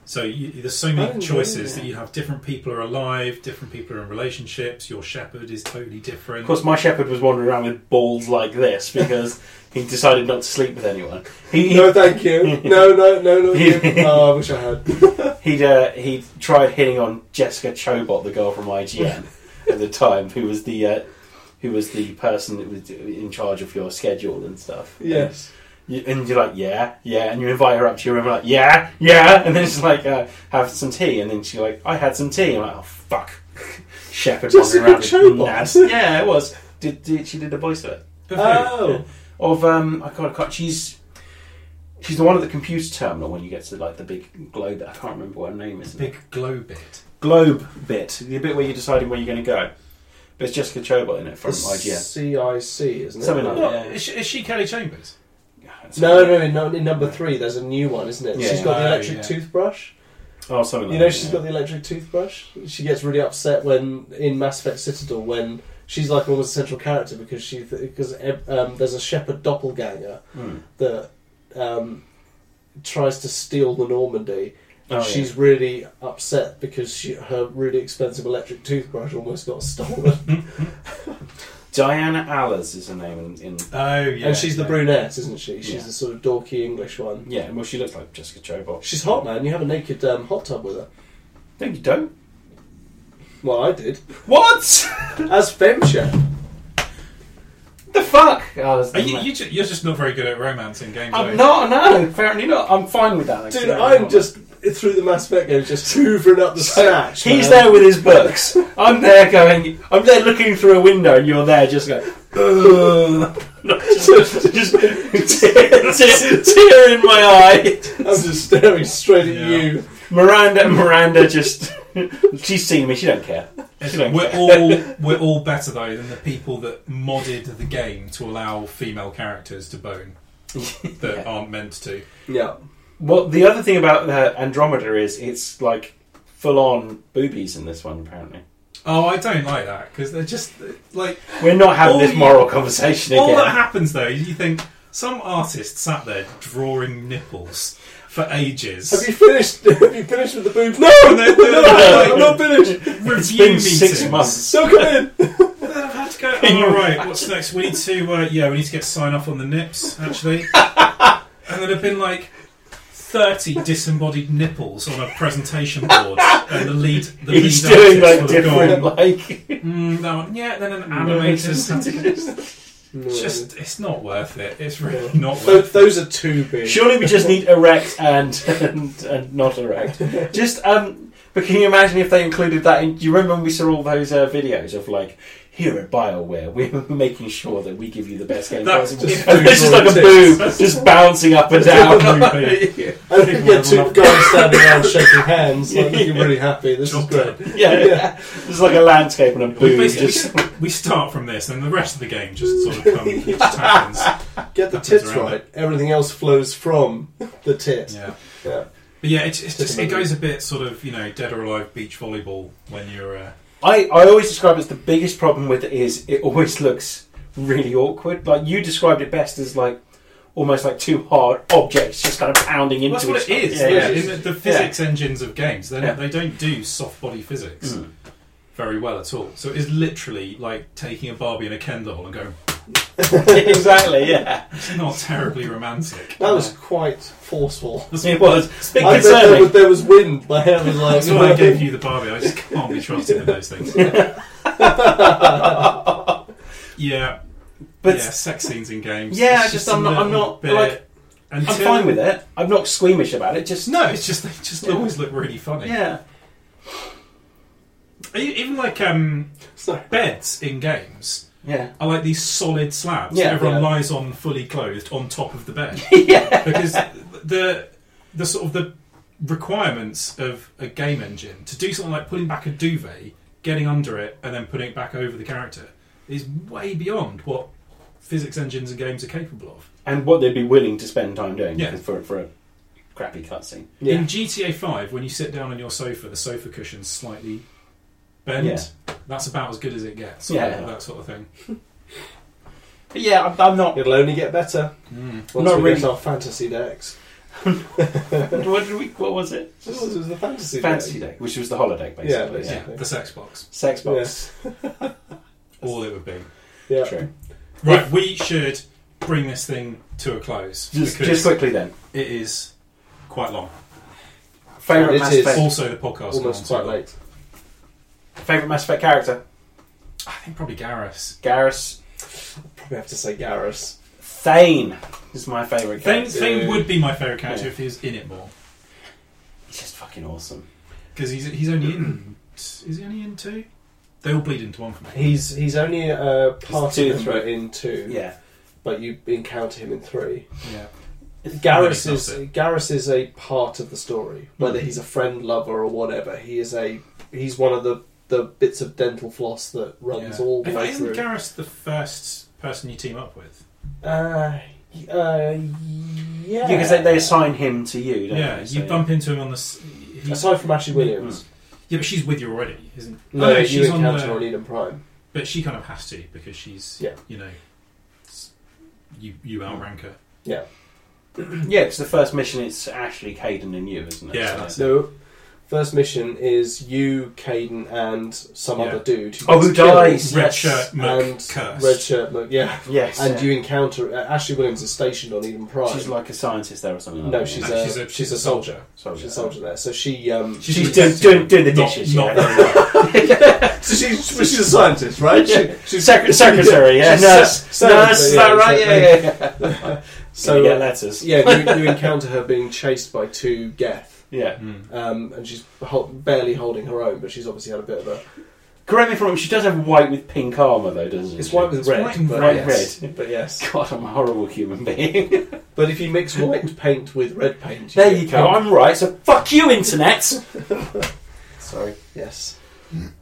S3: So you, there's so
S1: Oh, yeah,
S3: many choices
S2: yeah.
S3: that you have. Different people are alive. Different people are in relationships. Your shepherd is totally different.
S2: Of course, my shepherd was wandering around with balls like this because he decided not to sleep with anyone. He,
S1: No, thank you. No, no, no, no. you. Oh, I wish I had.
S2: He'd uh, he tried hitting on Jessica Chobot, the girl from IGN at the time, who was the uh, who was the person that was in charge of your schedule and stuff.
S1: Yes.
S2: You, and you're like, yeah, yeah, and you invite her up to your room, and like, yeah, yeah, and then she's like, uh, have some tea, and then she's like, I had some tea. I'm like, oh fuck, Shepherd
S1: Jessica
S2: wandering around
S1: Chobot.
S2: with nads. Yeah, it was. Did, did she did the voice of it?
S3: Of who?
S1: Oh,
S2: Of um, I can't, I can't- She's she's the one at the computer terminal when you get to like the big globe. I can't remember what her name is.
S3: big glow bit.
S2: globe bit, the bit where you're deciding where you're going to go. But it's Jessica Chobot in it from IGN.
S1: CIC, isn't it?
S2: Something like
S3: Not,
S2: Yeah.
S3: is, she, is she Kelly Chambers?
S1: No, no, in, no, in number three, there's a new one, isn't it?
S2: Yeah.
S1: She's got the
S3: Oh,
S1: electric
S3: yeah.
S1: toothbrush.
S2: Oh, something like
S1: You know,
S2: that,
S1: she's
S2: yeah.
S1: got the electric toothbrush. She gets really upset when in Mass Effect Citadel when she's like almost a central character because she because um, there's a shepherd doppelganger
S2: Hmm.
S1: that um, tries to steal the Normandy.
S2: Oh,
S1: she's really upset because she, her really expensive electric toothbrush almost got stolen,
S2: Diana Allers is her name in, in
S3: Oh yeah.
S1: and she's the
S3: yeah.
S1: brunette, isn't she? She's
S2: Yeah.
S1: the sort of dorky English one.
S2: Yeah, well, she looks like Jessica Chobot.
S1: She's hot, man. You have a naked um, hot tub with her.
S2: No, you don't.
S1: Well, I did
S2: What?
S1: as Femchef.
S2: the fuck? Oh, it's
S3: Are you,
S2: not-
S3: you ju- you're just not very good at romance in games. are
S2: I'm
S3: you?
S2: not. No, apparently not. I'm fine with that. actually.
S1: Dude, I'm just through the Mass Effect games, just hoovering up the snatch. man.
S2: He's there with his books. I'm there going. I'm there looking through a window, and you're there just going. "Ugh." just, just tear, tear- tear in my eye.
S1: I'm just staring straight at
S3: Yeah.
S1: you.
S2: Miranda, Miranda, just she's seen me. She don't care.
S3: It's-
S2: She don't
S3: We're
S2: care.
S3: all we're all better though than the people that modded the game to allow female characters to bone that
S2: Yeah.
S3: aren't meant to.
S1: Yeah.
S2: Well, the other thing about uh, Andromeda is it's like full on boobies in this one. Apparently,
S3: Oh, I don't like that because they're just like
S2: we're not having
S3: All
S2: this
S3: you-
S2: moral conversation
S3: all that
S2: again.
S3: happens though. You think some artist sat there drawing nipples for ages.
S1: Have you finished? Have you finished with the boobs? No,
S3: No, no, no,
S1: no, I'm
S3: no.
S1: not finished.
S3: Review
S2: It's been
S3: meetings.
S2: six months.
S1: So come in.
S3: Then I've had to go. Oh, all right, what's next? We need to. Uh, yeah, we need to get sign off on the nips actually. and then I've been like. 30 disembodied nipples on a presentation board and the lead the
S2: He's
S3: lead artist
S2: doing like
S3: would have
S2: different,
S3: gone,
S2: like
S3: Mm, that one. Yeah, then an animator's had to
S1: No.
S3: just it's not worth it. It's really
S1: Yeah.
S3: not
S1: Tho-
S3: worth
S1: those are too big.
S2: Surely we just need erect and and, and not erect. Just um, but can you imagine if they included that? in Do you remember when we saw all those uh, videos of like here at Bioware, we're making sure that we give you the best game
S3: That's
S2: possible.
S3: just
S2: and there's just like a boob
S1: boobs.
S2: just bouncing up and down.
S3: it.
S1: I think you get two guys standing around shaking hands. Like, you're really happy. This is
S3: Job
S1: great.
S3: done.
S2: yeah, there's like a landscape and a
S3: We
S2: boob.
S3: basically
S2: Just
S3: we start from this, and the rest of the game just sort of comes, just happens.
S1: Get the
S3: Happens
S1: tits
S3: around
S1: right. Everything else flows from the tit.
S3: Yeah,
S1: Yeah.
S3: but yeah, it's, it's just it goes a bit sort of you know dead or alive beach volleyball when you're. Uh,
S2: I I always describe it as the biggest problem with it is it always looks really awkward. Like you described it best as like. Almost like two hard objects just kind of pounding
S3: well,
S2: into
S3: that's what it
S2: each other.
S3: is.
S2: Yeah,
S3: though,
S2: yeah.
S3: in the, the physics engines of games, they
S2: Yeah.
S3: they don't do soft body physics
S2: Mm.
S3: very well at all. So it is literally like taking a Barbie and a Ken doll and going,
S2: exactly, yeah.
S3: "It's not terribly romantic."
S1: That was quite forceful.
S2: It was. It's a bit
S1: I bet there was,
S2: concerning.
S1: there was wind. My hair was like.
S3: That's why I gave you the Barbie. I just can't be trusted with those things. yeah,
S2: But
S3: yeah, sex scenes in games.
S2: Yeah,
S3: It's
S2: just I'm
S3: a
S2: not- I'm
S3: little
S2: not,
S3: bit-
S2: like,
S3: until,
S2: I'm fine with it. I'm not squeamish about it. Just
S3: No, it's just they just
S2: Yeah.
S3: always look really funny.
S2: Yeah.
S3: E- Even like um,
S1: Sorry.
S3: beds in games
S2: Yeah.
S3: are like these solid slabs.
S2: Yeah,
S3: that everyone
S1: yeah.
S3: lies on fully clothed on top of the bed
S2: yeah.
S3: because the the sort of the requirements of a game engine to do something like pulling back a duvet, getting under it, and then putting it back over the character is way beyond what physics engines and games are capable of.
S2: And what they'd be willing to spend time doing
S3: Yeah.
S2: for for a crappy cutscene.
S1: Yeah.
S3: In GTA Five, when you sit down on your sofa, the sofa cushions slightly bend. That's about as good as it gets.
S2: Yeah.
S3: that sort of thing.
S2: But yeah, I'm, I'm not.
S1: It'll only get better once
S2: Not
S1: we
S2: really.
S1: get our fantasy decks.
S2: what did we? What was it?
S1: This was the fantasy,
S2: Fantasy
S1: deck.
S2: Day, which was the holiday basically. Yeah.
S1: basically.
S3: Yeah, the sex box.
S2: Sex box.
S3: All it would be.
S1: Yeah.
S2: True.
S3: Right, we should bring this thing to a close
S2: Just,
S3: because
S2: just quickly then.
S3: it is quite long.
S2: Favorite
S1: It
S2: Mass
S1: is
S2: Effect.
S3: Also, the podcast
S1: Almost quite
S3: gone too long.
S1: late.
S2: Favorite Mass Effect character.
S3: I think probably Garrus.
S2: Garrus.
S1: Probably have to say Garrus.
S2: Thane is my favorite
S3: Thane,
S2: character.
S3: Thane would be my favourite character
S2: Yeah.
S3: if he was in it more
S2: He's just fucking awesome.
S3: because he's he's only in is he only in two? They all bleed into one for me.
S1: He's he's only a party
S2: two,
S1: member
S2: three.
S1: in two,
S2: Yeah.
S1: but you encounter him in three.
S3: Yeah,
S1: Garrus
S3: Really
S1: is
S3: does
S1: Garrus is a part of the story, whether
S2: Hmm.
S3: Mhm.
S1: he's a friend, lover, or whatever. He is a he's one of the, the bits of dental floss that runs
S3: yeah.
S1: all the
S3: Isn't-
S1: way
S3: Isn't
S1: through.
S3: Garrus the first person you team up with?
S1: uh, y- uh, yeah,
S2: because they, they assign him to you. Don't
S3: Yeah,
S2: they?
S3: you bump into him on the. s- He,
S1: Aside from Ashley Williams,
S3: yeah, but she's with you already, isn't?
S1: no,
S3: oh, no,
S1: you
S3: she's on
S1: encounter on
S3: the.
S1: Eden Prime.
S3: But she kind of has to because she's.
S1: Yeah.
S3: You know. s- You you outrank her.
S2: Yeah, because the first mission it's Ashley, Caden, and you, isn't it?
S3: Yeah,
S2: So-
S3: that's it.
S1: So, first mission is you, Caden, and some
S3: Yeah.
S1: other dude. Who
S2: Oh,
S1: gets
S2: who
S1: killed.
S2: dies?
S3: Red
S2: Yes.
S3: shirt,
S1: And
S3: Merc, curse.
S1: Red shirt, look, yeah.
S2: Yes.
S1: And
S2: yeah.
S1: you encounter uh, Ashley Williams is stationed on Eden Prime.
S2: She's like a scientist there or something. like
S1: no,
S2: that,
S1: she's,
S2: yeah.
S3: No,
S1: a,
S3: she's
S1: she's
S3: a-
S1: a soldier.
S2: Sorry,
S1: She's a
S2: yeah.
S1: soldier there, so she um,
S2: She's doing- doing- doing the
S3: not-
S2: dishes,
S3: Not,
S2: yeah.
S3: very well.
S1: So she's, well, she's a scientist, right?
S2: Yeah.
S1: she's
S2: Secret- secretary, yeah,
S1: she's
S2: nurse,
S1: se-
S2: nurse, is that right?
S1: exactly.
S2: Yeah, yeah, yeah.
S1: So
S2: get
S1: uh,
S2: letters.
S1: yeah, you, you encounter her being chased by two Geth,
S2: Yeah.
S1: um, and she's hol- barely holding her own, but she's obviously had a bit of a.
S2: Correct me if I'm wrong. She does have white with pink armor, though, doesn't
S1: It's
S2: she?
S1: white with
S3: It's
S1: red,
S3: white and
S1: but,
S2: red.
S1: yes, but yes.
S2: God, I'm a horrible human being.
S1: But if you mix white paint with red paint,
S2: there
S1: get
S2: you go. I'm right. So fuck you, internet. Sorry.
S1: Yes.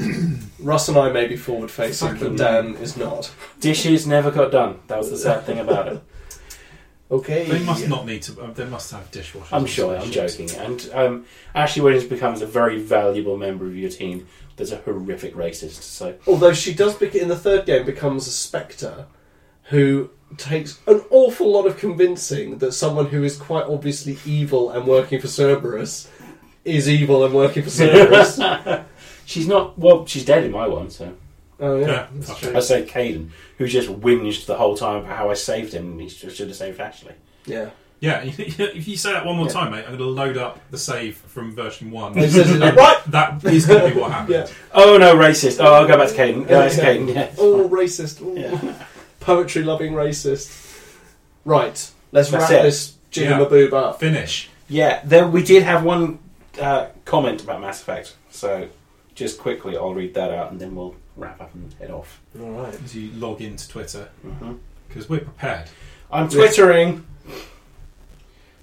S1: Russ and I may be forward facing, but
S3: Fucking-
S1: Dan is not.
S2: Dishes never got done. That was the sad thing about it.
S1: Okay.
S3: They must not need to. Uh, they must have dishwashers.
S2: I'm
S3: and
S2: sure. I'm
S3: spaceships.
S2: joking. And um, Ashley Williams becomes a very valuable member of your team. That's a horrific racist. So
S1: Although she does, bec- in the third game, becomes a spectre who takes an awful lot of convincing that someone who is quite obviously evil and working for Cerberus is evil and working for Cerberus.
S2: she's not. Well, she's dead in my one. So
S1: oh, yeah.
S3: Yeah,
S1: that's
S3: okay.
S1: true.
S2: I say Caden, who just whinged the whole time about how I saved him, and he sh- should have saved Ashley.
S1: Yeah.
S3: Yeah, if you say that one more
S1: Yeah.
S3: time, mate, I'm going to load up the save from version one.
S1: It says it up.
S3: right, that is going to be what happened.
S1: Yeah.
S2: Oh no, racist! Oh, I'll go back to Caden.
S1: Yeah,
S2: Yeah, it's
S1: yeah.
S2: Caden. Yeah.
S1: All racist. All
S2: Yeah.
S1: Poetry loving racist. Right. Let's
S2: That's
S1: wrap
S2: it.
S1: this Jimmy
S3: Yeah.
S1: Maboob up.
S3: Finish.
S2: Yeah, There we did have one uh, comment about Mass Effect. So just quickly, I'll read that out, and then we'll wrap up and head off.
S1: All right.
S3: As you log into Twitter,
S2: hmm
S3: because we're prepared.
S2: I'm twittering.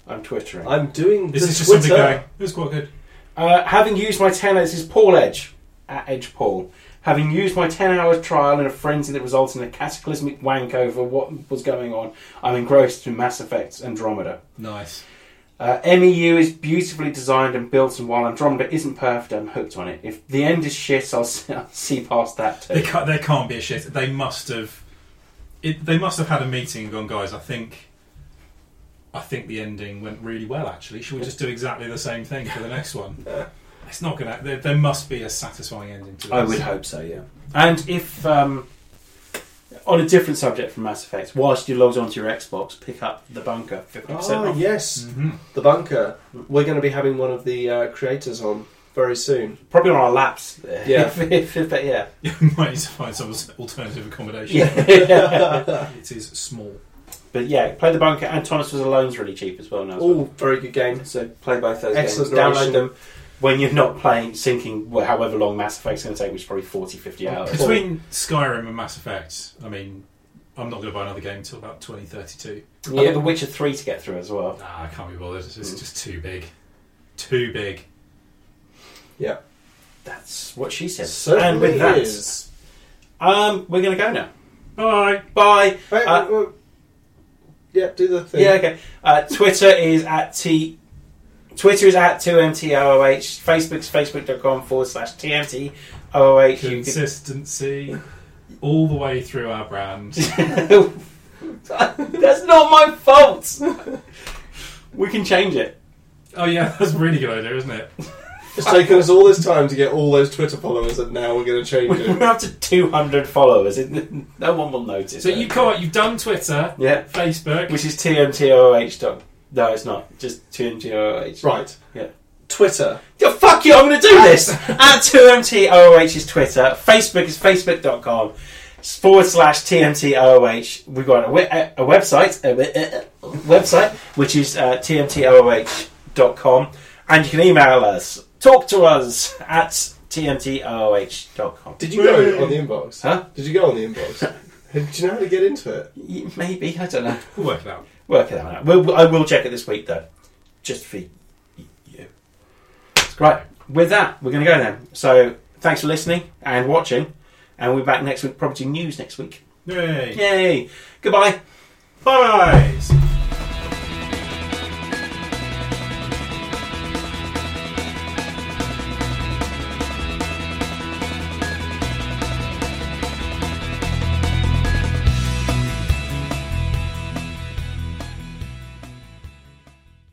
S2: I'm twittering.
S1: I'm doing
S3: This
S1: the
S3: is just
S1: Twitter.
S3: something going, it was quite good.
S2: Uh, having used my 10 hours, this is Paul Edge, at Edge Paul. Having used my 10 hour trial in a frenzy that resulted in a cataclysmic wank over what was going on, I'm engrossed in Mass Effect's Andromeda.
S3: Nice.
S2: Uh, MEU is beautifully designed and built, and while Andromeda isn't perfect, I'm hooked on it. If the end is shit, I'll see, I'll see past that
S3: They
S2: too.
S3: can't, there can't be a shit. They must have. It, they must have had a meeting and gone, guys. I think. I think the ending went really well. Actually, should we just do exactly the same thing for the next one? It's not gonna. There, there must be a satisfying ending to this.
S2: I would hope so, yeah. And if, um, on a different subject from Mass Effect, whilst you logged onto your Xbox, pick up The Bunker 50%
S1: Oh,
S2: off.
S1: yes.
S3: Mhm.
S1: The bunker. We're going to be having one of the uh, creators on very soon.
S2: Probably on our laps. there.
S1: Yeah.
S2: If- if- if- but yeah.
S3: You might need to find some alternative accommodation.
S2: Yeah.
S3: It is small.
S2: but yeah, play the bunker. And Thomas was alone's really cheap as well now. as
S1: Oh, very good game.
S2: well. So play both those
S1: Excellent
S2: games. Download
S1: narration.
S2: them when you're not playing, syncing wh- however long Mass Effect's going to take, which is probably 40, 50 hours.
S3: Between Skyrim and Mass Effect, I mean, I'm not going to buy another game until about 2032.
S2: I've got The Witcher 3 to get through as well.
S3: Nah, I can't be bothered. It's just too big. Too big.
S2: That's what she said.
S1: Certainly
S2: and with that,
S1: is.
S2: um, we're going to go now.
S3: Bye.
S2: Bye.
S1: Hey,
S2: Uh,
S1: uh, yeah, do the thing.
S2: Yeah, okay. Uh, Twitter is at T. Twitter is at 2MTOOH. Facebook's facebook.com forward slash TMTOOH. You can-
S3: Consistency all the way through our brand.
S2: That's not my fault. We can change it.
S3: Oh, yeah, that's a really good idea, isn't it?
S1: It's taken us all this time to get all those Twitter followers, and now we're going to change
S2: We're
S1: it.
S2: up to 200 followers. It- No one will notice.
S3: So you can't, you've done Twitter,
S2: Yeah.
S3: Facebook.
S2: Which is TMTOOH. dot- No, it's not. Just TMTOOH.
S1: right.
S2: Yeah.
S1: Twitter.
S2: Yeah, fuck you, I'm going to do this! At 2MTOOH is Twitter. Facebook is facebook.com forward slash TMTOOH. We've got a, we- a, a website, a, we- a- a website, which is uh, TMTOOH.com. And you can email us. Talk to us at TMTOOH.com.
S1: Did you go on the inbox?
S2: Huh?
S1: Did you go on the inbox? do you know how to get into it?
S2: Y- Maybe, I don't know.
S3: We'll work it out.
S2: Work it out. We'll, I will check it this week, though. Just for you. Right, with that, we're going to go then. So, thanks for listening and watching. And we're back next week, property news next week.
S3: Yay.
S2: Yay! Goodbye.
S3: Bye.